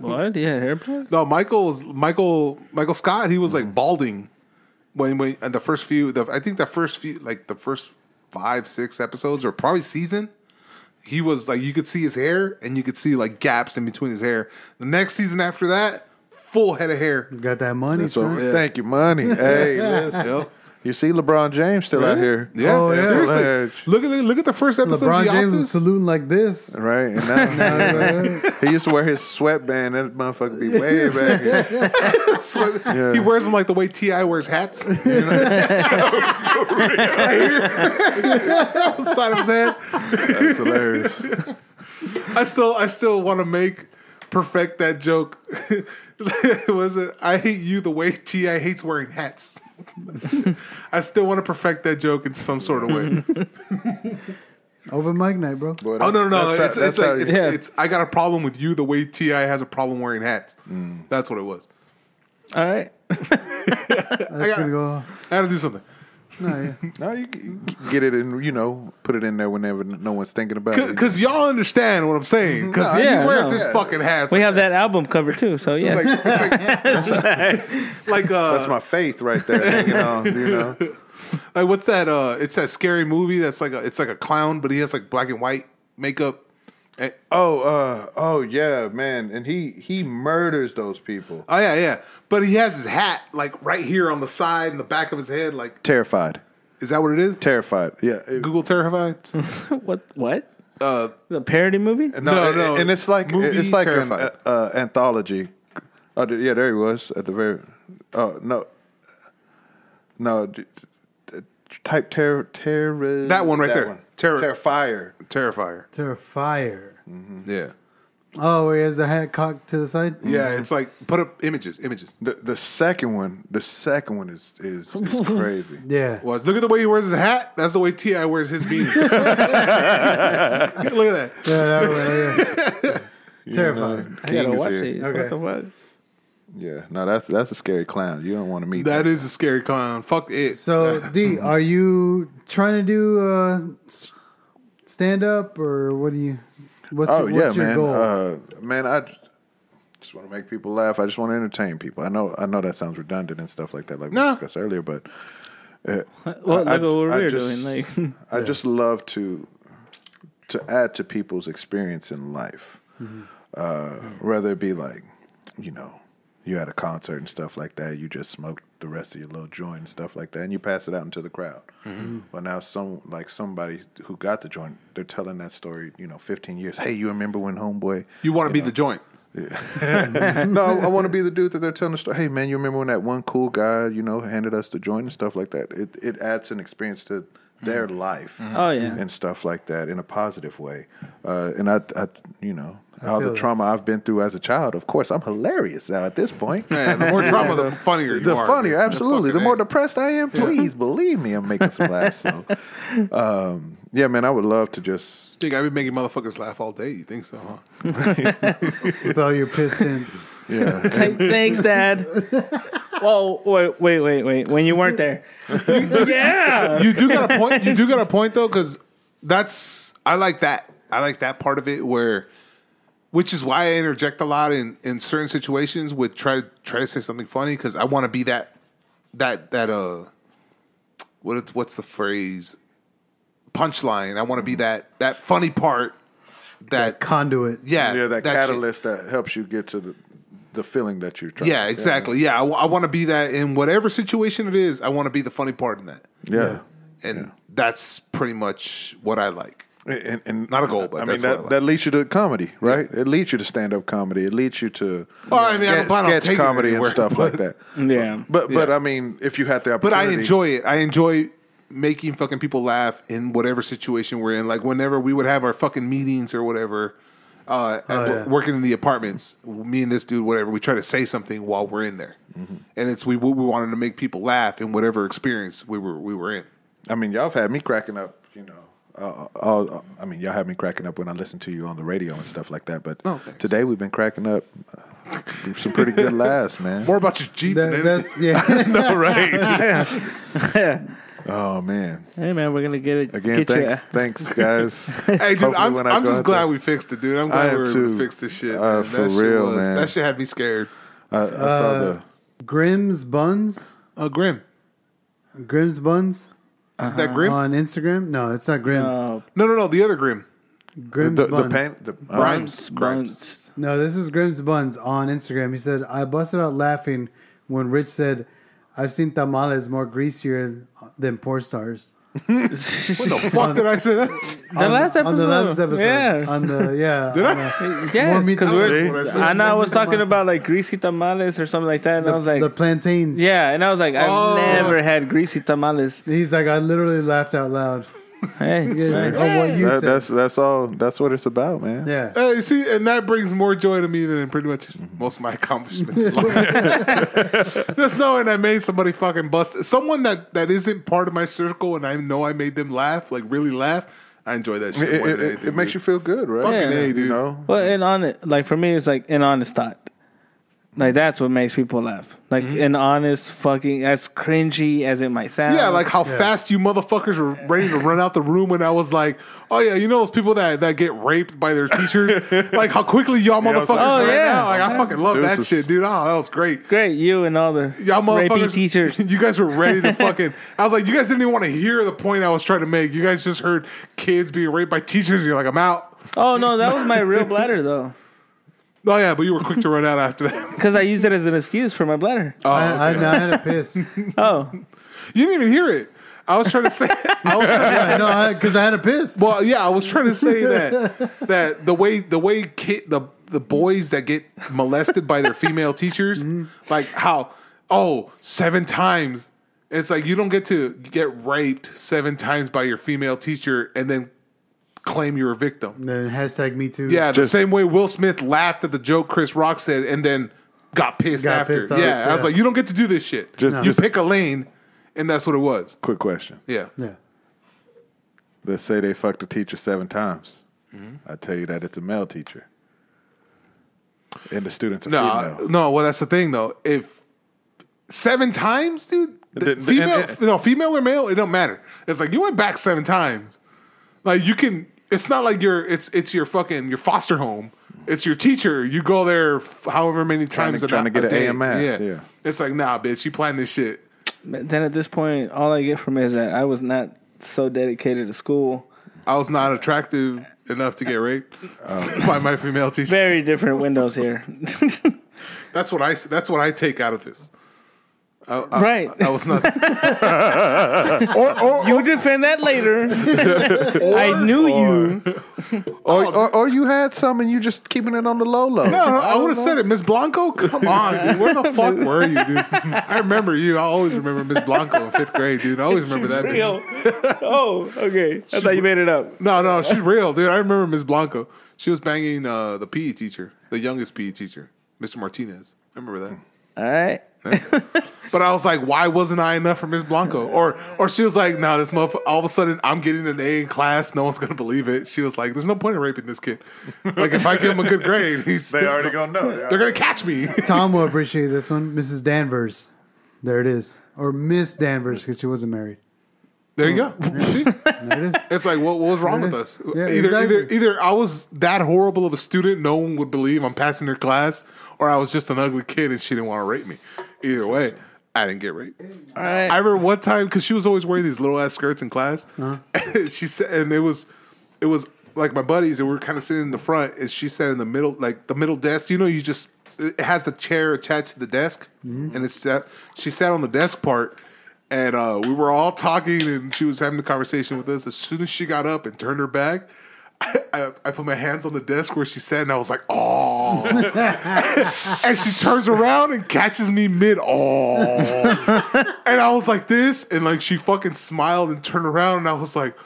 Speaker 5: What? Yeah, hair plug?
Speaker 2: No, Michael was Michael Michael Scott. He was like balding when when and the first few. The, I think the first few, like the first five six episodes or probably season, he was like you could see his hair and you could see like gaps in between his hair. The next season after that, full head of hair.
Speaker 4: Got that money,
Speaker 6: that's
Speaker 4: son.
Speaker 6: what- thank you, money. (laughs) hey, listen,
Speaker 2: Yep.
Speaker 6: you see LeBron James still out here,
Speaker 2: Yeah,
Speaker 4: Oh, yeah.
Speaker 2: seriously.
Speaker 6: Large.
Speaker 2: Look at look at the first episode
Speaker 4: LeBron
Speaker 2: of The
Speaker 4: James was
Speaker 2: Office.
Speaker 4: saluting like this.
Speaker 6: right? And now, he used to wear his sweatband. That motherfucker be way back. Here.
Speaker 2: (laughs) So,
Speaker 6: Yeah.
Speaker 2: He wears them like the way Ti wears hats. (laughs) You know? right here, side of his head.
Speaker 6: (laughs) That's hilarious.
Speaker 2: I still I still want to make perfect that joke. (laughs) was it I hate you the way Ti hates wearing hats. (laughs) I still want to perfect that joke in some sort of
Speaker 6: (laughs)
Speaker 2: way.
Speaker 4: Open mic night, bro.
Speaker 6: But
Speaker 2: oh no no no!
Speaker 6: that's how-
Speaker 2: It's, it's
Speaker 6: that's
Speaker 2: like
Speaker 6: how-
Speaker 2: it's,
Speaker 5: Yeah.
Speaker 2: it's I got a problem with you the way Ti has a problem wearing hats.
Speaker 6: Mm.
Speaker 2: That's what it was.
Speaker 5: All right.
Speaker 4: That's
Speaker 2: got-
Speaker 4: gonna
Speaker 2: (laughs)
Speaker 4: go.
Speaker 2: I had to do something.
Speaker 4: No, yeah.
Speaker 6: no, you can get it and you know put it in there whenever no one's thinking about it.
Speaker 2: Because y'all understand what I'm saying. Because
Speaker 6: Mm, No,
Speaker 2: he
Speaker 5: yeah,
Speaker 2: wears
Speaker 5: no.
Speaker 2: his fucking hats.
Speaker 5: We have that album cover too, so yeah.
Speaker 2: It's like, it's like, like, uh,
Speaker 6: That's my faith right there
Speaker 2: (laughs)
Speaker 6: hanging on, you know.
Speaker 2: like what's that? Uh, it's that scary movie that's like a, it's like a clown, but he has like black and white makeup. And-
Speaker 6: Oh, uh, oh yeah, man. And he he murders those people.
Speaker 2: oh yeah, yeah. But he has his hat like right here on the side and the back of his head. Like,
Speaker 6: Terrified.
Speaker 2: is that what it is?
Speaker 6: Terrified. Yeah. it-
Speaker 2: Google (laughs) terrified.
Speaker 5: (laughs) what? What?
Speaker 2: Uh,
Speaker 5: The parody movie?
Speaker 2: No,
Speaker 6: it-
Speaker 2: no.
Speaker 6: And it's like
Speaker 2: Movie
Speaker 6: it's like an
Speaker 2: Terrified.
Speaker 6: uh, uh, anthology. Oh th- yeah, there he was at the very. Oh no, no. d- d- Type terror, terror.
Speaker 2: That one right there. Terror-
Speaker 6: Terrifier.
Speaker 2: Terrifier.
Speaker 4: Terrifier.
Speaker 6: Mm-hmm.
Speaker 2: Yeah,
Speaker 4: Oh, where he has the hat cocked to the side.
Speaker 2: yeah. It's like put up images, images.
Speaker 6: The the second one. The second one is is, is crazy.
Speaker 4: Yeah.
Speaker 2: Was look at the way he wears his hat. That's the way Ti wears his
Speaker 6: (laughs)
Speaker 2: beanie. (laughs) look at that.
Speaker 4: Yeah, that one,
Speaker 6: (laughs)
Speaker 4: yeah. Terrifying.
Speaker 5: I gotta
Speaker 6: King is
Speaker 5: watch
Speaker 6: here.
Speaker 5: these.
Speaker 4: Okay.
Speaker 5: What the fuck?
Speaker 6: Yeah, no, that's that's a scary clown. You don't want to meet
Speaker 2: That is a scary clown. Fuck it.
Speaker 4: So, D, are you trying to do uh, stand up or what do you? What's
Speaker 6: Oh
Speaker 4: your, what's
Speaker 6: yeah,
Speaker 4: your
Speaker 6: man.
Speaker 4: goal?
Speaker 6: Uh, man, I j- just want to make people laugh. I just want to entertain people. I know, I know that sounds redundant and stuff like that, like we
Speaker 2: No.
Speaker 6: discussed earlier. But uh,
Speaker 5: Well, look
Speaker 6: I-
Speaker 5: at what
Speaker 6: I
Speaker 5: we're
Speaker 6: just-
Speaker 5: doing. Like,
Speaker 6: (laughs)
Speaker 5: (laughs)
Speaker 6: I just love to to add to people's experience in life,
Speaker 5: Mm-hmm.
Speaker 6: uh, whether it be like you know you at a concert and stuff like that. You just smoked the rest of your little joint and stuff like that, and you pass it out into the crowd. But now some like somebody who got the joint, they're telling that story. You know, fifteen years. Hey, you remember when homeboy?
Speaker 2: You want to be the joint.
Speaker 6: (laughs) no, I, I want to be the dude that they're telling the story. Hey, man, you remember when that one cool guy, you know, handed us the joint and stuff like that? It it adds an experience to their
Speaker 2: Mm-hmm.
Speaker 6: life.
Speaker 5: Oh, yeah.
Speaker 6: and stuff like that in a positive way. Uh, and I, I, you know, all
Speaker 4: feel
Speaker 6: the
Speaker 4: that.
Speaker 6: trauma I've been through as a child. Of course, I'm hilarious now at
Speaker 2: (laughs)
Speaker 6: this point.
Speaker 2: Man, the more trauma,
Speaker 6: (laughs)
Speaker 2: the funnier you
Speaker 6: The
Speaker 2: are.
Speaker 6: funnier,
Speaker 2: dude.
Speaker 6: absolutely. The
Speaker 2: fucking
Speaker 6: more
Speaker 2: A.
Speaker 6: depressed I am, please believe me, I'm making some
Speaker 2: (laughs)
Speaker 6: laughs. So, um, yeah, man, I would love to just
Speaker 2: Think I've been making motherfuckers laugh all day. You think so, huh?
Speaker 4: With all your piss
Speaker 6: (laughs)
Speaker 4: ins.
Speaker 6: yeah.
Speaker 5: It's like, thanks,
Speaker 6: (laughs)
Speaker 5: Dad. Whoa, wait, wait, wait, wait. When you weren't
Speaker 6: (laughs)
Speaker 5: there. yeah.
Speaker 2: You do got a point. You do got a point though, because that's I like that. I like that part of it where, which is why I interject a lot in in certain situations with try to try to say something funny because I want to be that that that uh what it- what's the phrase punchline. I want to
Speaker 6: Mm-hmm.
Speaker 2: be that that funny part that,
Speaker 4: Conduit.
Speaker 2: yeah
Speaker 6: yeah, that,
Speaker 2: shit.
Speaker 6: catalyst that helps you get to the the feeling that you're trying.
Speaker 2: Yeah, exactly. Yeah, I want to be that in whatever situation it is. I want to be the funny part in that,
Speaker 6: Yeah.
Speaker 2: and that's pretty much what I like.
Speaker 6: And, and
Speaker 2: Not a goal, but
Speaker 6: I mean
Speaker 2: that's what I
Speaker 6: that,
Speaker 2: like.
Speaker 6: that leads you to comedy, right? It leads you to stand up comedy. It leads you to
Speaker 2: Oh, I mean, I don't plan on taking
Speaker 6: sketch
Speaker 2: it
Speaker 6: comedy and
Speaker 2: anywhere,
Speaker 6: stuff
Speaker 2: but-
Speaker 6: like that.
Speaker 5: (laughs) Yeah. (laughs)
Speaker 6: But but I mean, if you had the
Speaker 2: But
Speaker 6: opportunity,
Speaker 2: I enjoy it. I enjoy making fucking people laugh in whatever situation we're in. Like whenever we would have our fucking meetings or whatever, uh,
Speaker 6: Oh,
Speaker 2: at wo-
Speaker 4: yeah.
Speaker 2: working in the apartments, me and this dude, whatever, we try to say something
Speaker 6: Mm-hmm.
Speaker 2: while we're in there, and it's we we wanted to make people laugh in whatever experience we were we were in.
Speaker 6: I mean, y'all have had me cracking up, you know. Uh, all, all- I mean, y'all have me cracking up when I listen to you on the radio and stuff like that. But
Speaker 2: No, thanks.
Speaker 6: today we've been cracking up uh, some
Speaker 2: (laughs)
Speaker 6: pretty good laughs, man.
Speaker 2: More about your Jeep.
Speaker 4: That,
Speaker 2: than
Speaker 4: that's
Speaker 6: (laughs)
Speaker 4: yeah.
Speaker 6: no, (laughs) right? (laughs) oh man!
Speaker 5: Hey man, we're gonna get it.
Speaker 6: Again,
Speaker 5: get your-
Speaker 6: thanks, thanks, guys.
Speaker 2: (laughs) Hey, dude,
Speaker 6: Hopefully
Speaker 2: I'm,
Speaker 6: when I
Speaker 2: I'm
Speaker 6: go
Speaker 2: just
Speaker 6: out
Speaker 2: glad
Speaker 6: there-
Speaker 2: we fixed it, dude. I'm
Speaker 6: I
Speaker 2: glad
Speaker 6: am
Speaker 2: we were able
Speaker 6: too.
Speaker 2: to fix this shit.
Speaker 6: Uh,
Speaker 2: man.
Speaker 6: for
Speaker 2: that
Speaker 6: real,
Speaker 2: shit was,
Speaker 6: man.
Speaker 2: That shit had me scared.
Speaker 6: I, I saw the.
Speaker 4: Grimm's buns.
Speaker 2: Uh, Grim.
Speaker 4: Grimm's buns
Speaker 2: Is
Speaker 6: Uh,
Speaker 2: that Grim?
Speaker 4: on Instagram. No, it's not Grim.
Speaker 5: Uh,
Speaker 2: no, no, no. The other Grim.
Speaker 4: Grimm's
Speaker 6: the, the
Speaker 4: buns.
Speaker 6: pain, the, uh,
Speaker 2: Grimes. Grimes.
Speaker 5: Bones.
Speaker 4: No, this is Grimm's Buns on Instagram. He said, I busted out laughing when Rich said, I've seen tamales more greasier than porn stars.
Speaker 2: What
Speaker 6: (laughs)
Speaker 2: the fuck did I say that?
Speaker 5: The last episode.
Speaker 4: On the last episode. Uh,
Speaker 5: (laughs) Yeah.
Speaker 4: On the, yeah.
Speaker 2: Did
Speaker 4: on
Speaker 2: I?
Speaker 4: the-
Speaker 5: Yes,
Speaker 4: More meat
Speaker 5: because
Speaker 4: than
Speaker 5: we're.
Speaker 2: what I said.
Speaker 5: I know I
Speaker 4: More meat
Speaker 5: was
Speaker 4: than
Speaker 5: talking
Speaker 4: muscle.
Speaker 5: about like greasy tamales or something like that, and I was
Speaker 4: the,
Speaker 5: like,
Speaker 4: the plantains.
Speaker 5: yeah, and I was like, I
Speaker 2: Oh.
Speaker 5: never had greasy tamales.
Speaker 4: He's like, I literally laughed out loud.
Speaker 5: Hey,
Speaker 4: Yeah, Oh.
Speaker 5: man.
Speaker 4: On what you
Speaker 6: that-
Speaker 4: said.
Speaker 6: that's that's all. That's what it's about, man.
Speaker 4: yeah.
Speaker 2: Hey, see, and that brings more joy to me than pretty much most of my accomplishments. in life.
Speaker 6: (laughs)
Speaker 2: Just knowing I made somebody fucking bust, someone that that isn't part of my circle, and I know I made them laugh, like really laugh. I enjoy that shit.
Speaker 6: It,
Speaker 2: more
Speaker 6: it,
Speaker 2: than
Speaker 6: it,
Speaker 2: anything,
Speaker 6: it makes you
Speaker 2: dude.
Speaker 6: feel good, right?
Speaker 2: Fucking
Speaker 5: Yeah.
Speaker 2: A, dude.
Speaker 6: You know,
Speaker 5: Well, and honest, like for me, it's like an honest thought. Like that's what makes people laugh. Like an honest fucking, as cringy as it might sound.
Speaker 2: Yeah, like how fast you motherfuckers were ready to run out the room when I was like, "Oh yeah, you know those people that, that get raped by their
Speaker 6: (laughs)
Speaker 2: teacher? like how quickly y'all motherfuckers
Speaker 5: Oh,
Speaker 2: ran
Speaker 5: yeah.
Speaker 2: out? Like I fucking love
Speaker 6: Dude,
Speaker 2: that
Speaker 6: this-
Speaker 2: shit, dude. Oh, that was great.
Speaker 5: great, you and all the
Speaker 2: Y'all
Speaker 5: rapey
Speaker 2: motherfuckers, (laughs)
Speaker 5: teachers.
Speaker 2: you guys were ready to fucking. I was like, you guys didn't even want to hear the point I was trying to make. You guys just heard kids being raped by teachers. You're like, I'm out.
Speaker 5: Oh no, that was my real bladder though,
Speaker 2: Oh yeah, but you were quick to run out after that. (laughs)
Speaker 5: because I used it as an excuse for my bladder. Oh,
Speaker 4: I, I, no, I had a piss.
Speaker 2: You didn't even hear it. I was trying to say. (laughs) I was trying to say.
Speaker 4: no, because I, had a piss.
Speaker 2: Well, yeah, I was trying to say that that the way the way kid the the boys that get molested by their (laughs) female teachers, like how oh seven times, it's like you don't get to get raped seven times by your female teacher and then claim you're a victim.
Speaker 4: And then hashtag me too.
Speaker 2: Yeah,
Speaker 6: Just-
Speaker 2: the same way Will Smith laughed at the joke Chris Rock said and then got pissed
Speaker 4: Got
Speaker 2: after.
Speaker 4: pissed
Speaker 2: yeah,
Speaker 4: off,
Speaker 2: I was
Speaker 4: yeah.
Speaker 2: like, you don't get to do this shit.
Speaker 6: Just- No.
Speaker 2: You
Speaker 6: just-
Speaker 2: pick a lane, and that's what it was.
Speaker 6: quick question.
Speaker 2: Yeah.
Speaker 4: Yeah.
Speaker 6: Let's say they fucked a teacher seven times. I tell you that it's a male teacher, and the students are
Speaker 2: No, I-
Speaker 6: female.
Speaker 2: no. Well, that's the thing though. If seven times, dude, the
Speaker 6: The- the-
Speaker 2: female,
Speaker 6: and- and-
Speaker 2: no, female or male, it don't matter. It's like you went back seven times. Like you can. It's not like your. It's it's your fucking your foster home. It's your teacher. You go there f- however many times
Speaker 6: to-
Speaker 2: a,
Speaker 6: trying to
Speaker 2: ni-
Speaker 6: get
Speaker 2: a
Speaker 6: an
Speaker 2: day.
Speaker 6: A in math, yeah.
Speaker 2: It's like nah, bitch. You planned this shit.
Speaker 5: Then at this point, all I get from it is that I was not so dedicated to school.
Speaker 2: I was not attractive enough to get raped um, by my female teacher.
Speaker 5: Very different windows here. (laughs)
Speaker 2: That's what I. s- That's what I take out of this. I, I-
Speaker 5: Right.
Speaker 2: I, was
Speaker 5: (laughs)
Speaker 2: not. or, Uh, or,
Speaker 5: you defend that later.
Speaker 2: (laughs)
Speaker 5: I knew you.
Speaker 6: Or, or, or you had some and you just keeping it on the low low.
Speaker 2: No, no, I,
Speaker 5: Oh,
Speaker 2: would have said it, Miss Blanco. Come on, dude. Where
Speaker 5: (laughs)
Speaker 2: the fuck were you, dude? I remember you. I always remember Miss Blanco in fifth grade, dude. I always remember that. Bitch.
Speaker 5: Real. (laughs) Oh, okay. I thought you made it up.
Speaker 2: No, no, she's real, dude. I remember Miss Blanco. She was banging uh, the PE teacher, the youngest PE teacher, Mr. Martinez. I remember that.
Speaker 5: All right.
Speaker 2: But I was like, why wasn't I enough for Miss Blanco? Or, or she was like, no, this motherfucker. All of a sudden, I'm getting an A in class. No one's gonna believe it. She was like, there's no point in raping this kid. Like, if I give him a good grade, he's
Speaker 6: They already gonna (laughs) know.
Speaker 2: they're gonna catch me. (laughs)
Speaker 4: Tom will appreciate this one. Mrs. Danvers. There it is. Or Miss Danvers because she wasn't married.
Speaker 2: There you go. See?
Speaker 4: There it is.
Speaker 2: It's like, what, what was wrong
Speaker 4: There
Speaker 2: with
Speaker 4: it
Speaker 2: us?
Speaker 4: is. Yeah,
Speaker 2: either,
Speaker 4: exactly.
Speaker 2: either, either I was that horrible of a student, no one would believe I'm passing their class, or I was just an ugly kid and she didn't want to rape me. Either way, I didn't get raped.
Speaker 5: All right.
Speaker 2: I remember one time because she was always wearing these little ass skirts in class. And (laughs) she said, and it was, it was like my buddies, and we were kind of sitting in the front, and she sat in the middle, like the middle desk. You know, you just it has the chair attached to the desk, and it's that she sat on the desk part, and uh, we were all talking, and she was having a conversation with us. As soon as she got up and turned her back. (laughs) I, I, I put my hands on the desk where she sat, and I was like, "Oh!" (laughs) and she turns around and catches me mid, "Oh!" And I was like this, and like she fucking smiled and turned around, and I was like,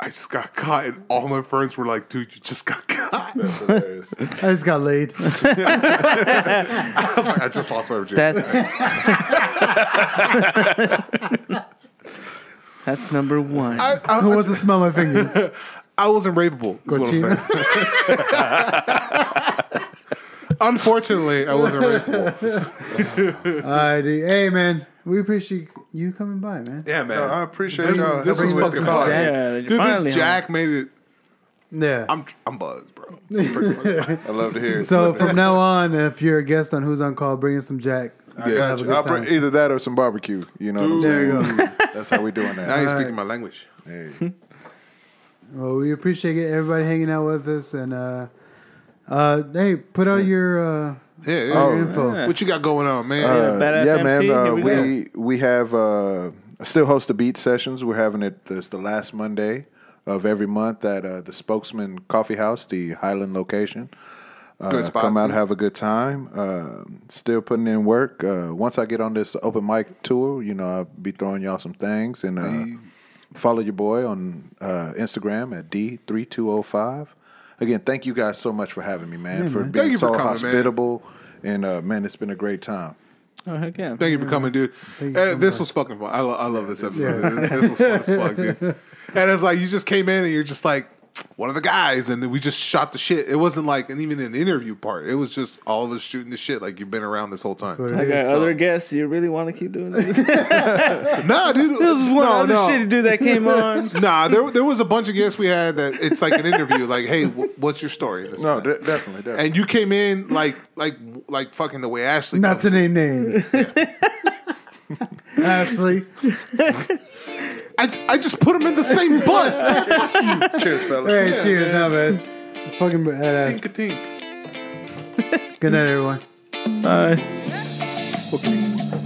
Speaker 2: I just got caught, and all my friends were like, dude, you just got caught. (laughs) I
Speaker 4: I just got laid.
Speaker 2: was like, I just (laughs) lost my virginity.
Speaker 5: That's (laughs) That's number one.
Speaker 2: I, I,
Speaker 4: Who wasn't smell my fingers?
Speaker 2: I wasn't rapeable. Is what I'm
Speaker 4: Cochino.
Speaker 2: saying. Unfortunately, I wasn't rapeable.
Speaker 4: Alrighty. Hey, man. We appreciate you coming by, man.
Speaker 2: (laughs) Yeah, man.
Speaker 6: I appreciate
Speaker 2: this,
Speaker 6: y'all
Speaker 2: This was
Speaker 4: helping me with
Speaker 2: fucking
Speaker 4: this
Speaker 2: hard.
Speaker 4: Jack.
Speaker 5: Yeah, they
Speaker 2: Dude,
Speaker 5: finally
Speaker 2: this Jack made it.
Speaker 4: Yeah.
Speaker 2: I'm I'm buzzed, bro. Pretty much.
Speaker 6: I love to hear it.
Speaker 4: so from now on, if you're a guest on Who's on Call, bring in some Jack.
Speaker 6: Yeah,
Speaker 4: Have a good
Speaker 6: I'll
Speaker 4: time.
Speaker 6: bring either that or some barbecue. You know, what
Speaker 4: There you
Speaker 6: I'm
Speaker 4: go.
Speaker 6: saying? That's how we doing
Speaker 2: now
Speaker 6: that.
Speaker 2: you're speaking my language.
Speaker 6: (laughs) Hey.
Speaker 4: Well, we appreciate it, everybody hanging out with us, and uh, uh, hey, put out your uh,
Speaker 2: Yeah, Oh, yeah.
Speaker 4: all your info.
Speaker 2: What you got going on, man?
Speaker 6: Uh,
Speaker 5: Badass
Speaker 6: yeah,
Speaker 5: MC,
Speaker 6: man.
Speaker 5: here
Speaker 6: Uh,
Speaker 5: we
Speaker 6: we
Speaker 5: go.
Speaker 6: we, have uh, still host the beat sessions. We're having it this the last Monday of every month at uh, the Spokesman Coffee House, the Highland location. Uh,
Speaker 2: Good spots,
Speaker 6: Come out,
Speaker 2: man.
Speaker 6: have a good time. Uh, still putting in work. Uh, once I get on this open mic tour, you know, I'll be throwing y'all some things and. Uh, Follow your boy on uh, Instagram at D3205. Again, thank you guys so much for having me, man, for
Speaker 2: Thank
Speaker 6: being
Speaker 2: you for
Speaker 6: so
Speaker 2: coming, man.
Speaker 6: hospitable. And uh, man, it's been a great time.
Speaker 5: oh heck yeah!
Speaker 2: Thank you for coming, dude.
Speaker 4: you for
Speaker 2: Hey,
Speaker 4: coming
Speaker 2: this
Speaker 4: back.
Speaker 2: was fucking fun. I, lo- I love this episode. This was fun as fuck, dude.
Speaker 4: (laughs)
Speaker 2: And it's like you just came in and you're just like one of the guys, and we just shot the shit. It wasn't like an, even an interview part. It was just all of us shooting the shit. Like you've been around this whole time.
Speaker 4: what it
Speaker 5: I got
Speaker 2: So-
Speaker 5: other guests. You really want to keep doing
Speaker 2: (laughs)
Speaker 5: this? this
Speaker 2: Nah,
Speaker 5: (laughs)
Speaker 2: dude. This
Speaker 5: is one other shitty dude
Speaker 2: (laughs)
Speaker 5: that came on.
Speaker 2: Nah, there there was a bunch of guests we had that it's like an interview. Like, hey, wh- what's your story? This
Speaker 6: No,
Speaker 2: and
Speaker 6: de-
Speaker 2: that.
Speaker 6: definitely, definitely.
Speaker 2: and you came in like like like fucking the way Ashley.
Speaker 4: Not to
Speaker 2: comes.
Speaker 4: name names. Ashley,
Speaker 2: I I just put him in
Speaker 4: (laughs)
Speaker 2: the same bus. man.
Speaker 6: Cheers, fellas.
Speaker 4: hey, cheers, now, man. It's fucking badass.
Speaker 2: Tink-a-tink.
Speaker 4: Good night, everyone.
Speaker 5: Bye.
Speaker 2: Okay.